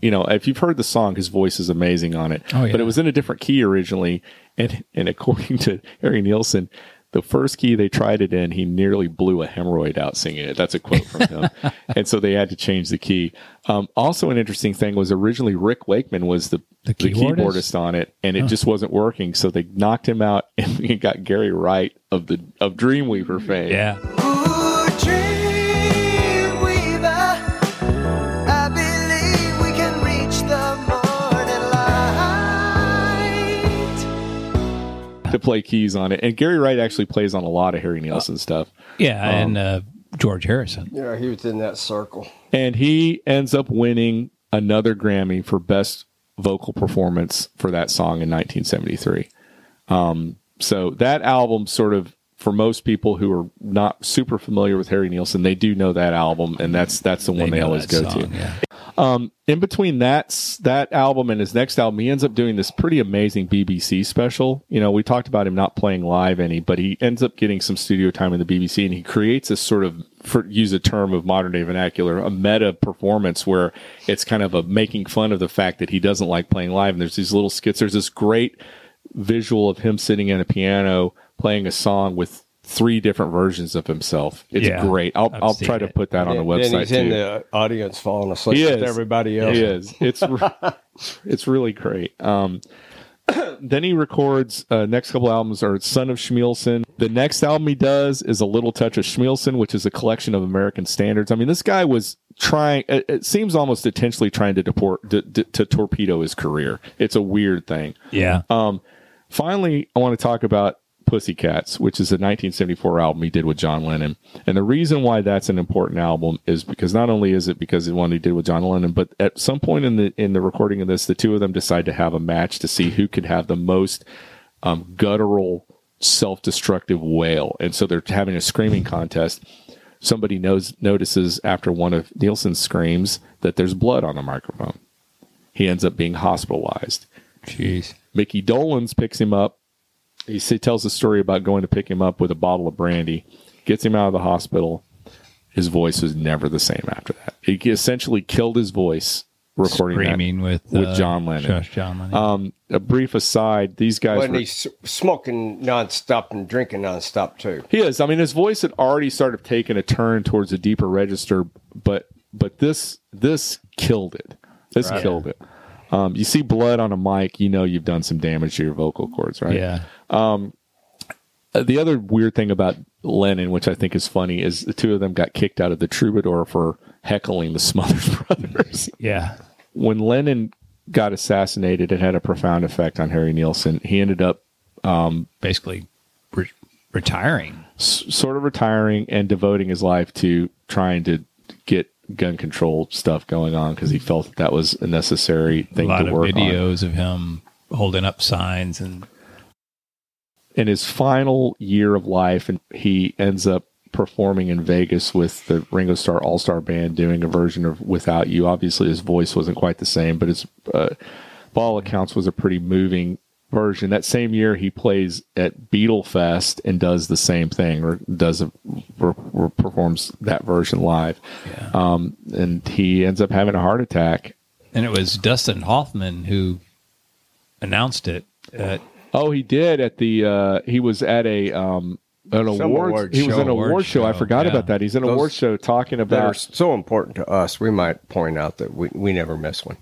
E: You know, if you've heard the song, his voice is amazing on it.
I: Oh, yeah.
E: But it was in a different key originally, and and according to Harry Nielsen, the first key they tried it in, he nearly blew a hemorrhoid out singing it. That's a quote from him, and so they had to change the key. Um, also, an interesting thing was originally Rick Wakeman was the the
I: keyboardist?
E: keyboardist focused on it and it just wasn't working so they knocked him out and we got Gary Wright of the of Dreamweaver fame.
I: yeah,
B: Ooh, Dreamweaver, I believe we can reach the morning light.
E: to play keys on it and Gary Wright actually plays on a lot of Harry Nielsen stuff
I: yeah,
E: Um,
I: and uh, George Harrison.
D: Yeah, he was in that circle.
E: and he ends up winning another Grammy for best vocal performance for that song in 1973. Um, so that album sort of for most people who are not super familiar with Harry Nielsen, they do know that album, and that's that's the one they,
I: know
E: always go
I: that song,
E: to.
I: yeah.
E: Um, in between that s- that album and his next album, he ends up doing this pretty amazing BBC special. You know, we talked about him not playing live any, but he ends up getting some studio time in the BBC, and he creates this sort of, for use a term of modern day vernacular, a meta performance where it's kind of a making fun of the fact that he doesn't like playing live, and there's these little skits. There's this great visual of him sitting at a piano playing a song with three different versions of himself. It's
I: Yeah,
E: great. I'll,
I: I've
E: I'll
I: seen
E: try to
I: it.
E: put that on the
D: And
E: website
D: then he's
E: too.
D: in the audience falling asleep
E: He
D: with
E: is.
D: everybody else.
E: He is. It's re- it's really great. Um, then he records uh, next couple albums are Son of Schmielsen. The next album he does is A Little Touch of Schmielsen, which is a collection of American standards. I mean, this guy was trying. It, it seems almost intentionally trying to deport to, to, to torpedo his career. It's a weird thing.
I: Yeah.
E: Um, Finally, I want to talk about Pussycats, which is a 1974 album he did with John Lennon. And the reason why that's an important album is because not only is it because of the one he did with John Lennon, but at some point in the in the recording of this, the two of them decide to have a match to see who could have the most um, guttural, self-destructive wail. And so they're having a screaming contest. Somebody knows notices after one of Nielsen's screams that there's blood on the microphone. He ends up being hospitalized.
I: Jeez.
E: Mickey Dolans picks him up. He s- tells a story about going to pick him up with a bottle of brandy, gets him out of the hospital. His voice was never the same after that. He essentially killed his voice recording that.
I: Screaming with
E: with
I: uh,
E: John Lennon.
I: Josh John Lennon.
E: Um, a brief aside: these guys
D: When
E: were-
D: he's smoking nonstop and drinking nonstop too.
E: He is. I mean, his voice had already started taking a turn towards a deeper register, but but this this killed it. This killed it. Um, you see blood on a mic, you know you've done some damage to your vocal cords, right?
I: yeah.
E: Uh, The other weird thing about Lennon, which I think is funny, is the two of them got kicked out of the Troubadour for heckling the Smothers Brothers.
I: Yeah.
E: when Lennon got assassinated, it had a profound effect on Harry Nielsen. He ended up
I: Basically re- retiring.
E: s- sort of retiring and devoting his life to trying to get gun control stuff going on because he felt that, that was a necessary
I: A
E: thing
I: lot
E: to
I: of
E: work on.
I: videos of him holding up signs and
E: In his final year of life, and he ends up performing in Vegas with the Ringo Starr All Star Band, doing a version of "Without You." Obviously, his voice wasn't quite the same, but his, uh, by all accounts, was a pretty moving version. That same year, he plays at Beatle Fest and does the same thing, or does a, or, or performs that version live. Um, and he ends up having a heart attack.
I: and it was Dustin Hoffman who announced it at
E: Oh, he did at the uh, he was at a um, an
D: Some
E: awards.
D: award
E: he was
D: show.
E: an award,
I: Award
E: show. I
I: show,
E: forgot
I: yeah.
E: about that. He's in an
D: Those-
E: award show talking
D: That are
E: about
D: so important to us. We might point out that we, we never miss one.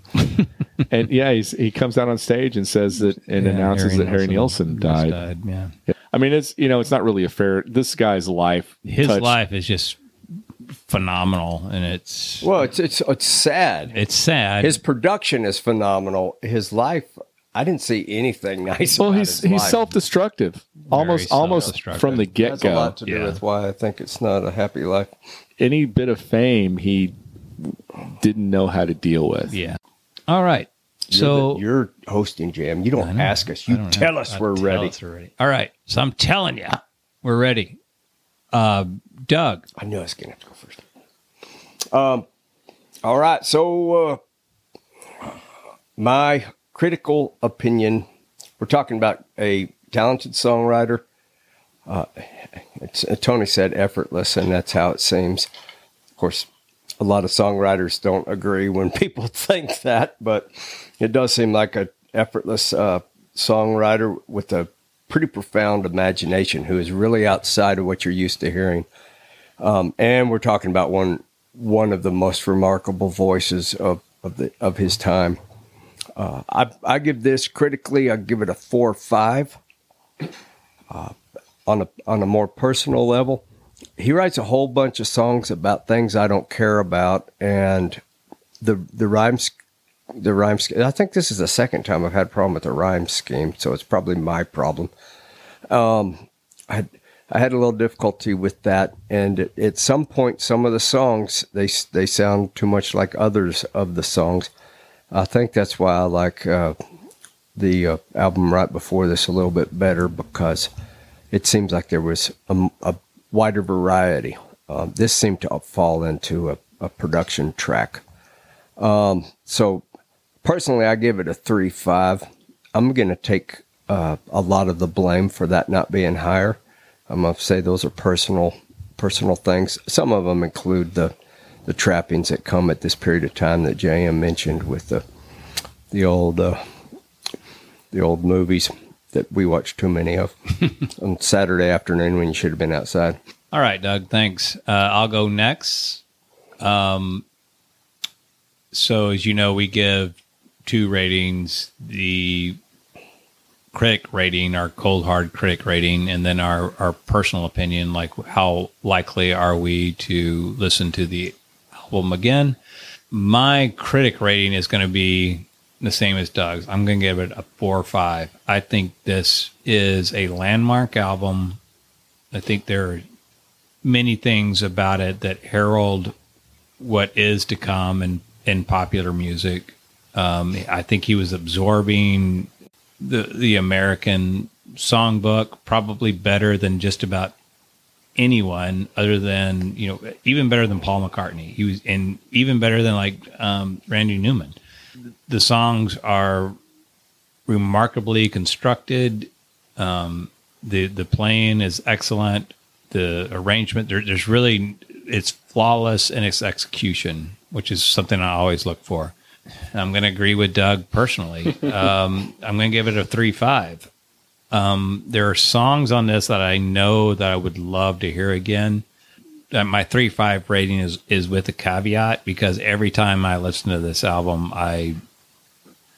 E: and yeah, he's, he comes out on stage and says that and
I: yeah,
E: announces that Harry Nielsen
I: just
E: died.
I: Yeah.
E: I mean, it's you know, it's not really a fair. This guy's life,
I: His
E: touched-
I: life is just phenomenal and it's
D: Well, it's it's it's sad.
I: it's sad.
D: His production is phenomenal. His life, I didn't see anything nice.
E: Well,
D: about
E: he's
D: his
E: he's
D: life.
E: self destructive, almost almost
I: self-destructive.
E: from the get
D: That's a
E: go.
D: lot to
I: Yeah.
D: do with why I think it's not a happy life.
E: Any bit of fame he didn't know how to deal with.
I: yeah. All right. So
D: you're hosting jam. You
I: I
D: don't
I: know.
D: ask us.
I: I
D: You
I: don't
D: tell
I: know.
D: us
I: I
D: we're
I: tell
D: ready.
I: us we're ready. All right. So I'm telling you, we're ready. Uh, Doug,
D: I knew I was gonna have to go first. Um, all right. So uh, my critical opinion. We're talking about a talented songwriter. Uh, it's, Tony said effortless, and that's how it seems. Of course, a lot of songwriters don't agree when people think that, but it does seem like a effortless uh, songwriter with a pretty profound imagination who is really outside of what you're used to hearing and we're talking about one one of the most remarkable voices of of the of his time. Uh, I I give this critically. I give it a four or five. Uh, on a on a more personal level, he writes a whole bunch of songs about things I don't care about, and the the rhymes the rhyme scheme. I think this is the second time I've had a problem with the rhyme scheme, so it's probably my problem. I I had a little difficulty with that, and at, at some point, some of the songs they s- they sound too much like others of the songs. I think that's why I like uh, the uh, album right before this a little bit better because it seems like there was a, m- a wider variety. Uh, this seemed to fall into a, a production track. Um, so personally, I give it a three five. I'm going to take uh, a lot of the blame for that not being higher. I'm going to say those are personal personal things. Some of them include the the trappings that come at this period of time that JM mentioned with the the old uh, the old movies that we watch too many of on Saturday afternoon when you should have been outside.
I: all right, Doug, thanks. Uh, I'll go next. Um, so as you know, we give two ratings: the critic rating, our cold hard critic rating, and then our our personal opinion, like how likely are we to listen to the
A: them again. My critic rating is going to be the same as Doug's. I'm going to give it a four or five. I think this is a landmark album. I think there are many things about it that herald what is to come in, in popular music. Um, I think he was absorbing the the American songbook probably better than just about anyone other than you know even better than Paul McCartney. He was and even better than like um, Randy Newman. The songs are remarkably constructed. Um, the the playing is excellent. The arrangement there, there's really it's flawless in its execution, which is something I always look for. I'm going to agree with Doug personally. Um, I'm going to give it a three five. Um, there are songs on this that I know that I would love to hear again. Uh, my three five rating is is with a caveat because every time I listen to this album, I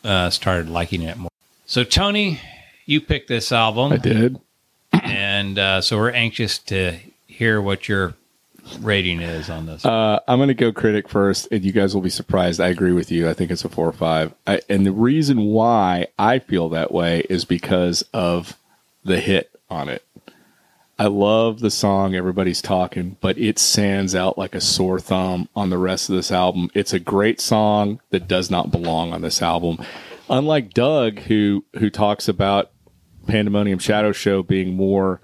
A: uh, started liking it more. So Tony, you picked this album,
E: I did.
A: and uh, so we're anxious to hear what your rating is on this.
E: Uh, I'm going to go critic first, and you guys will be surprised. I agree with you. I think it's a four or five. I, and the reason why I feel that way is because of the hit on it. I love the song Everybody's Talking, but it stands out like a sore thumb on the rest of this album. It's a great song that does not belong on this album. Unlike Doug, who who talks about Pandemonium Shadow Show being more,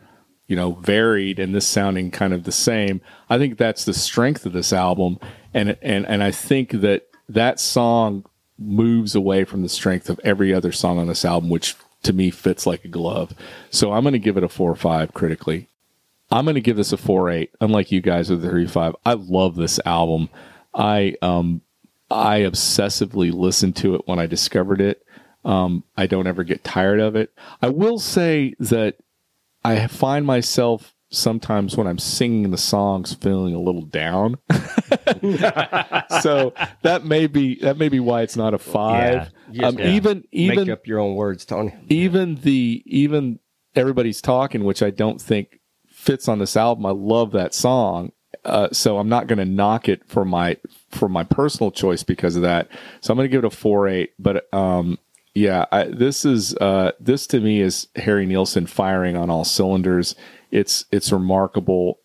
E: you know, varied and this sounding kind of the same. I think that's the strength of this album, and and and I think that that song moves away from the strength of every other song on this album, which to me fits like a glove. So I'm going to give it a four or five critically. I'm going to give this a four eight. Unlike you guys with the three five, I love this album. I um I obsessively listened to it when I discovered it. Um, I don't ever get tired of it. I will say that I find myself sometimes when I'm singing the songs feeling a little down. so that may be that may be why it's not a five.
D: Yeah.
E: um,
D: Yeah.
E: Even even
D: Make up your own words, Tony.
E: even the even everybody's talking which i don't think fits on this album i love that song uh, so i'm not going to knock it for my for my personal choice because of that so i'm going to give it a 4-8 but um yeah I, this is uh this to me is harry nielsen firing on all cylinders it's it's remarkable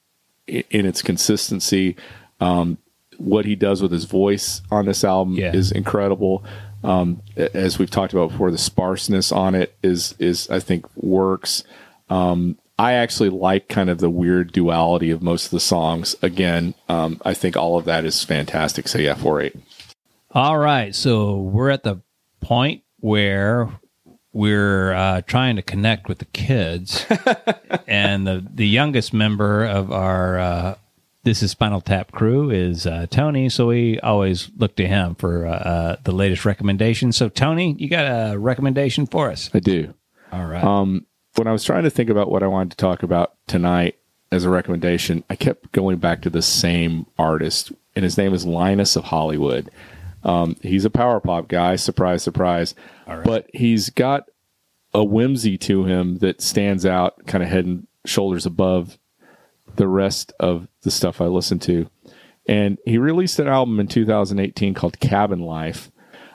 E: i- in its consistency um what he does with his voice on this album
A: Yeah.
E: is incredible. Um, a- as we've talked about before, the sparseness on it is is I think works. Um, I actually like kind of the weird duality of most of the songs. Again, um, I think all of that is fantastic. So yeah, four eight.
A: All right, so we're at the point where we're uh, trying to connect with the kids, and the the youngest member of our uh, this is Spinal Tap crew is uh, Tony. So we always look to him for uh, uh, the latest recommendations. So Tony, you got a recommendation for us?
E: I do. Um,
A: All right.
E: when I was trying to think about what I wanted to talk about tonight as a recommendation, I kept going back to the same artist, and his name is Linus of Hollywood. Um, he's a power pop guy, surprise, surprise. But he's got a whimsy to him that stands out kind of head and shoulders above the rest of the stuff I listen to. And he released an album in 2018 called Cabin Life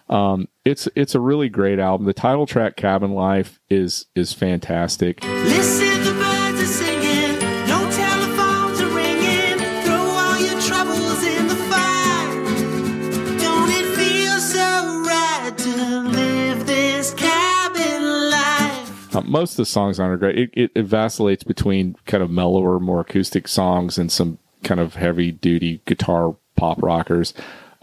E: it's it's a really great album. The title track "Cabin Life" is is fantastic.
B: Listen, the birds are singing, no telephones are ringing. Throw all your troubles in the fire. Don't it feel so right to live this cabin life?
E: Uh, most of the songs on it are great. It, it, it vacillates between kind of mellower, more acoustic songs and some kind of heavy duty guitar pop rockers.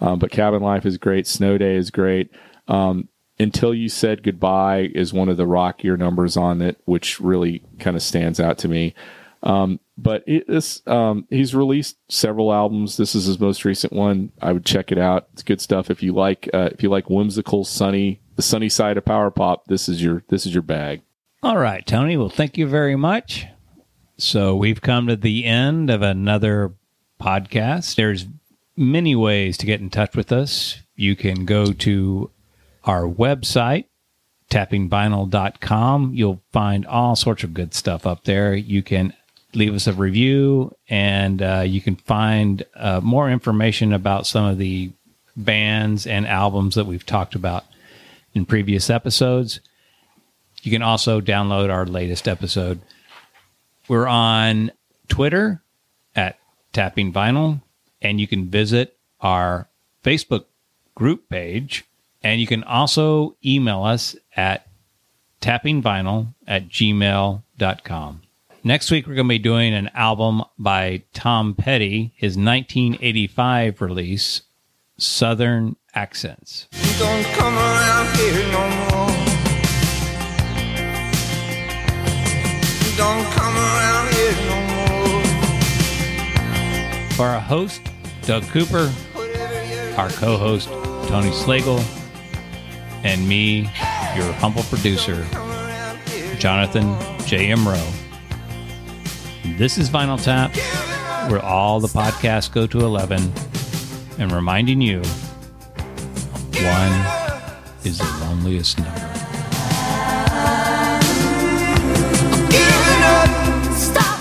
E: Um, but Cabin Life is great. Snow Day is great. Um, Until You Said Goodbye is one of the rockier numbers on it, which really kind of stands out to me. Um, but it, this, um, he's released several albums. This is his most recent one. I would check it out. It's good stuff. If you like, uh, if you like whimsical, sunny, the sunny side of power pop, this is your, this is your bag.
A: All right, Tony. Well, thank you very much. So we've come to the end of another podcast. There's many ways to get in touch with us. You can go to our website, tappingvinyl.com. You'll find all sorts of good stuff up there. You can leave us a review, and uh, you can find uh, more information about some of the bands and albums that we've talked about in previous episodes. You can also download our latest episode. We're on Twitter at Tapping Vinyl, and you can visit our Facebook group page. And you can also email us at tappingvinyl at gmail.com. Next week, we're going to be doing an album by Tom Petty, his 1985 release, Southern Accents.
G: Don't come around here no more. Don't come around here no more.
A: For our host, Doug Cooper,
G: Whatever you're
A: our co host, Tony Slagle, and me, your humble producer,
G: come around here.
A: Jonathan J.M. Rowe. This is Vinyl Tap, where all the podcasts go to 11, and reminding you one is the loneliest number.
G: Giving up.
J: Stop